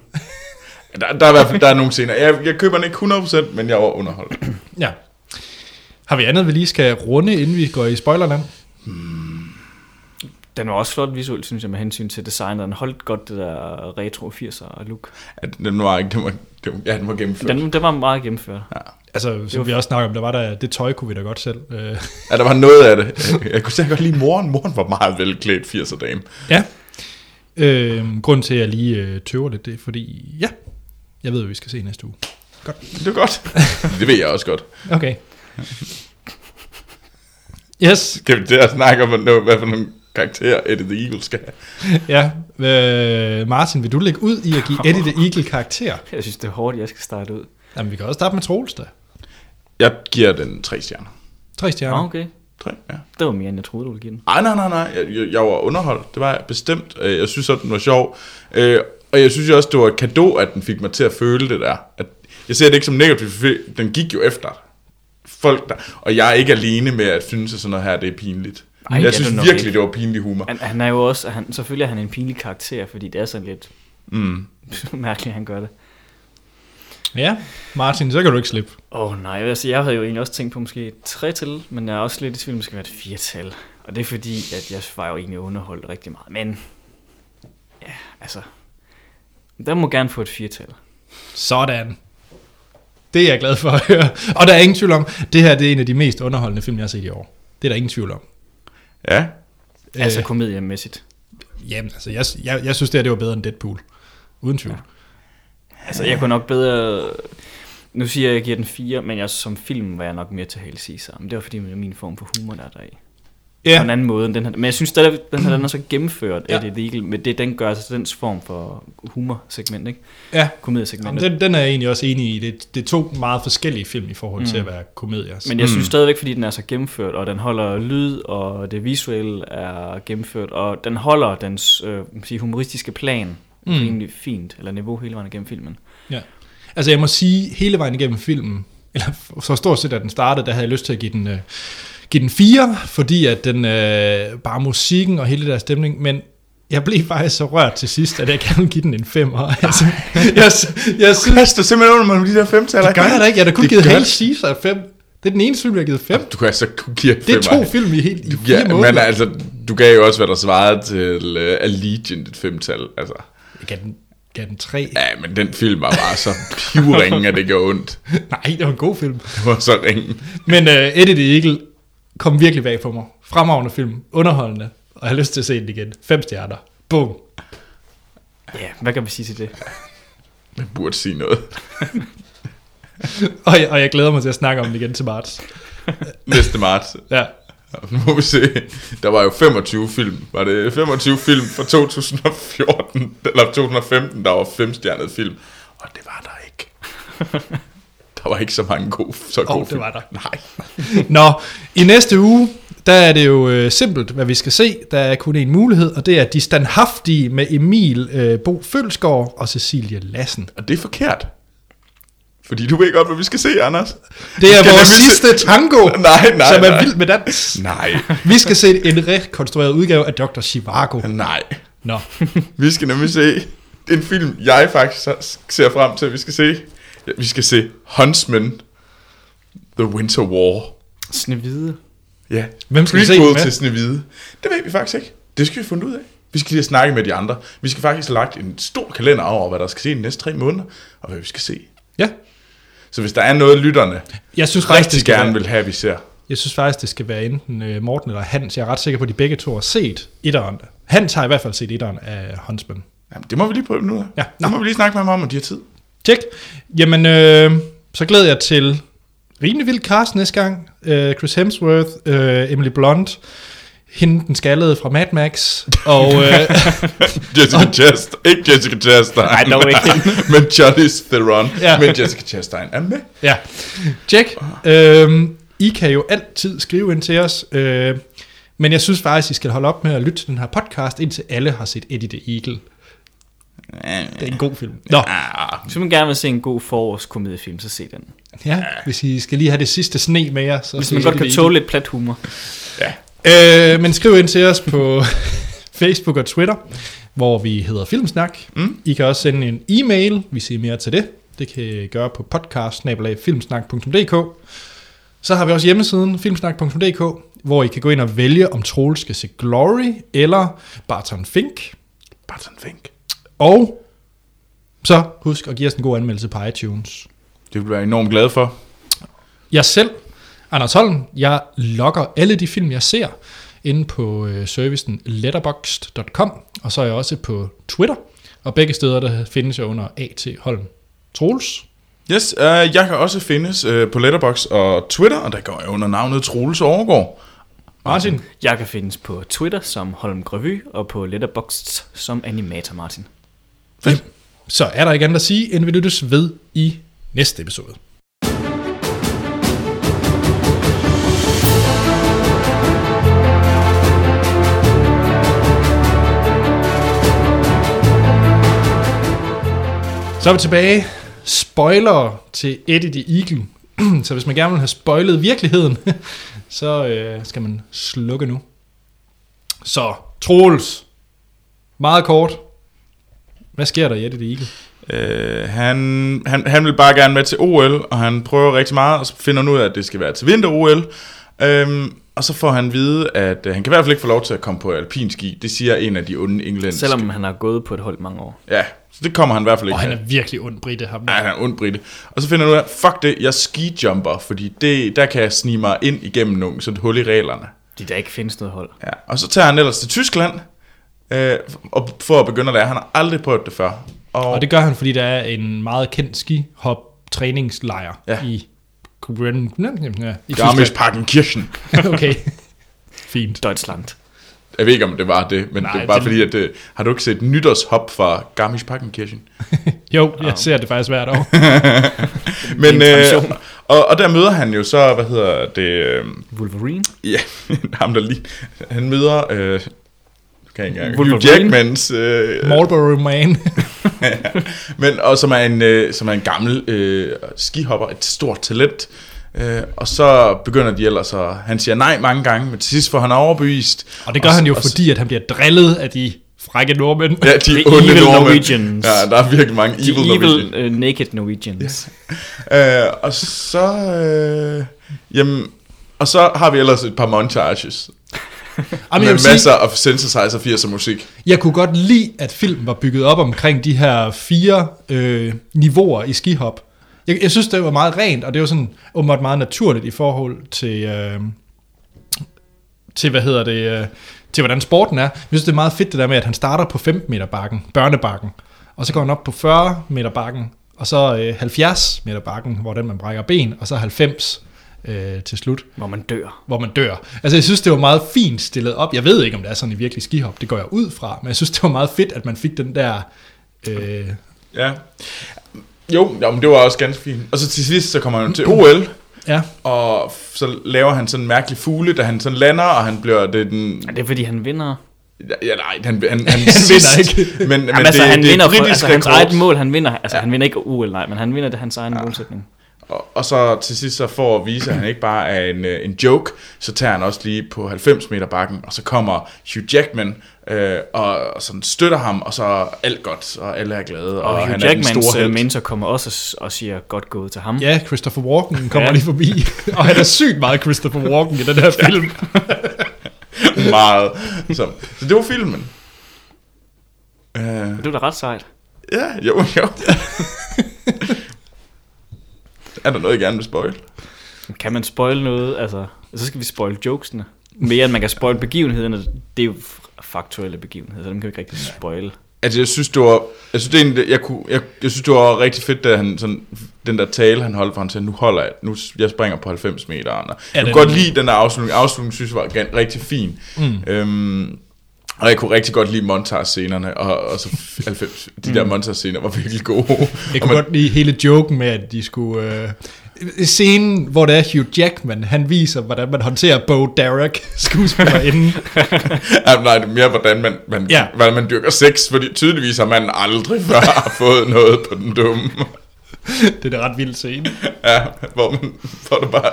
Speaker 2: Der, der er i hvert fald der er nogle scener. Jeg, jeg køber den ikke 100%, men jeg var underholdt.
Speaker 1: Ja. Har vi andet, vi lige skal runde, inden vi går i spoilerland?
Speaker 3: Den var også flot visuelt, synes jeg, med hensyn til designet. Den holdt godt det der retro 80'er look.
Speaker 2: At den var ikke... Den var, den, var- ja, den var gennemført. Den...
Speaker 3: Den, den var meget gennemført.
Speaker 1: Altså, som vi også snakker om, der var der, det tøj kunne vi da godt selv. Øh,
Speaker 2: Ja, der var noget af det. Jeg, jeg kunne sikkert godt lide moren. Moren var meget velklædt 80'er dame.
Speaker 1: ja. [LAUGHS] Øh, grunden til, at jeg lige øh, tøver lidt, det er fordi, ja, jeg ved, hvad vi skal se næste uge.
Speaker 2: Det var godt. Det ved jeg også godt.
Speaker 1: Okay. Yes,
Speaker 2: Skal vi til at snakke om, hvornår- hvad for nogle karakterer Eddie the Eagle skal have?
Speaker 1: ja. Øh, Martin, vil du lægge ud i at give Eddie the Eagle karakter?
Speaker 3: Jeg synes, det er hårdt, jeg skal starte ud.
Speaker 1: Jamen, vi kan også starte med Troels, da.
Speaker 2: Jeg giver den tre stjerner.
Speaker 1: Tre
Speaker 3: Ja.
Speaker 1: stjerner.
Speaker 3: Ah, okay.
Speaker 2: Tre, ja.
Speaker 3: Det var mere, end jeg troede, du ville give den.
Speaker 2: Ej, nej, nej, nej. Jeg, jeg- jeg var underholdt. Det var jeg bestemt. Øh, Jeg synes, at den var sjov. Øh, Og jeg synes jo også, det var et kado, at den fik mig til at føle det der. At jeg ser det ikke som negativt, for den gik jo efter folk der. Og jeg er ikke alene med at synes, at sådan noget her, det er pinligt.
Speaker 3: Ej,
Speaker 2: Ej,
Speaker 3: det er
Speaker 2: jeg synes
Speaker 3: du nok
Speaker 2: virkelig,
Speaker 3: ikke.
Speaker 2: det var pinlig humor.
Speaker 3: Han, han er jo også, han, selvfølgelig er han en pinlig karakter, fordi det er sådan lidt mm. [LAUGHS] mærkeligt, han gør det.
Speaker 1: Ja, Martin, så kan du ikke slippe.
Speaker 3: Åh oh, nej, altså jeg havde jo egentlig også tænkt på måske et tretal, men jeg er også lidt i tvivl, om det skal være et firtal. Og det er fordi, at jeg var jo egentlig underholdt rigtig meget. Men, ja, altså, der må gerne få et firtal.
Speaker 1: Sådan. Det er jeg glad for at høre. Og der er ingen tvivl om, det her det er en af de mest underholdende film, jeg har set i år. Det er der ingen tvivl om.
Speaker 2: Ja.
Speaker 3: Øh. Altså komediemæssigt.
Speaker 1: Øh, jamen, altså, jeg, jeg, jeg synes det her, det var bedre end Deadpool. Uden tvivl.
Speaker 3: Altså jeg kunne nok bedre... Nu siger jeg, at jeg giver den 4, men jeg, som film var jeg nok mere til Hail Caesar. Men det var fordi, min form for humor der er deri. på en anden måde end den her. Men jeg synes stadig, den her den er så gennemført, ja.
Speaker 1: Ja.
Speaker 3: Eddie Legal, med det, den gør, altså dens form for humorsegment, ikke?
Speaker 1: ja. Jamen,
Speaker 3: Komediesegmentet.
Speaker 1: den, den er jeg egentlig også enig i. Det, det er to meget forskellige film i forhold til at være komedier.
Speaker 3: Mm. Men
Speaker 1: Men,
Speaker 3: jeg synes stadigvæk, fordi den er så gennemført, og den holder lyd, og det visuelle er gennemført, og den holder dens øh, man siger, humoristiske plan mm. rimelig fint, eller niveau hele vejen igennem filmen.
Speaker 1: ja. Altså, jeg må sige, hele vejen igennem filmen, eller så stort set, da den startede, der havde jeg lyst til at give den, øh, give den fire, fordi at den, øh, bare musikken og hele deres stemning, men jeg blev faktisk så rørt til sidst, at jeg gerne ville give den en femmer. Altså, jeg, jeg synes,
Speaker 2: Kaster simpelthen under mig med de der femtaler.
Speaker 1: Det gør jeg da ikke. Jeg har da kun
Speaker 2: Det
Speaker 1: givet
Speaker 2: gør
Speaker 1: Hail
Speaker 2: det.
Speaker 1: Caesar 5. Det er den eneste film, jeg har givet 5.
Speaker 2: Du kan altså kun give
Speaker 1: Det er to
Speaker 2: femmer.
Speaker 1: film i helt i
Speaker 2: Du,
Speaker 1: fire
Speaker 2: ja,
Speaker 1: måneder.
Speaker 2: men altså, du gav jo også, hvad der svarede til uh, Allegiant, et femtal. Altså.
Speaker 1: Jeg gav den, gav den 3.
Speaker 2: Ja, men den film var bare så pivringen, at det gjorde ondt.
Speaker 1: Nej, det var en god film.
Speaker 2: Det var så ringen.
Speaker 1: Men uh, Eddie the Eagle kom virkelig bag på mig. Fremragende film. Underholdende. Og jeg har lyst til at se den igen. Fem stjerner. Bum.
Speaker 3: Ja, yeah, hvad kan vi sige til det?
Speaker 2: Man burde sige noget.
Speaker 1: Og jeg, og jeg glæder mig til at snakke om den igen til marts.
Speaker 2: Næste marts.
Speaker 1: Ja.
Speaker 2: Nu må vi se. Der var jo 25 film. Var det 25 film fra 2014 eller 2015, der var femstjernet film? Og det var der ikke. Der var ikke så mange gode, så gode
Speaker 1: det
Speaker 2: film.
Speaker 1: var der.
Speaker 2: Nej.
Speaker 1: Nå, i næste uge, der er det jo øh, simpelt, hvad vi skal se. Der er kun én mulighed, og det er De Standhaftige med Emil øh, Bo Følsgaard og Cecilie Lassen.
Speaker 2: Og det er forkert. Fordi du ved godt, hvad vi skal se, Anders.
Speaker 1: Det er
Speaker 2: Skal
Speaker 1: vores
Speaker 2: nemlig se-
Speaker 1: sidste tango,
Speaker 2: [LAUGHS] Nej, nej,
Speaker 1: som er
Speaker 2: nej.
Speaker 1: vild med dans.
Speaker 2: Nej,
Speaker 1: Vi skal se en rekonstrueret udgave af Dr. Chivago.
Speaker 2: nej.
Speaker 1: Nå,
Speaker 2: Vi skal nemlig se en film, jeg faktisk ser frem til, at vi skal se. Ja, Vi skal se Huntsman, The Winter War.
Speaker 3: Snevide.
Speaker 2: Ja.
Speaker 1: Hvem skal vi se
Speaker 2: Prequel
Speaker 1: den med?
Speaker 2: til Snevide. Det ved vi faktisk ikke. Det skal vi finde ud af. Vi skal lige snakke med de andre. Vi skal faktisk have lagt en stor kalender over, hvad der skal se i de næste tre måneder, og hvad vi skal se.
Speaker 1: ja.
Speaker 2: Så hvis der er noget, lytterne
Speaker 1: Jeg synes, faktisk, det
Speaker 2: rigtig
Speaker 1: skal
Speaker 2: gerne
Speaker 1: være,
Speaker 2: vil have, vi ser.
Speaker 1: jeg synes faktisk, det skal være enten øh, Morten eller Hans. Jeg er ret sikker på, at de begge to har set etteren. Hans har i hvert fald set etteren af Huntsman.
Speaker 2: Jamen, det må vi lige prøve nu. Ja.
Speaker 1: Ja, nå.
Speaker 2: Det må vi lige snakke med ham om, om de har tid.
Speaker 1: Tjek. Jamen, øh, så glæder jeg til rimelig vild cast næste gang. Øh, Chris Hemsworth, øh, Emily Blunt, hende den skaldede fra Mad Max, og... [LAUGHS] Øh,
Speaker 2: Jessica Chastain. Ikke Jessica Chastain.
Speaker 3: Nej, dog ikke.
Speaker 2: [LAUGHS] men Charlize Theron.
Speaker 1: Ja.
Speaker 2: Ja. Men Jessica Chastain er med.
Speaker 1: Ja. Tjek. Øhm, I kan jo altid skrive ind til os, øh, men jeg synes faktisk, I skal holde op med at lytte til den her podcast, indtil alle har set Eddie the Eagle. Det er en god film. Nå,
Speaker 3: Hvis man gerne vil se en god forårskomediefilm, så se den.
Speaker 1: ja, hvis I skal lige have det sidste sne med jer. Så
Speaker 3: Hvis
Speaker 1: se
Speaker 3: man godt
Speaker 1: Eddie
Speaker 3: kan
Speaker 1: the
Speaker 3: tåle lidt plat humor.
Speaker 1: Eagle. Øh, men skriv ind til os på [LAUGHS] Facebook og Twitter, hvor vi hedder Filmsnak. Mm. I kan også sende en e-mail, hvis I er mere til det. Det kan I gøre på podcast Så har vi også hjemmesiden filmsnak.dk, hvor I kan gå ind og vælge, om Troels skal se Glory eller Barton Fink.
Speaker 2: Barton Fink.
Speaker 1: Og så husk at give os en god anmeldelse på iTunes.
Speaker 2: Det vil jeg være enormt glad for.
Speaker 1: Jeg selv, Anders Holm, jeg logger alle de film, jeg ser, inde på øh, servicen letterboxd.com, og så er jeg også på Twitter, og begge steder der findes jeg under A.T. Holm Troels.
Speaker 2: Yes, øh, jeg kan også findes øh, på Letterbox og Twitter, og der går jeg under navnet Troels Overgaard.
Speaker 1: Martin,
Speaker 3: Jeg kan findes på Twitter som Holm Grevy, og på Letterboxd som Animator Martin.
Speaker 1: så er der ikke andet at sige, end vi lyttes ved i næste episode. Så er vi tilbage. Spoiler til Eddie the Eagle. [CLEARS THROAT] så hvis man gerne vil have spoilet virkeligheden, [LAUGHS] så øh, skal man slukke nu. Så, Troels. Meget kort. Hvad sker der i Eddie the Eagle?
Speaker 2: Øh, han, han, han vil bare gerne med til OL, og han prøver rigtig meget, og så finder han ud af, at det skal være til vinter-OL. Øhm, og så får han at vide, at øh, han kan i hvert fald ikke få lov til at komme på alpinski. Det siger en af de onde englændske.
Speaker 3: Selvom han har gået på et hold mange år.
Speaker 2: Ja, så det kommer han i hvert fald ikke.
Speaker 1: Og han
Speaker 2: med.
Speaker 1: er virkelig ond, Britte, ham
Speaker 2: Ja,
Speaker 1: der.
Speaker 2: han er en ond brite. Og så finder han ud af, fuck det, jeg skijumper, fordi det, der kan jeg snige mig ind igennem nogle sådan et hul i reglerne.
Speaker 3: De der ikke findes noget hold.
Speaker 2: Ja. Og så tager han ellers til Tyskland, øh, og for at begynde at lære. Han har aldrig prøvet det før.
Speaker 1: Og det gør han, fordi der er en meget kendt skihop træningslejr
Speaker 2: Ja.
Speaker 1: ja. i Kubrien. Ja, i Tyskland.
Speaker 2: Garmisch Kirchen.
Speaker 1: Okay. [LAUGHS] Fint.
Speaker 3: Deutschland.
Speaker 2: Jeg ved ikke, om det var det, men Nej,
Speaker 1: Nej,
Speaker 2: det var bare
Speaker 1: det-
Speaker 2: fordi, at det, har du ikke set nytårshop fra Garmisch-Partenkirchen?
Speaker 1: Jo, jeg ser det faktisk hvert år.
Speaker 2: Men,
Speaker 3: Det er en
Speaker 2: øh,
Speaker 3: tradition.
Speaker 2: og, og der møder han jo så, hvad hedder det, øh,
Speaker 3: Wolverine.
Speaker 2: ja, [LAUGHS] ham der lige, han møder, øh, nu kan jeg ikke engang, Hugh
Speaker 3: Wolverine.
Speaker 2: Jackmans, øh,
Speaker 1: Marlboro Man.
Speaker 2: [LAUGHS] men, og som er en, øh, som er en gammel øh, skihopper, et stort talent. Øh, og så begynder de ellers, at, han siger nej mange gange, men til sidst får han overbevist.
Speaker 1: Og det gør han jo,
Speaker 2: så- og så-
Speaker 1: fordi at han bliver drillet af de frække nordmænd.
Speaker 2: Ja, de
Speaker 3: The
Speaker 2: onde
Speaker 3: evil
Speaker 2: nordmænd.
Speaker 3: Norwegians.
Speaker 2: Ja, der er virkelig mange
Speaker 3: De
Speaker 2: evil,
Speaker 3: evil,
Speaker 2: Norwegians.
Speaker 3: uh, naked Norwegians.
Speaker 2: Øh, og så... Øh, jamen, og så har vi ellers et par montages.
Speaker 1: Jamen,
Speaker 2: med
Speaker 1: jeg, vil
Speaker 2: masser
Speaker 1: sige,
Speaker 2: af synthesizer 80'er musik.
Speaker 1: jeg kunne godt lide, at filmen var bygget op omkring de her fire øh, niveauer i skihop. Jeg, jeg synes, det var meget rent, og det var sådan åbenbart meget naturligt i forhold til... Øh, til, hvad hedder det, øh, til hvordan sporten er. Jeg synes, det er meget fedt det der med, at han starter på 15 meter bakken, børnebakken, og så går han op på 40 meter bakken, og så øh, 70 meter bakken, hvor den man brækker ben, og så 90 øh, til slut,
Speaker 3: Hvor man dør.
Speaker 1: hvor man dør. Altså jeg synes, det var meget fint stillet op. Jeg ved ikke, om det er sådan i virkelig skihop, det går jeg ud fra, men jeg synes, det var meget fedt, at man fik den der... Øh,
Speaker 2: Ja. Jo, jamen, det var også ganske fint. Og så til sidst, så kommer han til OL,
Speaker 1: ja,
Speaker 2: og f- så laver han sådan en mærkelig fugle, da han sådan lander, og han bliver det er den...
Speaker 3: Er det fordi, han vinder?
Speaker 2: Ja, nej, han, han,
Speaker 3: [LAUGHS]
Speaker 2: han
Speaker 1: vinder ikke.
Speaker 2: Men, men
Speaker 3: Jamen, altså,
Speaker 2: det,
Speaker 3: han
Speaker 2: det er
Speaker 3: vinder
Speaker 2: et
Speaker 3: på,
Speaker 2: britisk
Speaker 3: altså, hans
Speaker 2: rekord. Ah.
Speaker 3: eget mål, han vinder. Altså, han vinder ikke OL, nej, men han vinder det, hans egen ja. målsætning.
Speaker 2: Og, og så til sidst så for at vise, at han ikke bare er en, øh, en joke, så tager han også lige på 90 meter bakken, og så kommer Hugh Jackman øh, og, og sådan støtter ham, og så er alt godt, og alle er glade, og,
Speaker 3: Og,
Speaker 2: og han
Speaker 3: Hugh
Speaker 2: er den
Speaker 3: Jackmans
Speaker 2: store
Speaker 3: øh,
Speaker 2: held.
Speaker 3: mentor kommer også s- og siger godt gået til ham.
Speaker 1: ja, Christopher Walken kommer
Speaker 3: Ja.
Speaker 1: lige forbi, [LAUGHS] og han er sygt meget Christopher Walken i den her film.
Speaker 2: [LAUGHS] Meget. Så, så det var filmen. Øh,
Speaker 3: Det var da ret sejt.
Speaker 2: ja, jo, jo. [LAUGHS] er der noget, jeg gerne vil spoil?
Speaker 3: Kan man spoil noget? Altså, så skal vi spoil jokesene. Mere end man kan spoil begivenhederne. Det er jo f- faktuelle begivenheder, så dem kan vi ikke rigtig spoil.
Speaker 2: Altså, jeg synes, det var, jeg synes, det er en, jeg, kunne, jeg, jeg synes, det var rigtig fedt, da han, sådan, den der tale, han holdt for, han sagde, nu holder jeg, nu, s- jeg springer på 90 meter. Og jeg
Speaker 1: den-
Speaker 2: kunne godt lide den der afslutning. Afslutningen synes jeg var gan- rigtig fin. Mm. Øhm, og jeg kunne rigtig godt lide montage-scenerne, og, og så f- 90, de der montage-scener var virkelig gode.
Speaker 1: Jeg
Speaker 2: [LAUGHS] Og
Speaker 1: kunne
Speaker 2: man-
Speaker 1: godt lide hele joken med, at de skulle... Øh, scenen, hvor der er Hugh Jackman, han viser, hvordan man håndterer Bo Derek, [LAUGHS] skuespillerinden.
Speaker 2: Jamen, nej, det er mere, hvordan man, man, ja.
Speaker 1: Ja.
Speaker 2: hvordan man dyrker sex, fordi tydeligvis har man aldrig før fået noget på den dumme.
Speaker 1: det er da ret vild scene.
Speaker 2: [LAUGHS] Ja, hvor, man, hvor, det bare,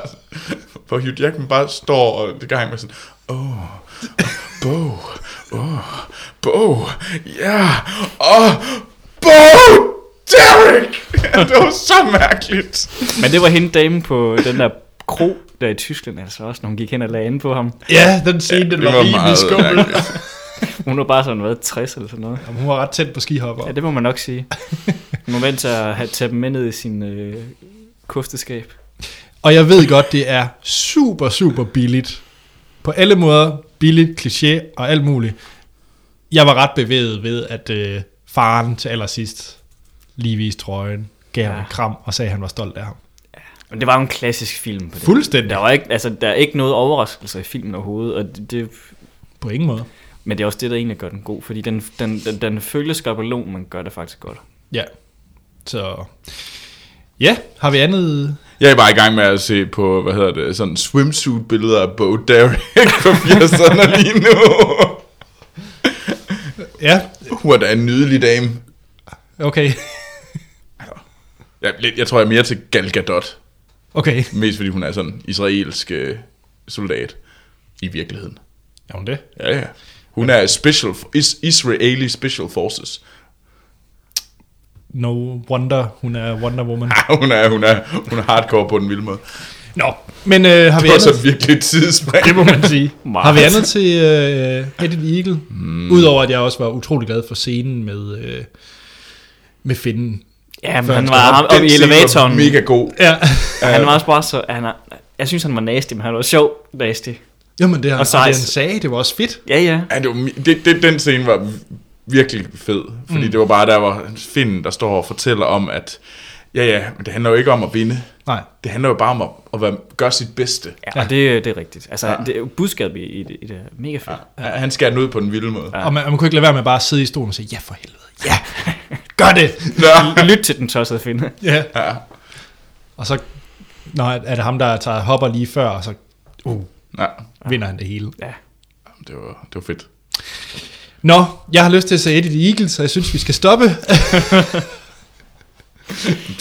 Speaker 2: hvor Hugh Jackman bare står og det gang med sådan, åh, oh, Bo, åh, Bo, ja, åh, Bo, Derek! [LAUGHS] det var så mærkeligt.
Speaker 3: Men det var hende dame på den der kro der i Tyskland, altså også, når hun gik hen og lagde an på ham.
Speaker 1: Ja, den scene, den var, var rimelig skummel.
Speaker 2: mærkeligt.
Speaker 3: Hun var bare sådan, hvad, 60 eller sådan noget.
Speaker 1: Jamen, Hun var ret tæt på skihopper.
Speaker 3: Ja, det må man nok sige. Hun var vant til at have, tage dem med ned i sin øh, kufteskab.
Speaker 1: Og jeg ved godt, det er super, super billigt. På alle måder billigt, kliché og alt muligt. Jeg var ret bevæget ved, at øh, faren til allersidst lige viste trøjen, gav ham
Speaker 3: Ja.
Speaker 1: en kram og sagde, at han var stolt af ham.
Speaker 3: Men det var jo en klassisk film på det.
Speaker 1: Fuldstændig.
Speaker 3: Der, var ikke, altså, der er ikke noget overraskelse i filmen overhovedet, og det, det,
Speaker 1: På ingen måde.
Speaker 3: men det er også det, der egentlig gør den god, fordi den, den, den, den følger skabelon, men gør det faktisk godt.
Speaker 1: Ja. Så... Ja, har vi andet?
Speaker 2: Jeg er bare i gang med at se på, hvad hedder det, sådan swimsuit-billeder af Bo Derek fra 80'erne lige nu. [LAUGHS]
Speaker 1: Ja,
Speaker 2: Hun er da en nydelig dame.
Speaker 1: okay.
Speaker 2: Jeg, er lidt- jeg tror, jeg er mere til Gal Gadot,
Speaker 1: Okay.
Speaker 2: mest fordi hun er sådan en israelsk øh, soldat i virkeligheden.
Speaker 1: Er hun det?
Speaker 2: Ja, ja. Hun er special, is, Israeli Special Forces.
Speaker 1: No wonder, hun er Wonder Woman.
Speaker 2: Ja, [LAUGHS] hun er, hun er, hun er hardcore på den vilde måde.
Speaker 1: Ah, Nå, men øh, har vi
Speaker 2: Det var så
Speaker 1: andet?
Speaker 2: virkelig et tidsspring.
Speaker 1: Det må man sige.
Speaker 3: Meget.
Speaker 1: Har vi andet til øh, Eddie the Eagle? Mm. Udover at jeg også var utrolig glad for scenen med, øh, med finden.
Speaker 3: Ja, men
Speaker 1: Før
Speaker 3: han
Speaker 1: han
Speaker 3: var ham
Speaker 2: [LAUGHS] Den
Speaker 3: oppe i
Speaker 2: scene var
Speaker 3: elevatoren.
Speaker 2: Mega god.
Speaker 1: Ja. [LAUGHS]
Speaker 3: Han var også bare så... Han er, jeg synes, han var nasty, men han var sjov nasty.
Speaker 1: Jamen, det, og og det
Speaker 3: sejs.
Speaker 1: han sagde, det var også fedt.
Speaker 3: Ja, ja.
Speaker 2: Ja, det var, mi- det, det, den scene var virkelig fed, fordi mm. det var bare der, hvor Finn, der står og fortæller om, at ja, ja, men det handler jo ikke om at vinde.
Speaker 1: Nej.
Speaker 2: Det handler jo bare om at, at være, gøre sit bedste.
Speaker 3: Ja, og det, det er rigtigt. Altså, ja. det er jo budskabet i, i, det, i det er mega fedt. Ja.
Speaker 2: Ja. Han skærer den ud på den vilde måde. Ja.
Speaker 1: Og man, man kunne ikke lade være med bare at sidde i stolen og sige, ja for helvede, ja, gør det.
Speaker 3: Lyt til den tossede finde.
Speaker 1: Ja. ja. Og så, når er det ham, der tager hopper lige før, og så uh,
Speaker 2: Nej,
Speaker 1: vinder han det hele.
Speaker 3: Ja.
Speaker 2: det var, det var fedt.
Speaker 1: Nå, jeg har lyst til at se Eddie the Eagle, så jeg synes, vi skal stoppe. [LAUGHS]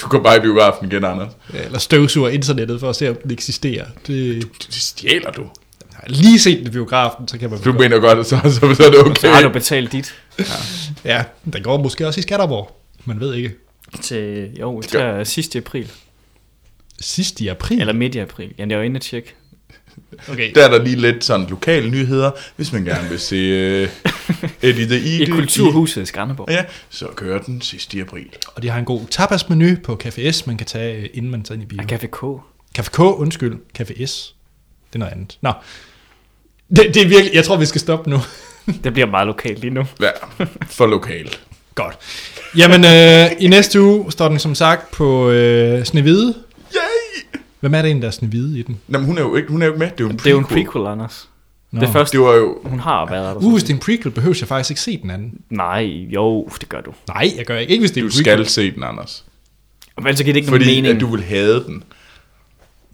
Speaker 2: Du går bare i biografen igen, Anders.
Speaker 1: Eller støvsuger internettet for at se, om den eksisterer. Det,
Speaker 2: Det stjæler du.
Speaker 1: har jeg lige set den i biografen, så kan man...
Speaker 2: Du mener godt, så, så, så er det
Speaker 3: Så har du
Speaker 2: okay.
Speaker 3: betalt dit
Speaker 1: Ja, den går måske også i Skatterborg. Man ved ikke.
Speaker 3: til, jo, til
Speaker 2: gør-
Speaker 3: øh, sidste april.
Speaker 1: Sidst i april?
Speaker 3: Eller midt i april. Ja, det var inde at tjekke.
Speaker 1: okay.
Speaker 2: Der er der lige lidt sådan lokale nyheder, hvis man gerne vil se uh, Eddie the
Speaker 3: I
Speaker 2: Eagle.
Speaker 3: kulturhuset i Skanderborg.
Speaker 2: Ja, så kører den sidste i april.
Speaker 1: Og de har en god tapasmenu på Café S, man kan tage, øh, inden man tager ind i bio.
Speaker 3: Og
Speaker 1: Okay.
Speaker 3: Café K.
Speaker 1: Café K, undskyld. Café S. Det er noget andet. Nå. Det, det er virkelig... Jeg tror, vi skal stoppe nu. [LAUGHS]
Speaker 3: Det bliver meget lokalt lige nu.
Speaker 2: Ja, for lokalt.
Speaker 1: Godt. Jamen, øh, i næste uge står den som sagt på øh, Snevide.
Speaker 2: Yay!
Speaker 1: Hvem er det en, der er Snevide i den?
Speaker 2: Jamen, hun er jo ikke, hun er jo ikke med. Det er jo en
Speaker 3: Det er jo en
Speaker 2: prequel.
Speaker 3: prequel, Anders.
Speaker 1: Nå.
Speaker 3: Det første,
Speaker 2: Det var jo...
Speaker 3: hun har været der.
Speaker 1: Uh, hvis det er en prequel, behøver jeg faktisk ikke se den anden.
Speaker 3: Nej, jo, det gør du.
Speaker 1: Nej, jeg gør ikke. Ikke hvis det er
Speaker 2: Du
Speaker 1: en prequel.
Speaker 2: skal se den, Anders.
Speaker 3: Men så giver det ikke nogen
Speaker 2: Fordi øh,
Speaker 3: mening.
Speaker 2: at du vil have den.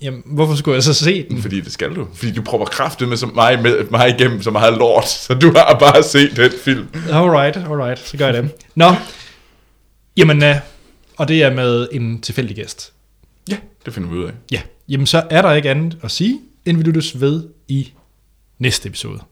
Speaker 1: Jamen, hvorfor skulle jeg så se den?
Speaker 2: Fordi det skal du. Fordi du prøver kraftet med så meget, med, meget igennem så meget lort. Så du har bare set den film.
Speaker 1: Alright, alright, så gør jeg det. Nå, jamen, øh, og det er med en tilfældig gæst.
Speaker 2: Ja, det finder vi ud af.
Speaker 1: Ja, jamen så er der ikke andet at sige, end vi lyttes ved i næste episode.